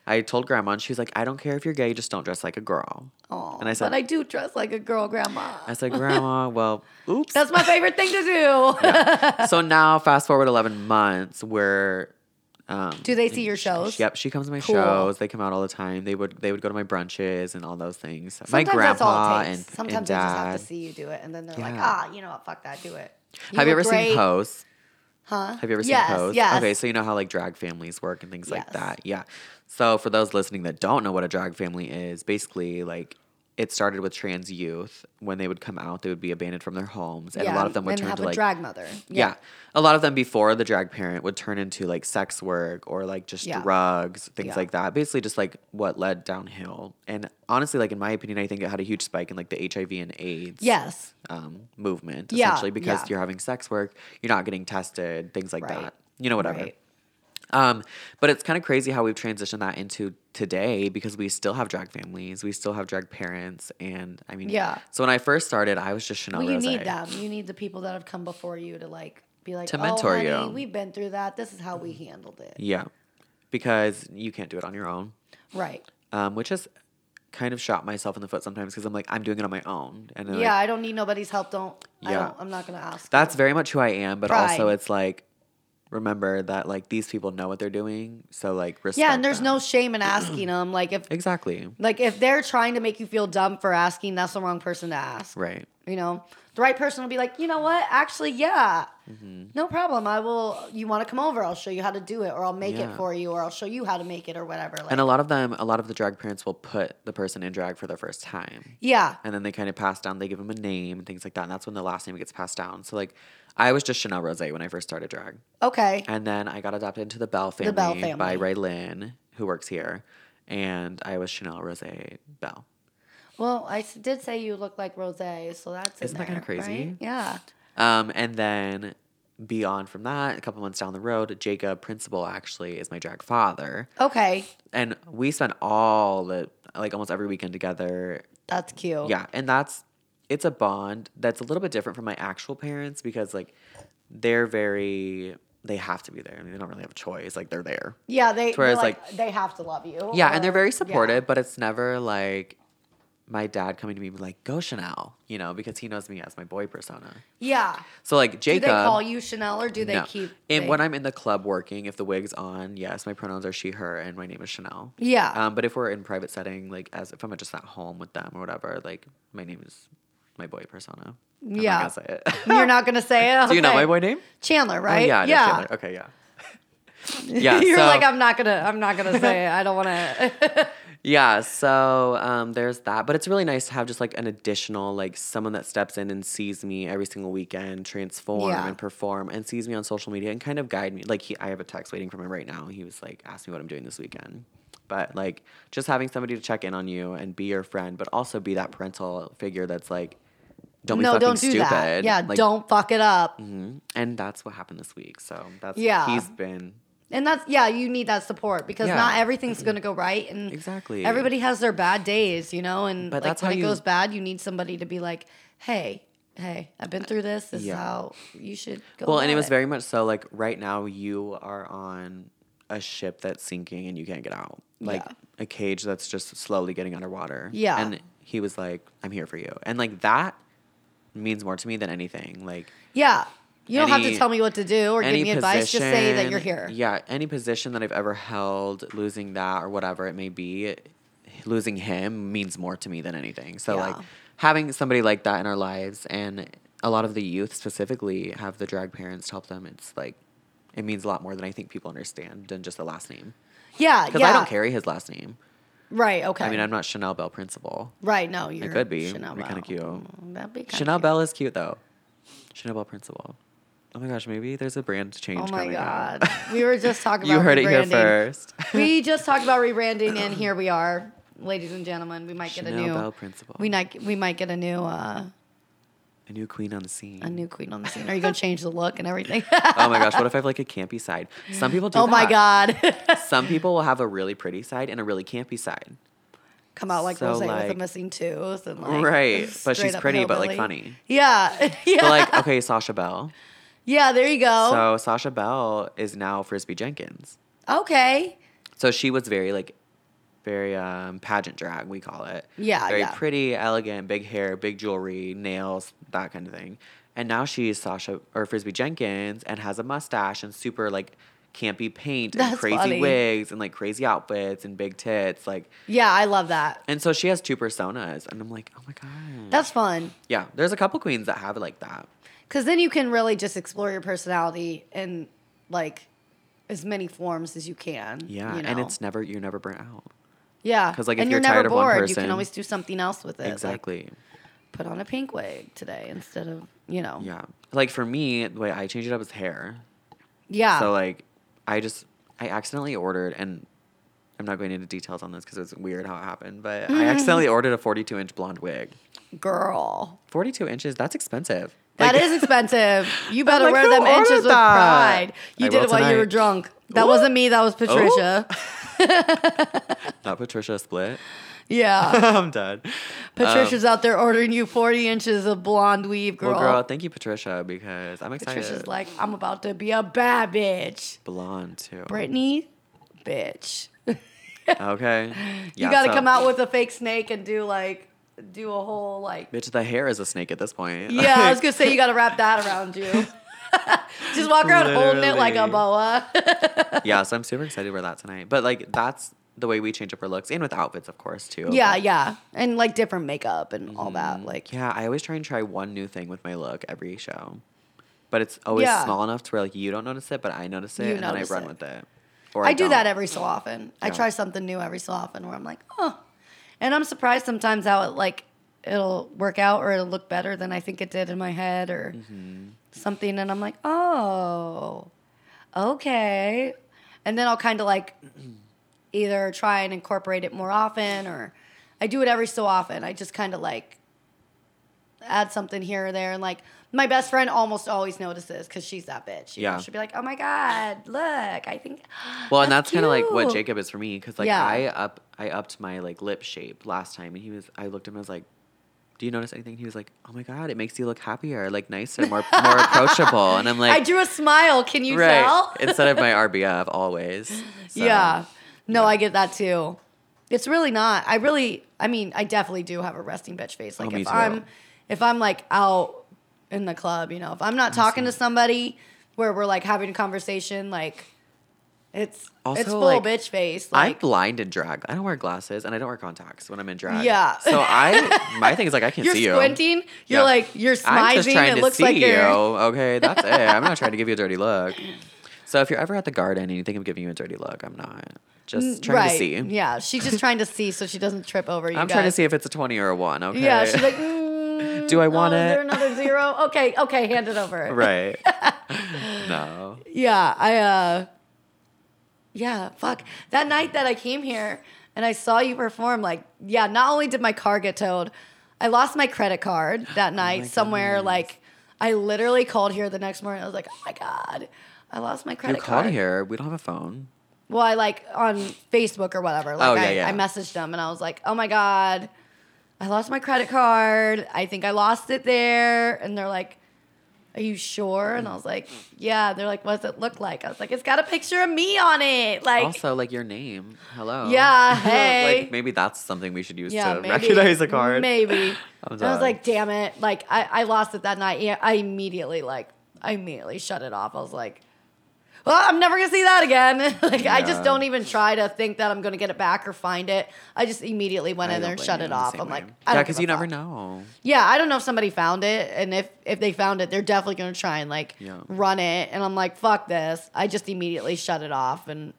Speaker 2: I told grandma, and she's like, I don't care if you're gay, just don't dress like a girl.
Speaker 1: Oh
Speaker 2: And I said-
Speaker 1: But I do dress like a girl grandma.
Speaker 2: I said, Grandma, well, oops.
Speaker 1: That's my favorite thing to do.
Speaker 2: Yeah. so now fast forward 11 months where um
Speaker 1: Do they see your shows?
Speaker 2: yep she comes to my
Speaker 1: Cool.
Speaker 2: shows they come out all the time they would they would go to my brunches and all those things my
Speaker 1: Sometimes
Speaker 2: grandpa
Speaker 1: that's all it takes.
Speaker 2: and
Speaker 1: Sometimes
Speaker 2: and
Speaker 1: they
Speaker 2: dad
Speaker 1: just have to see you do it and then they're like,
Speaker 2: Yeah.
Speaker 1: Ah, you know what, fuck that, do it.
Speaker 2: have you
Speaker 1: look
Speaker 2: ever
Speaker 1: great.
Speaker 2: seen pose
Speaker 1: Huh?
Speaker 2: have you ever
Speaker 1: yes,
Speaker 2: seen pose
Speaker 1: Yes.
Speaker 2: okay so you know how like drag families work and things like
Speaker 1: Yes.
Speaker 2: that yeah so for those listening that don't know what a drag family is basically like it started with trans youth when they would come out they would be abandoned from their homes and a lot of them would
Speaker 1: and
Speaker 2: turn
Speaker 1: have a
Speaker 2: to like
Speaker 1: drag mother.
Speaker 2: Yeah. A lot of them before the drag parent would turn into like sex work or like just
Speaker 1: Yeah.
Speaker 2: drugs, things
Speaker 1: Yeah.
Speaker 2: like that. Basically, just like what led downhill. And honestly, like in my opinion, I think it had a huge spike in like the HIV and AIDS
Speaker 1: Yes.
Speaker 2: um, movement,
Speaker 1: Yeah,
Speaker 2: essentially, because
Speaker 1: yeah.
Speaker 2: you're having sex work, you're not getting tested, things like
Speaker 1: Right.
Speaker 2: that. You know, whatever.
Speaker 1: Right.
Speaker 2: Um, but it's kind of crazy how we've transitioned that into today because we still have drag families, we still have drag parents, and I mean,
Speaker 1: Yeah.
Speaker 2: So when I first started, I was just Chanel
Speaker 1: Well, you
Speaker 2: Rose.
Speaker 1: need them. You need the people that have come before you to like be like
Speaker 2: To
Speaker 1: oh,
Speaker 2: mentor
Speaker 1: honey,
Speaker 2: you.
Speaker 1: We've been through that. This is how we handled it.
Speaker 2: Yeah, because you can't do it on your own.
Speaker 1: Right.
Speaker 2: um, which has kind of shot myself in the foot sometimes because I'm like, I'm doing it on my own. And then, like,
Speaker 1: yeah, I don't need nobody's help. Don't. I
Speaker 2: Yeah.
Speaker 1: don't I'm not gonna ask.
Speaker 2: that's very much who I am. But also,
Speaker 1: Pride.
Speaker 2: it's like, remember that like these people know what they're doing. So, like, respect.
Speaker 1: yeah, and there's
Speaker 2: them.
Speaker 1: no shame in asking them. Like if
Speaker 2: Exactly.
Speaker 1: like if they're trying to make you feel dumb for asking, that's the wrong person to ask.
Speaker 2: Right.
Speaker 1: You know, the right person will be like, you know what? Actually, yeah,
Speaker 2: Mm-hmm.
Speaker 1: no problem. I will. You want to come over? I'll show you how to do it, or I'll make
Speaker 2: Yeah.
Speaker 1: it for you, or I'll show you how to make it, or whatever. Like,
Speaker 2: And a lot of them, a lot of the drag parents will put the person in drag for their first time.
Speaker 1: yeah,
Speaker 2: And then they kind of pass down, they give them a name and things like that. And that's when the last name gets passed down. So, like, I was just Chanel Rose when I first started drag.
Speaker 1: okay,
Speaker 2: And then I got adopted into the Bell family,
Speaker 1: The Bell
Speaker 2: by
Speaker 1: family.
Speaker 2: Ray Lynn, who works here. And I was Chanel Rose Bell.
Speaker 1: Well, I s- did say you look like Rose, so that's in
Speaker 2: Isn't that
Speaker 1: there,
Speaker 2: kinda crazy?
Speaker 1: right? Yeah.
Speaker 2: Um, and then beyond from that, a couple months down the road, Jacob Principal actually is my drag father,
Speaker 1: Okay,
Speaker 2: and we spend all the like almost every weekend together.
Speaker 1: that's cute.
Speaker 2: Yeah, and that's it's a bond that's a little bit different from my actual parents because like they're very they have to be there. I mean, they don't really have a choice. Like they're there.
Speaker 1: Yeah, they
Speaker 2: whereas,
Speaker 1: whereas like,
Speaker 2: like-
Speaker 1: they have to love you.
Speaker 2: Yeah,
Speaker 1: or-
Speaker 2: and they're very
Speaker 1: yeah.
Speaker 2: supportive, but it's never like my dad coming to me and be like, "Go Chanel," you know, because he knows me as my boy persona.
Speaker 1: Yeah.
Speaker 2: So like
Speaker 1: Do
Speaker 2: Jacob,
Speaker 1: they call you Chanel or do they
Speaker 2: no.
Speaker 1: keep?
Speaker 2: And
Speaker 1: they-
Speaker 2: when I'm in the club working, if the wig's on, yes, my pronouns are she/her, and my name is Chanel.
Speaker 1: yeah,
Speaker 2: Um, but if we're in private setting, like as if I'm just at home with them or whatever, like my name is my boy persona. I'm not
Speaker 1: Yeah.
Speaker 2: gonna say it.
Speaker 1: you're not gonna say it.
Speaker 2: Do you know
Speaker 1: Okay.
Speaker 2: my boy name?
Speaker 1: Chandler?
Speaker 2: Oh,
Speaker 1: Right?
Speaker 2: yeah, it is
Speaker 1: yeah.
Speaker 2: Chandler. Okay, yeah. yeah.
Speaker 1: you're
Speaker 2: so-
Speaker 1: like I'm not gonna. I'm not gonna say it. I don't want to.
Speaker 2: Yeah, so um, there's that, but it's really nice to have just like an additional like someone that steps in and sees me every single weekend transform
Speaker 1: Yeah.
Speaker 2: and perform and sees me on social media and kind of guide me. Like he, I have a text waiting from him right now. He was like, ask me what I'm doing this weekend. But like just having somebody to check in on you and be your friend, but also be that parental figure that's like, don't be
Speaker 1: no,
Speaker 2: fucking
Speaker 1: don't do
Speaker 2: stupid.
Speaker 1: that. Yeah,
Speaker 2: Like,
Speaker 1: don't fuck it up.
Speaker 2: mhm. And that's what happened this week. So that's
Speaker 1: Yeah.
Speaker 2: he's been
Speaker 1: And that's yeah, you need that support because
Speaker 2: Yeah.
Speaker 1: not everything's gonna go right, and
Speaker 2: Exactly.
Speaker 1: everybody has their bad days, you know. And like
Speaker 2: But that's
Speaker 1: when
Speaker 2: how
Speaker 1: it
Speaker 2: you-
Speaker 1: goes bad, you need somebody to be like, "Hey, hey, I've been through this. This
Speaker 2: Yeah.
Speaker 1: is how you should go."
Speaker 2: Well, and it
Speaker 1: about
Speaker 2: was very much so like right now you are on a ship that's sinking and you can't get out. Like
Speaker 1: Yeah.
Speaker 2: a cage that's just slowly getting underwater.
Speaker 1: Yeah.
Speaker 2: And he was like, I'm here for you. And like that means more to me than anything. Like
Speaker 1: yeah. You don't have
Speaker 2: any-
Speaker 1: to tell me what to do or give
Speaker 2: any
Speaker 1: me advice. Just say that you're here.
Speaker 2: position- Yeah, any position that I've ever held, losing that or whatever it may be, losing him means more to me than anything. So like
Speaker 1: Yeah.
Speaker 2: having somebody like that in our lives and a lot of the youth specifically have the drag parents to help them. It's like it means a lot more than I think people understand than just the last name.
Speaker 1: Yeah,
Speaker 2: Because
Speaker 1: yeah.
Speaker 2: I don't carry his last name.
Speaker 1: Right. Okay.
Speaker 2: I mean, I'm not Chanel Bell principal.
Speaker 1: right. No, you're.
Speaker 2: could be.
Speaker 1: Chanel
Speaker 2: Be kinda
Speaker 1: Bell.
Speaker 2: cute.
Speaker 1: Mm, That'd be kinda
Speaker 2: Chanel
Speaker 1: cute.
Speaker 2: Bell is cute though. Chanel Bell principal. Oh my gosh, maybe there's a brand change
Speaker 1: Oh my
Speaker 2: coming up.
Speaker 1: god. we were just talking.
Speaker 2: you
Speaker 1: about
Speaker 2: heard it here
Speaker 1: rebranding.
Speaker 2: first.
Speaker 1: we just talked about rebranding, and here we are, ladies and gentlemen. We might get
Speaker 2: Chanel
Speaker 1: a new
Speaker 2: Bell principal.
Speaker 1: We might we might get a new uh,
Speaker 2: A new queen on the scene.
Speaker 1: a new queen on the scene. Are you gonna change the look and everything?
Speaker 2: oh my gosh, what if I have like a campy side? Some people do.
Speaker 1: oh my
Speaker 2: that.
Speaker 1: god,
Speaker 2: Some people will have a really pretty side and a really campy side.
Speaker 1: come out like
Speaker 2: So,
Speaker 1: Rose with a
Speaker 2: like-
Speaker 1: missing tooth and like
Speaker 2: Right,
Speaker 1: straight
Speaker 2: but she's
Speaker 1: up
Speaker 2: pretty, but, like,
Speaker 1: hillbilly.
Speaker 2: funny.
Speaker 1: Yeah, yeah,
Speaker 2: But like, okay, Sasha Bell.
Speaker 1: yeah. There you go.
Speaker 2: So Sasha Bell is now Frisbee Jenkins.
Speaker 1: okay,
Speaker 2: So she was very like very um pageant drag, we call it.
Speaker 1: Yeah,
Speaker 2: Very
Speaker 1: yeah.
Speaker 2: pretty, elegant, big hair, big jewelry, nails, that kind of thing. And now she's Sasha or Frisbee Jenkins and has a mustache and super like campy paint and
Speaker 1: That's
Speaker 2: crazy
Speaker 1: funny.
Speaker 2: wigs and like crazy outfits and big tits. Like
Speaker 1: yeah, I love that.
Speaker 2: and so she has two personas and I'm like, oh my god.
Speaker 1: That's fun
Speaker 2: yeah, there's a couple queens that have it like that.
Speaker 1: because then you can really just explore your personality in like as many forms as you can.
Speaker 2: Yeah.
Speaker 1: you know?
Speaker 2: And it's never you're never burnt out.
Speaker 1: yeah
Speaker 2: 'cause, like, if
Speaker 1: and
Speaker 2: you're
Speaker 1: never
Speaker 2: tired of one
Speaker 1: bored, you
Speaker 2: person-
Speaker 1: can always do something else with it. like,
Speaker 2: Exactly.
Speaker 1: put on a pink wig today instead of you know.
Speaker 2: yeah. Like for me, the way I change it up is hair.
Speaker 1: Yeah.
Speaker 2: So like, I just I accidentally ordered, and I'm not going into details on this because it's weird how it happened, but I accidentally ordered a 42 inch blonde wig.
Speaker 1: girl.
Speaker 2: 42 inches, that's expensive.
Speaker 1: that is expensive. You better
Speaker 2: like,
Speaker 1: wear
Speaker 2: who
Speaker 1: them inches
Speaker 2: ordered
Speaker 1: with
Speaker 2: that?
Speaker 1: pride. You
Speaker 2: I
Speaker 1: did
Speaker 2: will
Speaker 1: it while you
Speaker 2: tonight.
Speaker 1: were drunk. That
Speaker 2: Ooh. Oh.
Speaker 1: wasn't me. That was Patricia.
Speaker 2: not Patricia split.
Speaker 1: Yeah,
Speaker 2: I'm done.
Speaker 1: Patricia's out there ordering you forty inches of blonde weave, girl.
Speaker 2: Well, girl, thank you, Patricia, because I'm excited.
Speaker 1: Patricia's like, I'm about to be a bad bitch.
Speaker 2: blonde too.
Speaker 1: Brittany, bitch.
Speaker 2: Okay.
Speaker 1: you
Speaker 2: Yeah,
Speaker 1: got to
Speaker 2: so-
Speaker 1: come out with a fake snake and do like, do a whole like.
Speaker 2: Bitch, the hair is a snake at this point.
Speaker 1: Yeah, I was gonna say you got to wrap that around you. Just walk around holding it like a
Speaker 2: Literally.
Speaker 1: boa.
Speaker 2: yeah, so I'm super excited for that tonight. But like, that's the way we change up our looks, and with outfits, of course, too.
Speaker 1: Yeah, yeah. And like different makeup and all that. Like,
Speaker 2: Yeah, I always try and try one new thing with my look every show. But it's always
Speaker 1: Yeah.
Speaker 2: small enough to where like you don't notice it, but I notice it
Speaker 1: You
Speaker 2: and then I
Speaker 1: notice
Speaker 2: run
Speaker 1: it.
Speaker 2: with it. Or
Speaker 1: I, do that
Speaker 2: don't.
Speaker 1: every so often. I
Speaker 2: Yeah.
Speaker 1: try something new every so often where I'm like, oh. And I'm surprised sometimes how it like it'll work out or it'll look better than I think it did in my head or
Speaker 2: Mm-hmm.
Speaker 1: something. And I'm like, oh, okay. And then I'll kind of like either try and incorporate it more often or I do it every so often. I just kind of like add something here or there and like my best friend almost always notices because she's that bitch. You know?
Speaker 2: Yeah.
Speaker 1: She'll be like, oh my God, look, I think.
Speaker 2: Well, and that's kind of like what
Speaker 1: cute.
Speaker 2: Jacob is for me because like
Speaker 1: Yeah.
Speaker 2: I up I upped my like lip shape last time and he was I looked at him I was like, do you notice anything? He was like, oh my God, it makes you look happier, like nicer, more, more approachable. And I'm like,
Speaker 1: I drew a smile. Can you
Speaker 2: right.
Speaker 1: tell?
Speaker 2: Instead of my RBF, always. So,
Speaker 1: yeah. No, I get that too. It's really not. I really, I mean, I definitely do have a resting bitch face. Like
Speaker 2: Oh, me
Speaker 1: if
Speaker 2: too.
Speaker 1: I'm, if I'm like out in the club, you know, if I'm not talking to somebody where we're like having a conversation, like it's
Speaker 2: Also,
Speaker 1: it's full
Speaker 2: like,
Speaker 1: bitch face.
Speaker 2: I'm
Speaker 1: Like
Speaker 2: blind in drag. I don't wear glasses and I don't wear contacts when I'm in drag.
Speaker 1: Yeah.
Speaker 2: So I, my thing is like, I can
Speaker 1: you're
Speaker 2: see you.
Speaker 1: squinting. You're
Speaker 2: E Yeah.
Speaker 1: like you're
Speaker 2: I'm just
Speaker 1: smizing.
Speaker 2: trying
Speaker 1: It
Speaker 2: to E
Speaker 1: looks
Speaker 2: see
Speaker 1: like
Speaker 2: you.
Speaker 1: you're.
Speaker 2: Okay, that's it. I'm not trying to give you a dirty look. So if you're ever at the garden and you think I'm giving you a dirty look, I'm not. Just trying
Speaker 1: Mm, right.
Speaker 2: to see.
Speaker 1: Yeah, she's just trying to see so she doesn't trip over you.
Speaker 2: I'm trying to
Speaker 1: guys.
Speaker 2: see if it's a 20 or a 1. Okay.
Speaker 1: Yeah, she's like, mm,
Speaker 2: Do I want
Speaker 1: oh, Is there
Speaker 2: it?
Speaker 1: another zero? okay, okay, hand it over.
Speaker 2: right. no.
Speaker 1: Yeah, I uh Yeah, fuck. That night that I came here and I saw you perform, like, yeah, not only did my car get towed, I lost my credit card that night somewhere
Speaker 2: Oh goodness.
Speaker 1: like I literally called here the next morning. I was like, "Oh my god, I lost my
Speaker 2: You
Speaker 1: credit
Speaker 2: called
Speaker 1: card."
Speaker 2: here. We don't have a phone.
Speaker 1: Well, I like on Facebook or whatever. Like
Speaker 2: Oh, yeah,
Speaker 1: I,
Speaker 2: yeah.
Speaker 1: I messaged them and I was like, "Oh my god, I lost my credit card. I think I lost it there." And they're like, "Are you sure?" And I was like, "Yeah." They're like, "What does it look like?" I was like, "It's got a picture of me on it." Like,
Speaker 2: Also, like your name. Hello.
Speaker 1: Yeah, hey.
Speaker 2: like maybe that's something we should use
Speaker 1: yeah,
Speaker 2: to
Speaker 1: maybe,
Speaker 2: recognize a card.
Speaker 1: Maybe. And
Speaker 2: I'm
Speaker 1: I
Speaker 2: sorry.
Speaker 1: was like, "Damn it!" Like, I I lost it that night. Yeah, I immediately like I immediately shut it off. I was like. well, I'm never gonna see that again. like I
Speaker 2: Yeah.
Speaker 1: just don't even try to think that I'm gonna get it back or find it. I just immediately went
Speaker 2: I
Speaker 1: in
Speaker 2: don't
Speaker 1: there and
Speaker 2: blame
Speaker 1: shut
Speaker 2: you.
Speaker 1: it
Speaker 2: the
Speaker 1: off.
Speaker 2: same
Speaker 1: I'm
Speaker 2: way.
Speaker 1: like, I
Speaker 2: yeah,
Speaker 1: don't
Speaker 2: because
Speaker 1: give a
Speaker 2: you never
Speaker 1: fuck.
Speaker 2: know.
Speaker 1: Yeah, I don't know if somebody found it, and if if they found it, they're definitely gonna try and like
Speaker 2: Yeah.
Speaker 1: run it. And I'm like, fuck this. I just immediately shut it off and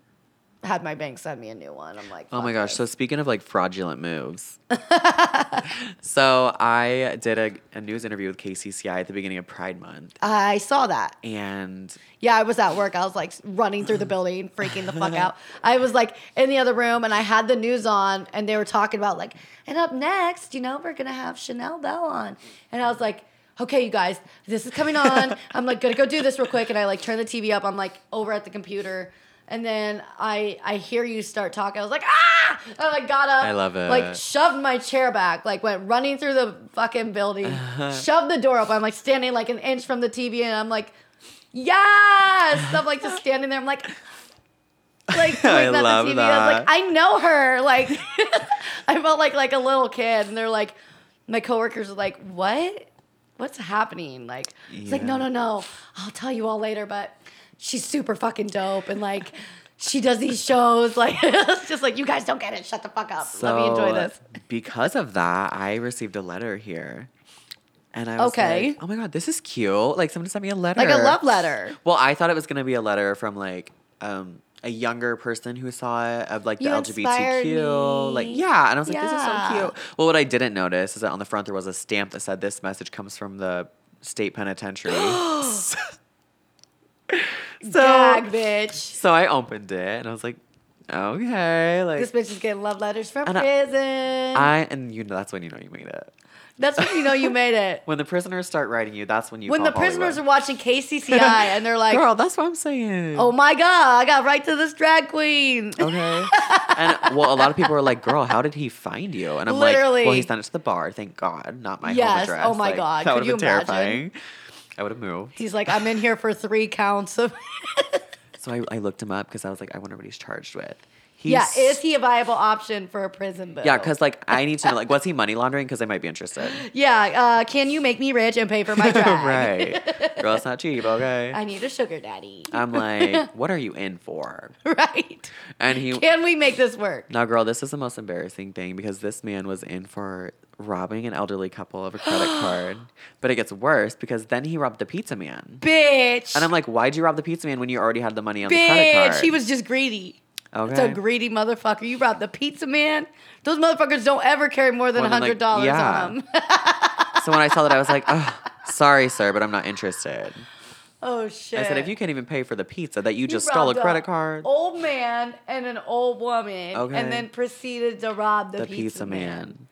Speaker 1: had my bank send me a new one. I'm like,
Speaker 2: Oh my
Speaker 1: fuck
Speaker 2: gosh.
Speaker 1: this.
Speaker 2: So speaking of like fraudulent moves. so I did a, a news interview with KCCI at the beginning of Pride Month.
Speaker 1: I saw that.
Speaker 2: And
Speaker 1: Yeah, I was at work. I was like running through the building, freaking the fuck out. I was like in the other room and I had the news on and they were talking about like, and up next, you know, we're gonna have Chanel Bell on. And I was like, okay, you guys, this is coming on. I'm like gonna go do this real quick. And I like turn the TV up. I'm like over at the computer. And then I I hear you start talking. I was like, ah! And I like, got up.
Speaker 2: I love it.
Speaker 1: Like shoved my chair back, like went running through the fucking building, shoved the door open. I'm like standing like an inch from the TV and I'm like, yes. I'm like just standing there. I'm like, like
Speaker 2: I
Speaker 1: pointing at
Speaker 2: love
Speaker 1: the TV. I was
Speaker 2: that.
Speaker 1: like, I know her. Like, I felt like like a little kid, and they're like, my coworkers are like, what? What's happening? Like, it's like, no, no,
Speaker 2: Yeah.
Speaker 1: no. I'll tell you all later, but she's super fucking dope, and like. She does these shows like it's just like you guys don't get it. Shut the fuck up. Let me enjoy this.
Speaker 2: Because of that, I received a letter here. And I was
Speaker 1: Okay.
Speaker 2: like, oh my God, this is cute. Like someone sent me a letter.
Speaker 1: Like a love letter.
Speaker 2: Well, I thought it was gonna be a letter from like um a younger person who saw it of like the
Speaker 1: You inspired
Speaker 2: LGBTQ. Like,
Speaker 1: me.
Speaker 2: yeah. And I was like, this is
Speaker 1: Yeah.
Speaker 2: so cute. Well, what I didn't notice is that on the front there was a stamp that said this message comes from the state penitentiary. so
Speaker 1: Gag, bitch.
Speaker 2: so I opened it and I was like, okay. Like
Speaker 1: This bitch is getting love letters from
Speaker 2: And I-
Speaker 1: prison.
Speaker 2: I and you know that's when you know you made it.
Speaker 1: That's when you know you made it.
Speaker 2: When the prisoners start writing you, that's when you.
Speaker 1: When
Speaker 2: call
Speaker 1: the prisoners are
Speaker 2: Hollywood.
Speaker 1: watching KCCI and they're like,
Speaker 2: "Girl, that's what I'm saying."
Speaker 1: "Oh my god, I got right to this drag queen."
Speaker 2: okay. and well, a lot of people are like, "Girl, how did he find you?" And I'm like, "Well,
Speaker 1: Literally.
Speaker 2: he sent it to the bar. Thank God, not my home
Speaker 1: Yes.
Speaker 2: address."
Speaker 1: Oh my
Speaker 2: Like,
Speaker 1: God.
Speaker 2: that
Speaker 1: Could
Speaker 2: would
Speaker 1: you
Speaker 2: have been
Speaker 1: imagine?
Speaker 2: terrifying. I would have moved.
Speaker 1: He's like, "I'm in here for three counts of."
Speaker 2: So I, I looked him up because I was like, "I wonder what he's charged with." He's,
Speaker 1: yeah, is he a viable option for a prison bill?
Speaker 2: Yeah, because like I need to know, like, was he money laundering? Because I might be interested.
Speaker 1: yeah, uh, can you make me rich and pay for my drag?
Speaker 2: right, girl, it's not cheap. Okay.
Speaker 1: I need a sugar daddy.
Speaker 2: I'm like, what are you in for?
Speaker 1: right?
Speaker 2: And he
Speaker 1: Can we make this work?
Speaker 2: Now, girl, this is the most embarrassing thing because this man was in for robbing an elderly couple of a credit card. But it gets worse because then he robbed the pizza man.
Speaker 1: Bitch.
Speaker 2: And I'm like, why'd you rob the pizza man when you already had the money on the credit
Speaker 1: bitch.
Speaker 2: card?
Speaker 1: He was just greedy. It's
Speaker 2: okay.
Speaker 1: a greedy motherfucker. You robbed the pizza man. Those motherfuckers don't ever carry more than
Speaker 2: More than, like,
Speaker 1: hundred dollars
Speaker 2: yeah.
Speaker 1: on them.
Speaker 2: so when I saw that, I was like, oh, sorry, sir, but I'm not interested.
Speaker 1: oh shit!
Speaker 2: I said, if you can't even pay for the pizza that you
Speaker 1: He
Speaker 2: just stole a
Speaker 1: robbed
Speaker 2: credit card,
Speaker 1: old man and an old woman,
Speaker 2: Okay.
Speaker 1: and then proceeded to rob the,
Speaker 2: the pizza, man.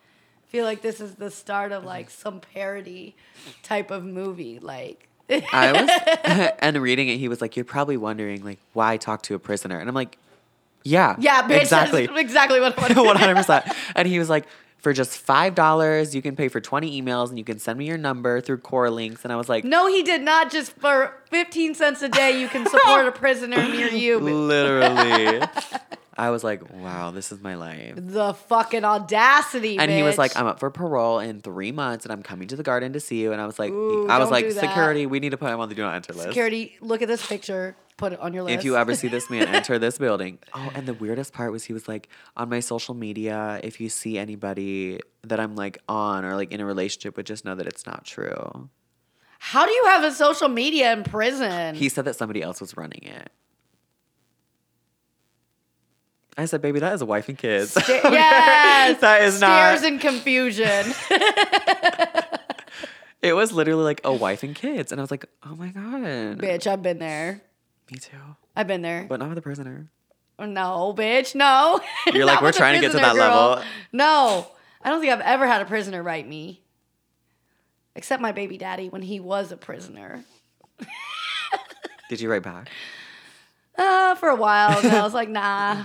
Speaker 1: I feel like this is the start of like some parody type of movie, like.
Speaker 2: I was, and reading it, he was like, you're probably wondering, like, why talk to a prisoner? And I'm like, yeah.
Speaker 1: yeah, bitch.
Speaker 2: Exactly.
Speaker 1: That's exactly what I wanted.
Speaker 2: one hundred percent. And he was like, for just $5, you can pay for 20 emails and you can send me your number through Core Links. And I was like,
Speaker 1: No, he did not. Just for 15 cents a day, you can support a prisoner near you.
Speaker 2: literally. I was like, wow, this is my life.
Speaker 1: The fucking audacity.
Speaker 2: And he was like,
Speaker 1: bitch.
Speaker 2: I'm up for parole in three months and I'm coming to the garden to see you. And I was like,
Speaker 1: Ooh,
Speaker 2: I was
Speaker 1: don't
Speaker 2: like,
Speaker 1: do that.
Speaker 2: security, we need to put him on the do not enter list.
Speaker 1: Security, look at this picture. Put it on your list.
Speaker 2: If you ever see this man enter this building. Oh, and the weirdest part was he was like, on my social media, if you see anybody that I'm like on or like in a relationship with, just know that it's not true.
Speaker 1: How do you have a social media in prison?
Speaker 2: He said that somebody else was running it. I said, baby, that is a wife and kids.
Speaker 1: Sta- yes.
Speaker 2: that is not.
Speaker 1: Stares in confusion.
Speaker 2: it was literally like a wife and kids. And I was like, oh my God.
Speaker 1: bitch, I've been there.
Speaker 2: Me too.
Speaker 1: I've been there.
Speaker 2: But not with a prisoner.
Speaker 1: No, bitch, no.
Speaker 2: You're like,
Speaker 1: Not
Speaker 2: "We're
Speaker 1: with a
Speaker 2: trying to get to
Speaker 1: prisoner,
Speaker 2: that level."
Speaker 1: girl." No, I don't think I've ever had a prisoner write me, except my baby daddy when he was a prisoner.
Speaker 2: Did you write back?
Speaker 1: Uh, for a while, and I was like, nah,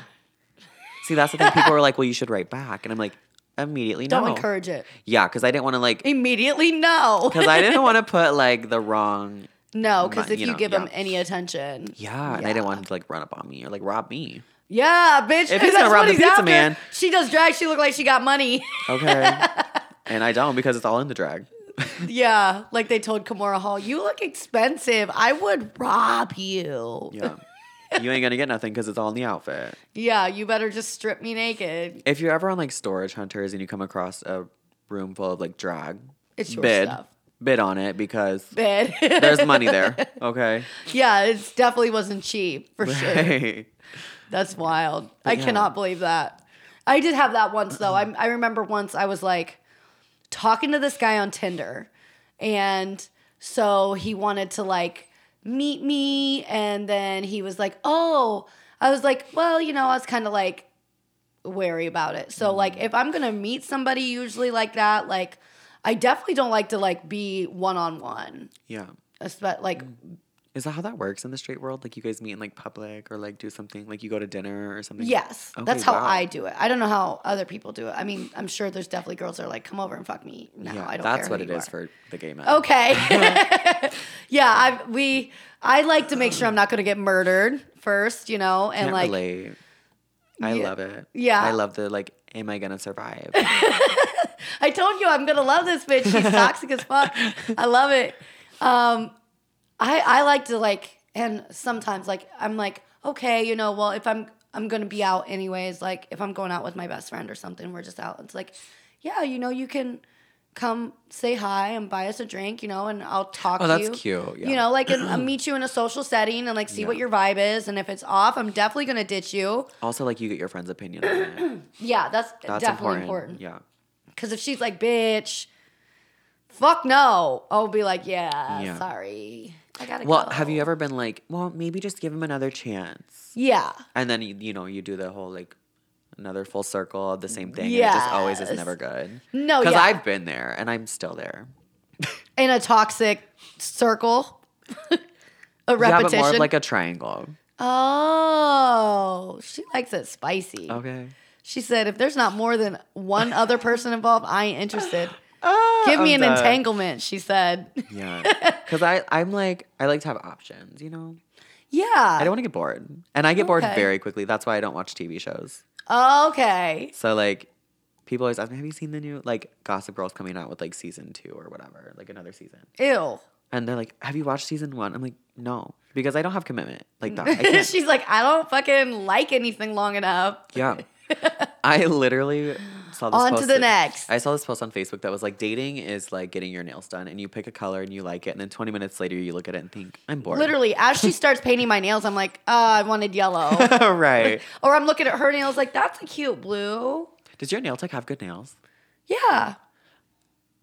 Speaker 2: See, that's the thing. People were like, well, you should write back. And I'm like, immediately
Speaker 1: don't
Speaker 2: no.
Speaker 1: encourage it.
Speaker 2: Yeah, because I didn't want to like,
Speaker 1: Immediately, no.
Speaker 2: because I didn't want to put like the wrong.
Speaker 1: No, because
Speaker 2: My-
Speaker 1: if
Speaker 2: you
Speaker 1: you,
Speaker 2: know,
Speaker 1: give him
Speaker 2: yeah.
Speaker 1: any attention,
Speaker 2: Yeah, and I didn't want him to like run up on me or like rob me.
Speaker 1: yeah, bitch.
Speaker 2: If he's
Speaker 1: that's
Speaker 2: gonna rob
Speaker 1: what
Speaker 2: the
Speaker 1: he's
Speaker 2: pizza
Speaker 1: after.
Speaker 2: man.
Speaker 1: she does drag. She looked like she got money.
Speaker 2: Okay. and I don't because it's all in the drag.
Speaker 1: yeah, like they told Kimora Hall, you look expensive. I would rob you.
Speaker 2: Yeah. you ain't gonna get nothing because it's all in the outfit.
Speaker 1: Yeah, you better just strip me naked.
Speaker 2: If you're ever on like storage hunters and you come across a room full of like drag,
Speaker 1: It's your
Speaker 2: bid,
Speaker 1: stuff.
Speaker 2: bid on it because
Speaker 1: Bid.
Speaker 2: there's money there. Okay.
Speaker 1: yeah, it definitely wasn't cheap for sure.
Speaker 2: Right.
Speaker 1: That's wild. I
Speaker 2: yeah.
Speaker 1: cannot believe that. I did have that once though. I I remember once I was like talking to this guy on Tinder, and so he wanted to like meet me, and then he was like, "Oh," I was like, "Well, you know," I was kind of like wary about it. So like if I'm gonna meet somebody usually like that, like I definitely don't like to like be one on one.
Speaker 2: Yeah.
Speaker 1: Like
Speaker 2: Is that how that works in the straight world? Like you guys meet in like public or like do something like you go to dinner or something?
Speaker 1: Yes, that's
Speaker 2: Okay,
Speaker 1: how
Speaker 2: wow.
Speaker 1: I do it. I don't know how other people do it. I mean, I'm sure there's definitely girls that are like, "Come over and fuck me." No,
Speaker 2: yeah,
Speaker 1: I don't.
Speaker 2: that's
Speaker 1: care
Speaker 2: what
Speaker 1: who
Speaker 2: it
Speaker 1: you
Speaker 2: is
Speaker 1: are.
Speaker 2: for the gay men.
Speaker 1: Okay. yeah, I we I like to make sure I'm not going to get murdered first, you know, and
Speaker 2: Can't
Speaker 1: like
Speaker 2: relate. I
Speaker 1: Yeah.
Speaker 2: love it.
Speaker 1: Yeah.
Speaker 2: I love the like, am I gonna survive?
Speaker 1: I told you I'm gonna love this bitch. She's toxic as fuck. I love it. Um, I I like to like, and sometimes like I'm like, okay, you know, well if I'm I'm gonna be out anyways. Like if I'm going out with my best friend or something, we're just out. It's like, yeah, you know, you can come say hi and buy us a drink, you know, and I'll talk
Speaker 2: Oh,
Speaker 1: to
Speaker 2: that's
Speaker 1: you.
Speaker 2: cute, yeah.
Speaker 1: You know, like and I'll meet you in a social setting and like see what
Speaker 2: Yeah.
Speaker 1: your vibe is. And if it's off, I'm definitely gonna ditch you.
Speaker 2: also, like you get your friend's opinion on it.
Speaker 1: Yeah, that's,
Speaker 2: That's
Speaker 1: definitely important.
Speaker 2: important. Yeah.
Speaker 1: Because if she's like, bitch, fuck no, I'll be like, yeah,
Speaker 2: Yeah.
Speaker 1: sorry. I gotta go.
Speaker 2: Well, have you ever been like, well, maybe just give him another chance?
Speaker 1: Yeah.
Speaker 2: And then, you, you know, you do the whole like another full circle of the same thing. And it just always is
Speaker 1: Yes.
Speaker 2: never good.
Speaker 1: No,
Speaker 2: Because
Speaker 1: yeah.
Speaker 2: I've been there and I'm still there.
Speaker 1: In a toxic circle. a
Speaker 2: Yeah, but
Speaker 1: repetition.
Speaker 2: more of like a triangle.
Speaker 1: oh, she likes it spicy.
Speaker 2: Okay.
Speaker 1: She said, if there's not more than one other person involved, I ain't interested.
Speaker 2: Ah,
Speaker 1: Give me
Speaker 2: I'm
Speaker 1: an
Speaker 2: done.
Speaker 1: entanglement, she said.
Speaker 2: Yeah. Because I, I'm like, I like to have options, you know? I
Speaker 1: yeah.
Speaker 2: don't want to get bored. And I get bored
Speaker 1: Okay.
Speaker 2: very quickly. That's why I don't watch TV shows.
Speaker 1: okay.
Speaker 2: So, like, people always ask me, have you seen the new, like, Gossip Girl's coming out with, like, season two or whatever, like, another season?
Speaker 1: Ew.
Speaker 2: And they're like, have you watched season one? I'm like, no, because I don't have commitment like that. I can't.
Speaker 1: She's like, I don't fucking like anything long enough.
Speaker 2: yeah. I literally saw this
Speaker 1: On to
Speaker 2: post
Speaker 1: the
Speaker 2: that-
Speaker 1: next.
Speaker 2: I saw this post on Facebook that was like dating is like getting your nails done and you pick a color and you like it and then 20 minutes later you look at it and think I'm bored.
Speaker 1: Literally, as she starts painting my nails, I'm like, oh, I wanted yellow.
Speaker 2: right.
Speaker 1: or I'm looking at her nails like, that's a cute blue.
Speaker 2: Does your nail tech have good nails?
Speaker 1: Yeah.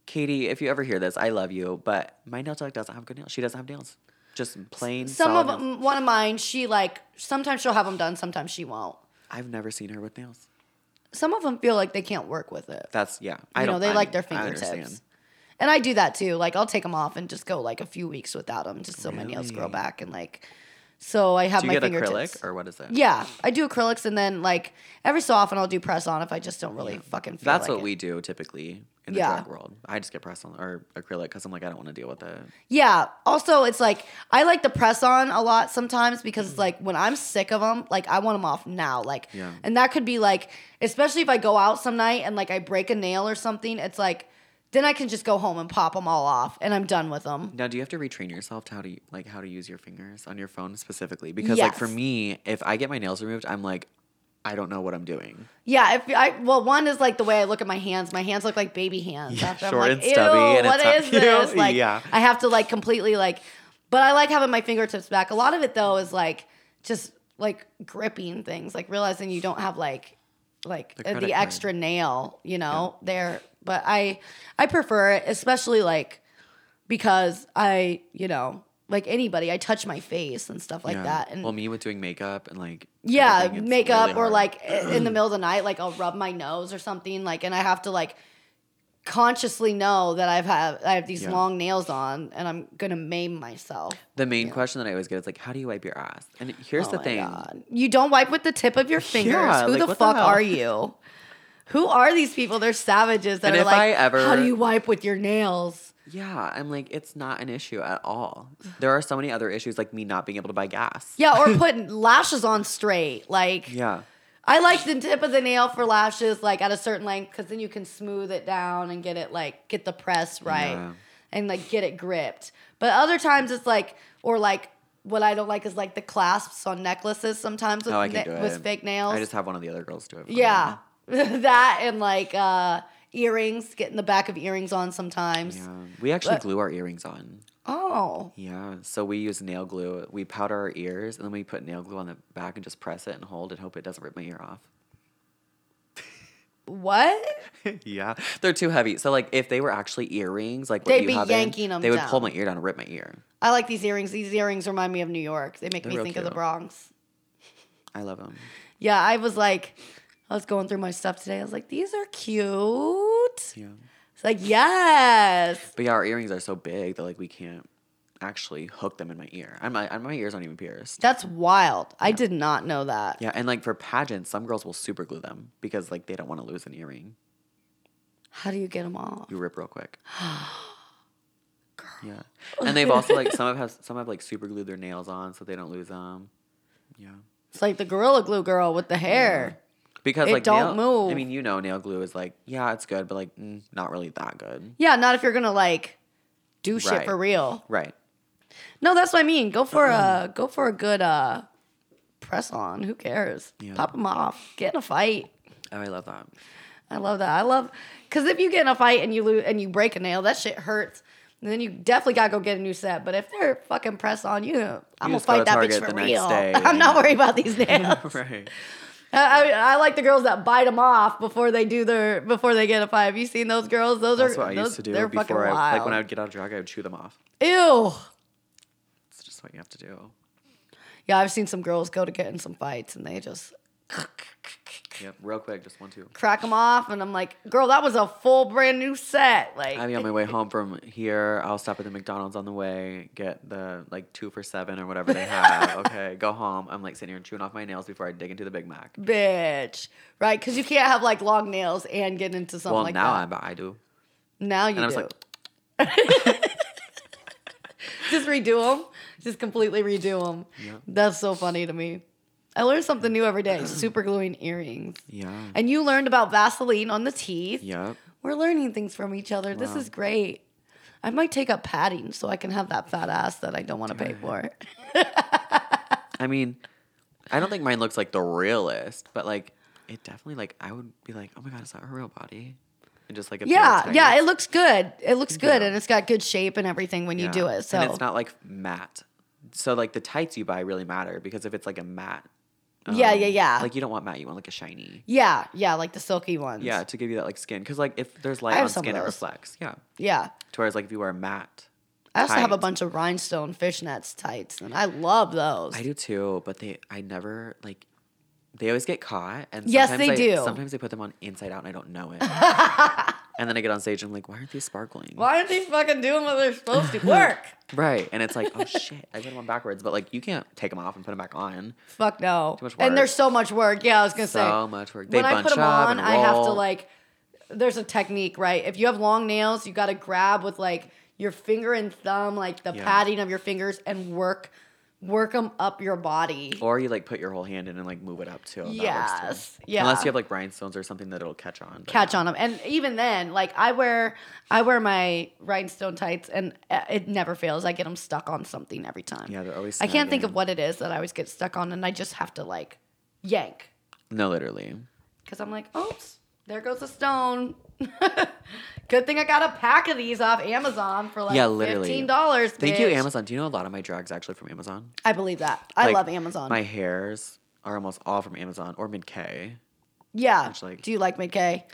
Speaker 2: Katie, if you ever hear this, I love you, but my nail tech doesn't have good nails. She doesn't have nails. Just plain.
Speaker 1: Some
Speaker 2: solid
Speaker 1: of
Speaker 2: nails.
Speaker 1: m one of mine, she like, sometimes she'll have them done, sometimes she won't.
Speaker 2: I've never seen her with nails.
Speaker 1: Some of them feel like they can't work with it.
Speaker 2: That's yeah. I
Speaker 1: you
Speaker 2: don't
Speaker 1: know, they
Speaker 2: I-
Speaker 1: like their
Speaker 2: I understand.
Speaker 1: fingertips. And I do that too. Like, I'll take them off and just go like a few weeks without them just so my nails grow
Speaker 2: Really?
Speaker 1: back and like So I have
Speaker 2: Do
Speaker 1: my
Speaker 2: you get
Speaker 1: fingertips.
Speaker 2: acrylic or what is it?
Speaker 1: Yeah, I do acrylics, and then like every so often I'll do press on if I just don't really fucking. Feel
Speaker 2: That's
Speaker 1: like
Speaker 2: what
Speaker 1: it.
Speaker 2: we do typically in the
Speaker 1: Yeah.
Speaker 2: drag world. I just get press on or acrylic because I'm like I don't want to deal with it.
Speaker 1: Yeah. Also, it's like I like the press on a lot sometimes because it's like when I'm sick of them, like I want them off now. Like,
Speaker 2: Yeah.
Speaker 1: and that could be like, especially if I go out some night and like I break a nail or something. It's like then I can just go home and pop them all off, and I'm done with them.
Speaker 2: Now, do you have to retrain yourself to how to like how to use your fingers on your phone specifically? Because like for
Speaker 1: Yes.
Speaker 2: me, if I get my nails removed, I'm like, I don't know what I'm doing.
Speaker 1: Yeah. If I well, one is like the way I look at my hands. My hands look like baby hands.
Speaker 2: Yeah,
Speaker 1: after
Speaker 2: short
Speaker 1: I'm like,
Speaker 2: and stubby,
Speaker 1: Ew,
Speaker 2: and
Speaker 1: what
Speaker 2: it's not
Speaker 1: is
Speaker 2: cute."
Speaker 1: this? Like,
Speaker 2: Yeah.
Speaker 1: I have to like completely like, but I like having my fingertips back. A lot of it though is like just like gripping things, like realizing you don't have like like uh,
Speaker 2: The
Speaker 1: the,
Speaker 2: credit card.
Speaker 1: extra nail, you know, there. But I I prefer it, especially like because I you know like anybody, I touch my face and stuff like
Speaker 2: Yeah.
Speaker 1: that, and
Speaker 2: well, me with doing makeup and like
Speaker 1: yeah
Speaker 2: everything, it's
Speaker 1: makeup
Speaker 2: really
Speaker 1: or
Speaker 2: hard.
Speaker 1: like i- in the middle of the night like i'll rub my nose or something like and i have to like consciously know that i've have i have these
Speaker 2: Yeah.
Speaker 1: long nails on and i'm gonna maim myself
Speaker 2: the main question that I always get is like, how do you wipe your ass? And here's
Speaker 1: Oh
Speaker 2: the
Speaker 1: my
Speaker 2: thing.
Speaker 1: God. you don't wipe with the tip of your fingers
Speaker 2: Yeah,
Speaker 1: who
Speaker 2: like,
Speaker 1: the
Speaker 2: what the
Speaker 1: fuck
Speaker 2: hell?
Speaker 1: are you who are these people they're savages that
Speaker 2: And
Speaker 1: are
Speaker 2: if
Speaker 1: like
Speaker 2: I ever-
Speaker 1: how do you wipe with your nails
Speaker 2: Yeah, I'm like, it's not an issue at all. There are so many other issues, like me not being able to buy gas.
Speaker 1: yeah or put lashes on straight like
Speaker 2: Yeah.
Speaker 1: I like the tip of the nail for lashes, like at a certain length, because then you can smooth it down and get it like get the press right
Speaker 2: Yeah.
Speaker 1: and like get it gripped. But other times it's like, or like what I don't like is like the clasps on necklaces sometimes with,
Speaker 2: No, Oh, I
Speaker 1: na-
Speaker 2: can do it.
Speaker 1: with fake nails.
Speaker 2: I just have one of the other girls do it. for me.
Speaker 1: yeah, that and like uh, earrings, getting the back of earrings on sometimes.
Speaker 2: Yeah. We actually
Speaker 1: But-
Speaker 2: glue our earrings on.
Speaker 1: Oh,
Speaker 2: Yeah. So we use nail glue. We powder our ears and then we put nail glue on the back and just press it and hold and hope it doesn't rip my ear off.
Speaker 1: what?
Speaker 2: yeah. They're too heavy. So like if they were actually earrings, like what
Speaker 1: They'd
Speaker 2: you
Speaker 1: be
Speaker 2: have in,
Speaker 1: yanking 'em
Speaker 2: They would
Speaker 1: down.
Speaker 2: pull my ear down and rip my ear.
Speaker 1: I like these earrings. These earrings remind me of New York. They make
Speaker 2: They're
Speaker 1: me
Speaker 2: real
Speaker 1: think of the
Speaker 2: cute.
Speaker 1: Bronx.
Speaker 2: I love them.
Speaker 1: Yeah, I was like, I was going through my stuff today. I was like, these are cute.
Speaker 2: Yeah.
Speaker 1: It's like, yes.
Speaker 2: But yeah, our earrings are so big that like we can't actually hook them in my ear. I'm, I, my ears aren't even pierced.
Speaker 1: That's wild. I did not know that.
Speaker 2: Yeah, and like for pageants, some girls will super glue them because like they don't want to lose an earring.
Speaker 1: How do you get them off?
Speaker 2: You rip real quick. Yeah, and they've also like some have some have like super glued their nails on so they don't lose them. Yeah,
Speaker 1: It's like the Gorilla Glue girl with the hair.
Speaker 2: because
Speaker 1: It
Speaker 2: like
Speaker 1: don't
Speaker 2: nail- I
Speaker 1: move.
Speaker 2: mean, you know, nail glue is like yeah, it's good, but like mm, not really that good.
Speaker 1: Yeah, not if you're going to like do shit
Speaker 2: Right.
Speaker 1: for real.
Speaker 2: Right.
Speaker 1: No, that's what I mean. Go for
Speaker 2: Uh-uh.
Speaker 1: a go for a good uh press on. Who cares?
Speaker 2: Yeah.
Speaker 1: Pop them off. Get in a fight.
Speaker 2: Oh, I love that.
Speaker 1: I love that. I love because if you get in a fight and you lose and you break a nail, that shit hurts. And then you definitely gotta go get a new set. But if they're fucking pressed on you, I'm gonna
Speaker 2: just go to
Speaker 1: fight that bitch
Speaker 2: Target
Speaker 1: for
Speaker 2: the next
Speaker 1: real.
Speaker 2: day
Speaker 1: I'm not
Speaker 2: and-
Speaker 1: worried about these nails.
Speaker 2: right.
Speaker 1: I, I, I like the girls that bite them off before they do their before they get a fight. Have you seen those girls? Those
Speaker 2: That's
Speaker 1: are
Speaker 2: what I
Speaker 1: those,
Speaker 2: used to do
Speaker 1: They're fucking
Speaker 2: before.
Speaker 1: wild.
Speaker 2: I, like when I would get out of drag, I would chew them off.
Speaker 1: Ew.
Speaker 2: It's just what you have to do.
Speaker 1: Yeah, I've seen some girls go to get in some fights and they just
Speaker 2: Yep, real quick, just one two.
Speaker 1: crack them off, and I'm like, girl, that was a full brand new set. Like,
Speaker 2: I'll be on my way home from here. I'll stop at the McDonald's on the way, get the like two for seven or whatever they have. okay, go home. I'm like sitting here chewing off my nails before I dig into the Big Mac.
Speaker 1: bitch, right? Because you can't have like long nails and get into something
Speaker 2: well,
Speaker 1: like
Speaker 2: now
Speaker 1: that.
Speaker 2: I'm, I do.
Speaker 1: Now you
Speaker 2: And I was
Speaker 1: do.
Speaker 2: like,
Speaker 1: Just redo them. Just completely redo them. That's so funny to me. I learn something new every day. Super gluing earrings.
Speaker 2: yeah,
Speaker 1: And you learned about Vaseline on the teeth.
Speaker 2: yep.
Speaker 1: We're learning things from each other. This is great. I might take up padding so I can have that fat ass that I don't want to pay for.
Speaker 2: I mean, I don't think mine looks like the realest, but like it definitely like I would be like, oh my god, is that her real body? And just like a
Speaker 1: Yeah, yeah, it looks good. It looks good
Speaker 2: Yeah.
Speaker 1: and it's got good shape and everything when you do it. So
Speaker 2: and it's not like matte. So like the tights you buy really matter because if it's like a matte,
Speaker 1: Yeah, yeah,
Speaker 2: um,
Speaker 1: yeah.
Speaker 2: Like you don't want matte, you want like a shiny.
Speaker 1: yeah, yeah, like the silky ones.
Speaker 2: Yeah, to give you that like skin, because like if there's light
Speaker 1: have
Speaker 2: on
Speaker 1: some of
Speaker 2: skin, it
Speaker 1: those.
Speaker 2: reflects. Yeah.
Speaker 1: Yeah.
Speaker 2: To whereas like if you wear a matte,
Speaker 1: I also have a
Speaker 2: Tight.
Speaker 1: bunch of rhinestone fishnets tights and I love those.
Speaker 2: I do too. But they, I never like. They always get caught, and
Speaker 1: Yes,
Speaker 2: sometimes
Speaker 1: they do.
Speaker 2: I- Sometimes they put them on inside out, and I don't know it. And then I get on stage and I'm like, why aren't these sparkling?
Speaker 1: Why aren't they fucking doing what they're supposed to work?
Speaker 2: Right. And it's like, oh shit, I put them on backwards, but like you can't take them off and put them back on.
Speaker 1: Fuck no.
Speaker 2: Too much work.
Speaker 1: And there's so much work. Yeah, I was gonna say.
Speaker 2: So much work. They
Speaker 1: when I
Speaker 2: bunch
Speaker 1: put them
Speaker 2: up
Speaker 1: on,
Speaker 2: and
Speaker 1: I have to
Speaker 2: roll.
Speaker 1: like. There's a technique, right? If you have long nails, you got to grab with like your finger and thumb, like the
Speaker 2: Yeah.
Speaker 1: padding of your fingers, and work, work them up your body.
Speaker 2: Or you like put your whole hand in and like move it up too. That works, too.
Speaker 1: Yes. Yeah.
Speaker 2: Unless you have like rhinestones or something that it'll catch on. but
Speaker 1: catch
Speaker 2: no.
Speaker 1: on them. And even then, like I wear, I wear my rhinestone tights, and uh, it never fails. I get them stuck on something every time.
Speaker 2: Yeah, they're always.
Speaker 1: I can't think of
Speaker 2: snagging.
Speaker 1: what it is that I always get stuck on, and I just have to like yank
Speaker 2: No, literally.
Speaker 1: because I'm like, oops, there goes a stone. Good thing I got a pack of these off Amazon for like
Speaker 2: Yeah, literally.
Speaker 1: fifteen dollars.
Speaker 2: Thank you, Amazon. Do you know a lot of my drag's actually from Amazon?
Speaker 1: I believe that. I
Speaker 2: Like,
Speaker 1: love Amazon.
Speaker 2: My hairs are almost all from Amazon or Mid K.
Speaker 1: yeah.
Speaker 2: like-
Speaker 1: Do you like Mid K?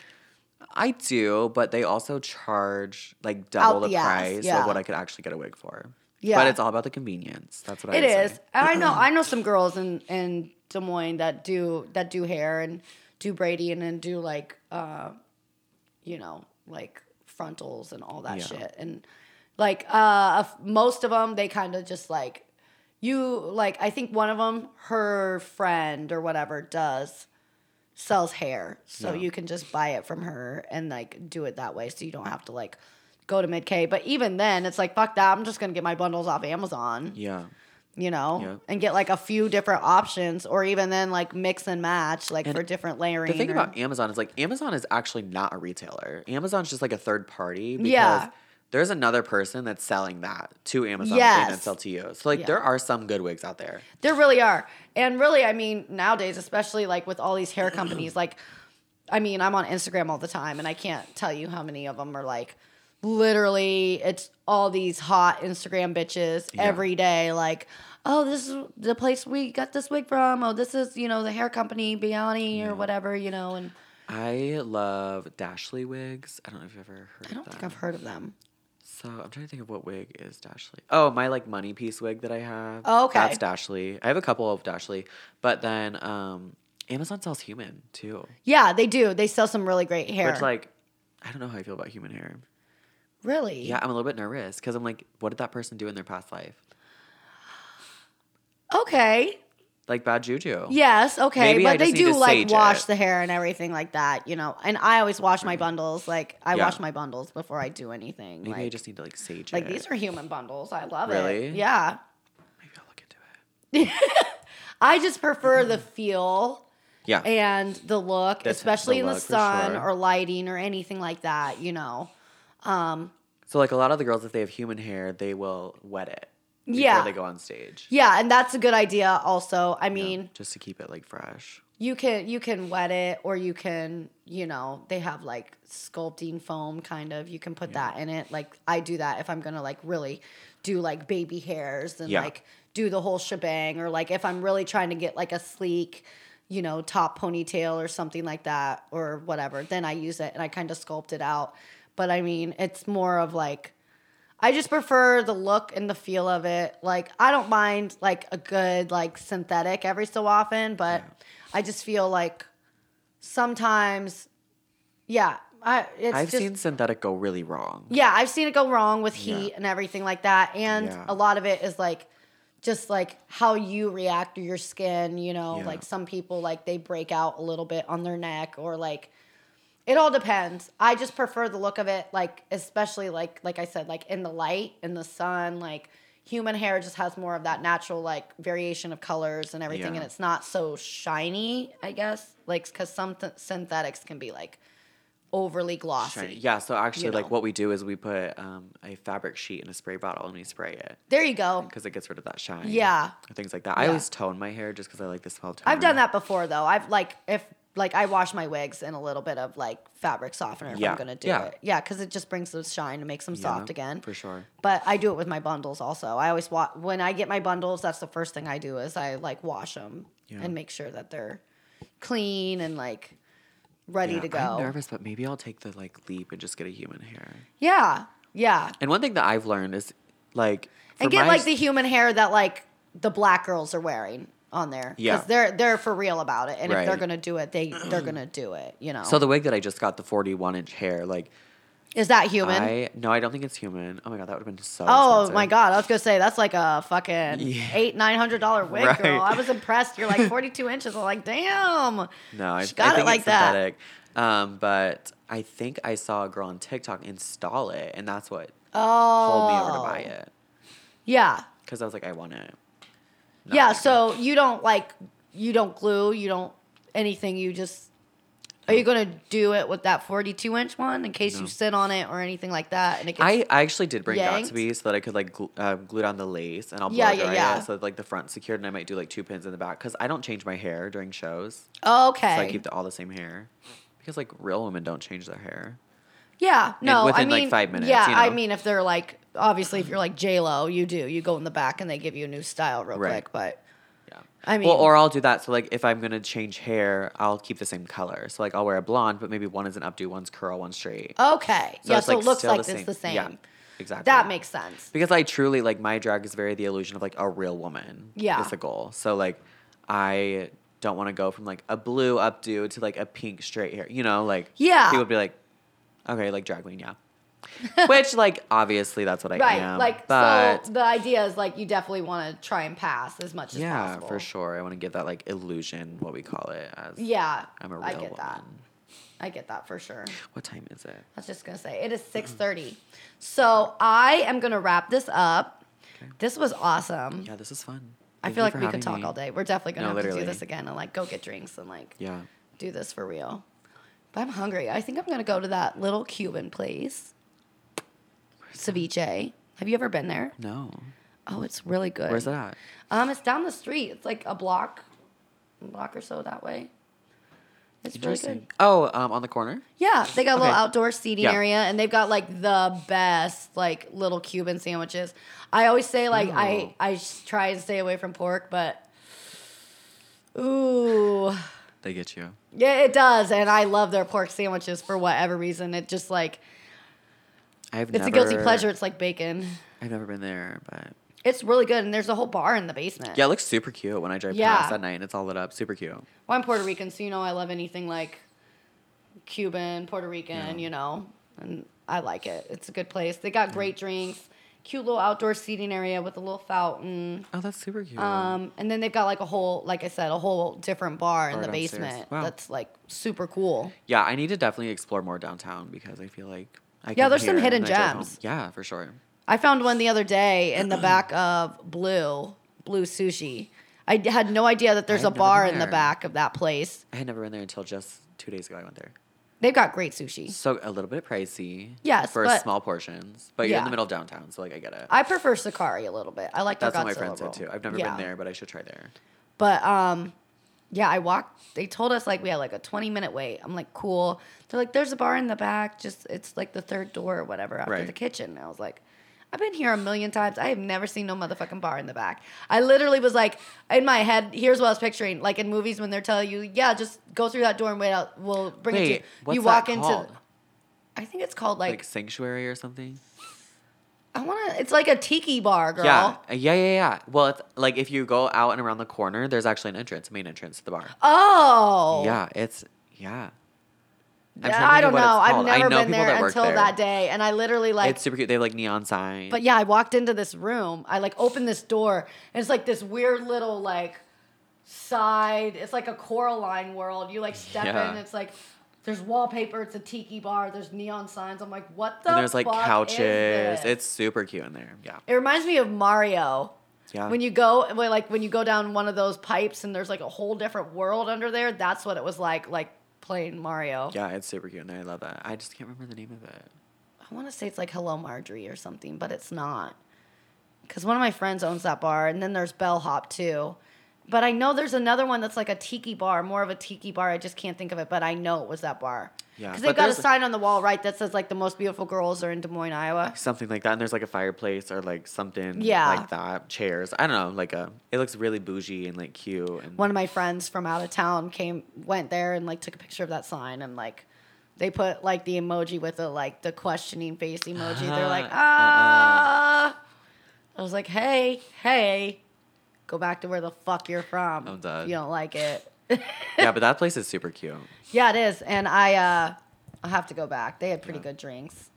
Speaker 2: I do, but they also charge like double
Speaker 1: Out
Speaker 2: the
Speaker 1: the ass,
Speaker 2: price
Speaker 1: yeah.
Speaker 2: of what I could actually get a wig for.
Speaker 1: Yeah.
Speaker 2: But it's all about the convenience. That's what I
Speaker 1: It
Speaker 2: would say.
Speaker 1: is, and I know I know some girls in in Des Moines that do that do hair and do braiding and do like uh, you know, like frontals and all that
Speaker 2: Yeah.
Speaker 1: shit. And like uh, f- most of them, they kind of just like you like. I think one of them, her friend or whatever, does sells hair, so
Speaker 2: Yeah.
Speaker 1: you can just buy it from her and like do it that way, so you don't have to like. Go to mid K, but even then, it's like fuck that. I'm just gonna get my bundles off Amazon
Speaker 2: Yeah.
Speaker 1: you know,
Speaker 2: Yeah.
Speaker 1: and get like a few different options, or even then like mix and match, like
Speaker 2: And
Speaker 1: for different layering.
Speaker 2: The thing
Speaker 1: or-
Speaker 2: about Amazon is like Amazon is actually not a retailer. Amazon's just like a third party because
Speaker 1: Yeah.
Speaker 2: there's another person that's selling that to Amazon that they then
Speaker 1: Yes.
Speaker 2: sell to you. So like
Speaker 1: Yeah.
Speaker 2: there are some good wigs out there.
Speaker 1: there really are, and really, I mean, nowadays, especially like with all these hair companies, like, I mean, I'm on Instagram all the time, and I can't tell you how many of them are like, literally, it's all these hot Instagram bitches every day, like. Oh, this is the place we got this wig from. Oh, this is, you know, the hair company, Biani or whatever, you know, and
Speaker 2: I love Dashley wigs. I don't know if you've ever heard
Speaker 1: I don't
Speaker 2: of
Speaker 1: think
Speaker 2: them.
Speaker 1: I've heard of them.
Speaker 2: So I'm trying to think of what wig is Dashley. Oh, my like money piece wig that I have.
Speaker 1: Oh, okay.
Speaker 2: That's Dashley. I have a couple of Dashley, but then um, Amazon sells human too,
Speaker 1: Yeah, they do. They sell some really great hair.
Speaker 2: which like I don't know how I feel about human hair.
Speaker 1: really?
Speaker 2: Yeah, I'm a little bit nervous because I'm like, what did that person do in their past life?
Speaker 1: Okay.
Speaker 2: Like bad juju.
Speaker 1: Yes. Okay.
Speaker 2: Maybe I
Speaker 1: but
Speaker 2: just
Speaker 1: they
Speaker 2: need
Speaker 1: do
Speaker 2: to
Speaker 1: like
Speaker 2: sage
Speaker 1: wash
Speaker 2: it. Mm.
Speaker 1: the hair and everything like that, you know. And I always wash my bundles. Like I
Speaker 2: Yeah.
Speaker 1: wash my bundles before I do anything.
Speaker 2: Maybe
Speaker 1: like,
Speaker 2: I just need to like sage
Speaker 1: like
Speaker 2: it.
Speaker 1: these are human bundles. I love
Speaker 2: Really?
Speaker 1: it. Yeah.
Speaker 2: Maybe I'll look into it.
Speaker 1: I just prefer the feel
Speaker 2: Yeah.
Speaker 1: and the look,
Speaker 2: Mm. The-
Speaker 1: especially
Speaker 2: the
Speaker 1: in the
Speaker 2: look, for
Speaker 1: sun
Speaker 2: sure.
Speaker 1: or lighting or anything like that, you know.
Speaker 2: so like a lot of the girls, if they have human hair, they will wet it. Before
Speaker 1: Yeah.
Speaker 2: They go on stage.
Speaker 1: Yeah, and that's a good idea also. I
Speaker 2: Yeah,
Speaker 1: mean,
Speaker 2: just to keep it like fresh.
Speaker 1: you can you can wet it or you can you know they have like sculpting foam kind of you can put that in it like i do that if i'm gonna like really do like baby hairs and
Speaker 2: Yeah.
Speaker 1: like do the whole shebang or like if i'm really trying to get like a sleek you know top ponytail or something like that or whatever then i use it and i kind of sculpt it out but i mean it's more of like I just prefer the look and the feel of it. Like I don't mind like a good like synthetic every so often, but I just feel like sometimes yeah, I it's
Speaker 2: I've
Speaker 1: just
Speaker 2: seen synthetic go really wrong.
Speaker 1: yeah, I've seen it go wrong with heat and everything like that. And
Speaker 2: Yeah.
Speaker 1: a lot of it is like just like how you react to your skin, you know,
Speaker 2: Yeah.
Speaker 1: like some people like they break out a little bit on their neck or like it all depends. I just prefer the look of it like especially like like I said like in the light, in the sun, like human hair just has more of that natural like variation of colors and everything
Speaker 2: Yeah.
Speaker 1: and it's not so shiny, I guess. Like cuz some th- synthetics can be like overly glossy.
Speaker 2: Shiny. Yeah, so actually,
Speaker 1: you
Speaker 2: like
Speaker 1: know.
Speaker 2: what we do is we put um, a fabric sheet in a spray bottle and we spray it
Speaker 1: There you go.
Speaker 2: because it gets rid of that shine.
Speaker 1: Yeah.
Speaker 2: or things like that. I
Speaker 1: Yeah.
Speaker 2: always tone my hair just because I like the smell. Of
Speaker 1: I've
Speaker 2: toner.
Speaker 1: done that before though. I've like if like I wash my wigs in a little bit of like fabric softener if
Speaker 2: Yeah.
Speaker 1: I'm gonna do
Speaker 2: Yeah.
Speaker 1: it. Yeah, because it just brings those shine and makes them
Speaker 2: Yeah,
Speaker 1: soft again.
Speaker 2: for sure.
Speaker 1: But I do it with my bundles also. I always wa when I get my bundles. That's the first thing I do is I like wash them
Speaker 2: Yeah.
Speaker 1: and make sure that they're clean and like ready
Speaker 2: Yeah,
Speaker 1: to
Speaker 2: I'm
Speaker 1: go.
Speaker 2: nervous, but maybe I'll take the like leap and just get a human hair.
Speaker 1: Yeah, yeah,
Speaker 2: And one thing that I've learned is like
Speaker 1: and
Speaker 2: for
Speaker 1: get
Speaker 2: my
Speaker 1: like
Speaker 2: s-
Speaker 1: the human hair that like the black girls are wearing on there. 'Cause
Speaker 2: Yeah.
Speaker 1: they're they're for real about it, and if they're
Speaker 2: Right.
Speaker 1: gonna do it, they they're gonna do it. You know.
Speaker 2: so the wig that I just got the 41 inch hair like
Speaker 1: Is that human?
Speaker 2: I no, I don't think it's human. Oh my god, that would have been so.
Speaker 1: oh
Speaker 2: expensive.
Speaker 1: my god, I was gonna say that's like a fucking
Speaker 2: Yeah.
Speaker 1: eight nine hundred dollar wig,
Speaker 2: Right.
Speaker 1: girl. I was impressed. You're like forty two inches. I'm like, damn.
Speaker 2: No, I,
Speaker 1: She got
Speaker 2: I
Speaker 1: it
Speaker 2: think
Speaker 1: like
Speaker 2: it's
Speaker 1: that.
Speaker 2: synthetic. Um, but I think I saw a girl on TikTok install it, and that's what
Speaker 1: Oh,
Speaker 2: pulled me over to buy it
Speaker 1: Yeah,
Speaker 2: because I was like, I want it.
Speaker 1: yeah. So you don't like you don't glue, you don't anything. You just are you gonna do it with that forty two inch one in case you
Speaker 2: No.
Speaker 1: sit on it or anything like that? And it gets,
Speaker 2: I, I actually did bring that
Speaker 1: yanked?
Speaker 2: to me so that I could like gl- uh, glue down the lace and I'll blow
Speaker 1: Yeah, yeah,
Speaker 2: dry
Speaker 1: yeah.
Speaker 2: it so that, like the front's secured and I might do like two pins in the back because I don't change my hair during shows
Speaker 1: okay.
Speaker 2: so I keep the, all the same hair because like real women don't change their hair
Speaker 1: Yeah, no, I
Speaker 2: within,
Speaker 1: mean,
Speaker 2: like, five minutes,
Speaker 1: Yeah,
Speaker 2: you
Speaker 1: I
Speaker 2: know?
Speaker 1: mean, if they're like, obviously, if you're like J Lo, you do, you go in the back and they give you a new style real
Speaker 2: Right.
Speaker 1: quick. But
Speaker 2: yeah
Speaker 1: I mean,
Speaker 2: well or I'll do that so like if I'm gonna change hair I'll keep the same color so like I'll wear a blonde but maybe one is an updo one's curl one's straight
Speaker 1: okay, Oh, yeah,
Speaker 2: it's,
Speaker 1: so it looks
Speaker 2: still
Speaker 1: like it's the same.
Speaker 2: yeah exactly
Speaker 1: That makes sense.
Speaker 2: because I truly like my drag is very the illusion of like a real woman.
Speaker 1: Yeah.
Speaker 2: is the goal. So like, I don't want to go from like a blue updo to like a pink straight hair. You know, like
Speaker 1: Yeah.
Speaker 2: people would be like, okay, like drag queen, yeah. Which like obviously that's what I
Speaker 1: Right,
Speaker 2: am.
Speaker 1: like
Speaker 2: but
Speaker 1: so. The idea is like you definitely want to try and pass as much as
Speaker 2: yeah,
Speaker 1: possible.
Speaker 2: for sure. I want to give that like illusion, what we call it as.
Speaker 1: Yeah,
Speaker 2: I'm a real
Speaker 1: I get
Speaker 2: woman.
Speaker 1: that. I get that for sure.
Speaker 2: What time is it?
Speaker 1: I was just gonna say it is six
Speaker 2: Mm-hmm.
Speaker 1: thirty, so I am gonna wrap this up. This was awesome.
Speaker 2: Yeah, this is fun.
Speaker 1: I
Speaker 2: Thank
Speaker 1: feel
Speaker 2: you
Speaker 1: like
Speaker 2: for
Speaker 1: we
Speaker 2: having
Speaker 1: could talk
Speaker 2: me.
Speaker 1: all day. We're definitely gonna
Speaker 2: No,
Speaker 1: have to do
Speaker 2: literally.
Speaker 1: this again and like go get drinks and like
Speaker 2: Yeah.
Speaker 1: do this for real. But I'm hungry. I think I'm gonna go to that little Cuban place, ceviche. Have you ever been there?
Speaker 2: No.
Speaker 1: Oh, it's really good.
Speaker 2: Where's it at?
Speaker 1: Um, it's down the street. It's like a block, block or so that way. It's really good.
Speaker 2: Oh, um, on the corner.
Speaker 1: Yeah, they got a little
Speaker 2: Okay.
Speaker 1: outdoor seating
Speaker 2: Yeah.
Speaker 1: area, and they've got like the best like little Cuban sandwiches. I always say like I
Speaker 2: Ooh.
Speaker 1: I s- try and stay away from pork, but ooh,
Speaker 2: They get you.
Speaker 1: yeah, it does. And I love their pork sandwiches for whatever reason. It just like
Speaker 2: I've
Speaker 1: it's
Speaker 2: never,
Speaker 1: a guilty pleasure. It's like bacon.
Speaker 2: I've never been there, but
Speaker 1: It's really good, and there's a whole bar in the basement.
Speaker 2: Yeah, it looks super cute when I drive
Speaker 1: Yeah.
Speaker 2: past at night and it's all lit up. Super cute.
Speaker 1: Well, I'm Puerto Rican, so you know I love anything like Cuban, Puerto Rican,
Speaker 2: Yeah.
Speaker 1: you know, and I like it. It's a good place. They got great drinks, cute little outdoor seating area with a little fountain.
Speaker 2: Oh, that's super cute.
Speaker 1: Um, and then they've got like a whole, like I said, a whole different bar in
Speaker 2: Bar
Speaker 1: the
Speaker 2: downstairs.
Speaker 1: basement
Speaker 2: Wow.
Speaker 1: that's like super cool.
Speaker 2: yeah, I need to definitely explore more downtown because I feel like I
Speaker 1: Yeah,
Speaker 2: come
Speaker 1: there's some
Speaker 2: here
Speaker 1: hidden
Speaker 2: and I drive home.
Speaker 1: gems.
Speaker 2: Yeah, for sure.
Speaker 1: I found one the other day in the back of Blue, Blue Sushi. I d- had no idea that there's
Speaker 2: I've
Speaker 1: a
Speaker 2: never
Speaker 1: bar
Speaker 2: been
Speaker 1: in the
Speaker 2: there.
Speaker 1: back of that place.
Speaker 2: I had never been there until just two days ago. I went there.
Speaker 1: They've got great sushi.
Speaker 2: So a little bit pricey.
Speaker 1: Yes,
Speaker 2: for
Speaker 1: but-
Speaker 2: small portions, but you're in
Speaker 1: Yeah.
Speaker 2: the middle of downtown, so like I get it.
Speaker 1: I prefer Sakari a little bit. I like their
Speaker 2: that's what my
Speaker 1: Godzilla
Speaker 2: friend said
Speaker 1: roll.
Speaker 2: too. I've never
Speaker 1: Yeah.
Speaker 2: been there, but I should try there.
Speaker 1: But um, yeah, I walked. They told us like we had like a twenty minute wait. I'm like, cool. They're like, there's a bar in the back. Just it's like the third door or whatever after
Speaker 2: Right.
Speaker 1: the kitchen. And I was like, I've been here a million times. I have never seen no motherfucking bar in the back. I literally was like, in my head, here's what I was picturing. Like in movies when they're telling you, yeah, just go through that door and wait out. We'll bring it to you.
Speaker 2: Wait, what's
Speaker 1: you
Speaker 2: that
Speaker 1: walk
Speaker 2: called?
Speaker 1: into. I think it's called like,
Speaker 2: Like sanctuary or something.
Speaker 1: I want to. It's like a tiki bar, girl.
Speaker 2: Yeah, uh, yeah, yeah, yeah. Well, it's like if you go out and around the corner, there's actually an entrance, main entrance to the bar.
Speaker 1: Oh.
Speaker 2: Yeah, it's yeah. I'm trying to
Speaker 1: I
Speaker 2: think of
Speaker 1: don't
Speaker 2: what it's
Speaker 1: know. I've
Speaker 2: called. I
Speaker 1: never
Speaker 2: know
Speaker 1: been
Speaker 2: people that
Speaker 1: there
Speaker 2: work
Speaker 1: until
Speaker 2: there.
Speaker 1: that day, and I literally like.
Speaker 2: it's super cute. They have like neon signs.
Speaker 1: but yeah, I walked into this room. I like opened this door, and it's like this weird little like side. It's like a Coraline world. You like step
Speaker 2: Yeah.
Speaker 1: in. It's like there's wallpaper. It's a tiki bar. There's neon signs. I'm like, what the?
Speaker 2: and there's like
Speaker 1: fuck is
Speaker 2: couches.
Speaker 1: this?
Speaker 2: It's super cute in there. Yeah.
Speaker 1: It reminds me of Mario.
Speaker 2: Yeah.
Speaker 1: When you go, when, like when you go down one of those pipes, and there's like a whole different world under there. That's what it was like, like playing Mario.
Speaker 2: Yeah, it's super cute in there. I love that. I just can't remember the name of it.
Speaker 1: I want to say it's like Hello Marjorie or something, but it's not. Because one of my friends owns that bar, and then there's Bellhop too. But I know there's another one that's like a tiki bar, more of a tiki bar. I just can't think of it, but I know it was that bar.
Speaker 2: Yeah,
Speaker 1: Because they've
Speaker 2: but
Speaker 1: got a
Speaker 2: there's-
Speaker 1: sign on the wall, right, that says like the most beautiful girls are in Des Moines, Iowa.
Speaker 2: Something like that. And there's like a fireplace or like something
Speaker 1: Yeah.
Speaker 2: like that. Chairs. I don't know. Like a it looks really bougie and like cute and
Speaker 1: One of my friends from out of town came, went there, and like took a picture of that sign, and like they put like the emoji with the like the questioning face emoji. They're like,
Speaker 2: Uh-uh.
Speaker 1: ah. I was like, hey, hey, go back to where the fuck you're from.
Speaker 2: I'm done.
Speaker 1: If you don't like it.
Speaker 2: Yeah, but that place is super cute.
Speaker 1: yeah, it is. And I, uh, I'll have to go back. They had pretty good drinks.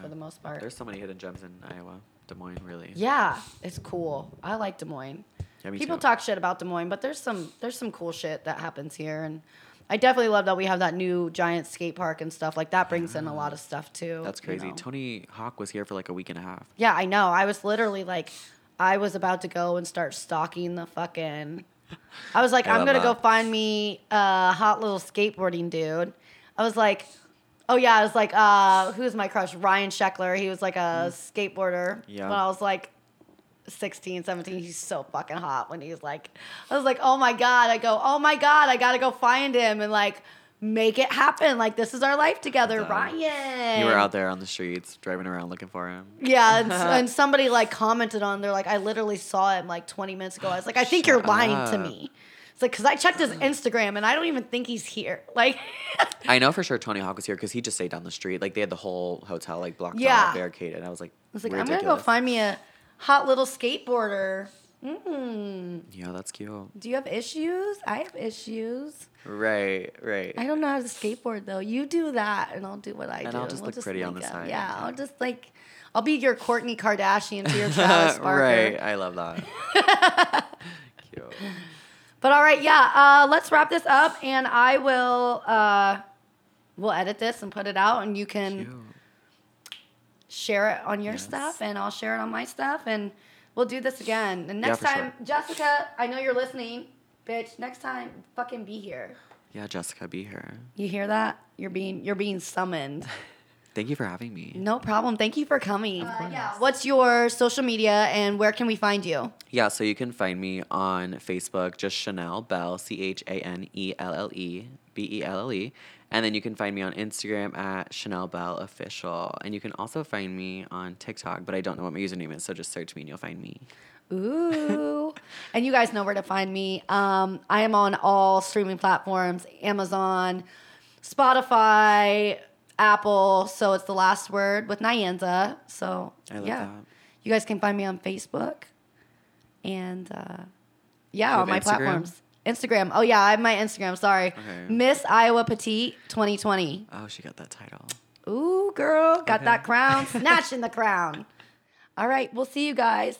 Speaker 1: for the most part.
Speaker 2: There's so many hidden gems in Iowa, Des Moines, really.
Speaker 1: Yeah, it's cool. I like Des Moines.
Speaker 2: Yeah, me
Speaker 1: People
Speaker 2: too.
Speaker 1: talk shit about Des Moines, but there's some there's some cool shit that happens here, and I definitely love that we have that new giant skate park and stuff like that. Brings in a lot of stuff too.
Speaker 2: That's
Speaker 1: you
Speaker 2: crazy.
Speaker 1: know.
Speaker 2: Tony Hawk was here for like a week and a half.
Speaker 1: Yeah, I know. I was literally like, I was about to go and start stalking the fucking. I was like,
Speaker 2: I
Speaker 1: I'm
Speaker 2: love
Speaker 1: gonna go
Speaker 2: that.
Speaker 1: find me a hot little skateboarding dude. I was like, oh yeah, I was like, uh, who's my crush? Ryan Scheckler. He was like a skateboarder.
Speaker 2: Mm. Yeah.
Speaker 1: When I was like. 16, 17, he's so fucking hot when he's like, I was like, oh my God. I go, oh my God, I gotta go find him and like make it happen. Like, this is our life together,
Speaker 2: That's awesome.
Speaker 1: Ryan.
Speaker 2: You were out there on the streets driving around looking for him.
Speaker 1: Yeah, and, and somebody like commented on. They're like, I literally saw him like 20 minutes ago. I was like, I think you're
Speaker 2: Shut
Speaker 1: lying to
Speaker 2: up.
Speaker 1: me. It's like because I checked his Instagram and I don't even think he's here. Like,
Speaker 2: I know for sure Tony Hawk was here because he just stayed down the street. Like they had the whole hotel like blocked
Speaker 1: Yeah.
Speaker 2: off, barricaded. And I was like,
Speaker 1: I was like, I'm
Speaker 2: ridiculous.
Speaker 1: gonna go find me a hot little skateboarder. Mm,
Speaker 2: Yeah, that's cute.
Speaker 1: do you have issues? I have issues.
Speaker 2: Right, right.
Speaker 1: I don't know how to skateboard though. You do that, and I'll do what I do.
Speaker 2: And I'll just
Speaker 1: we'll
Speaker 2: look pretty on
Speaker 1: link
Speaker 2: the
Speaker 1: up.
Speaker 2: side.
Speaker 1: Yeah, I'll just like, I'll be your Courtney Kardashian to your Travis Barker.
Speaker 2: right, I love that. cute.
Speaker 1: But all right, yeah, uh, let's wrap this up, and I will uh, we'll edit this and put it out, and you can
Speaker 2: Cute.
Speaker 1: share it on your
Speaker 2: Yes.
Speaker 1: stuff, and I'll share it on my stuff, and we'll do this again. And next
Speaker 2: for sure.
Speaker 1: time, Jessica, I know you're listening, bitch. Next time, fucking be here.
Speaker 2: Yeah, Jessica, be here.
Speaker 1: You hear that? You're being you're being summoned.
Speaker 2: Thank you for having me.
Speaker 1: No problem. Thank you for coming. Uh, yeah. What's your social media, and where can we find you?
Speaker 2: Yeah, so you can find me on Facebook, just Chanel Bell, C H A N E L L E B E L L E. And then you can find me on Instagram at Chanel Bell Official. And you can also find me on TikTok, but I don't know what my username is, so just search me and you'll find me.
Speaker 1: Ooh. and you guys know where to find me. Um, I am on all streaming platforms Amazon, Spotify, Apple. So it's the last word with Nyanza. So,
Speaker 2: I love
Speaker 1: yeah.
Speaker 2: that.
Speaker 1: You guys can find me on Facebook and, uh, yeah,
Speaker 2: have
Speaker 1: on my
Speaker 2: Instagram?
Speaker 1: platforms. Instagram. Oh, yeah, I have my Instagram. Sorry.
Speaker 2: Okay.
Speaker 1: Miss Iowa Petite 2020.
Speaker 2: Oh, she got that title.
Speaker 1: Ooh, girl, got
Speaker 2: Okay.
Speaker 1: that crown. Snatching the crown. All right, we'll see you guys.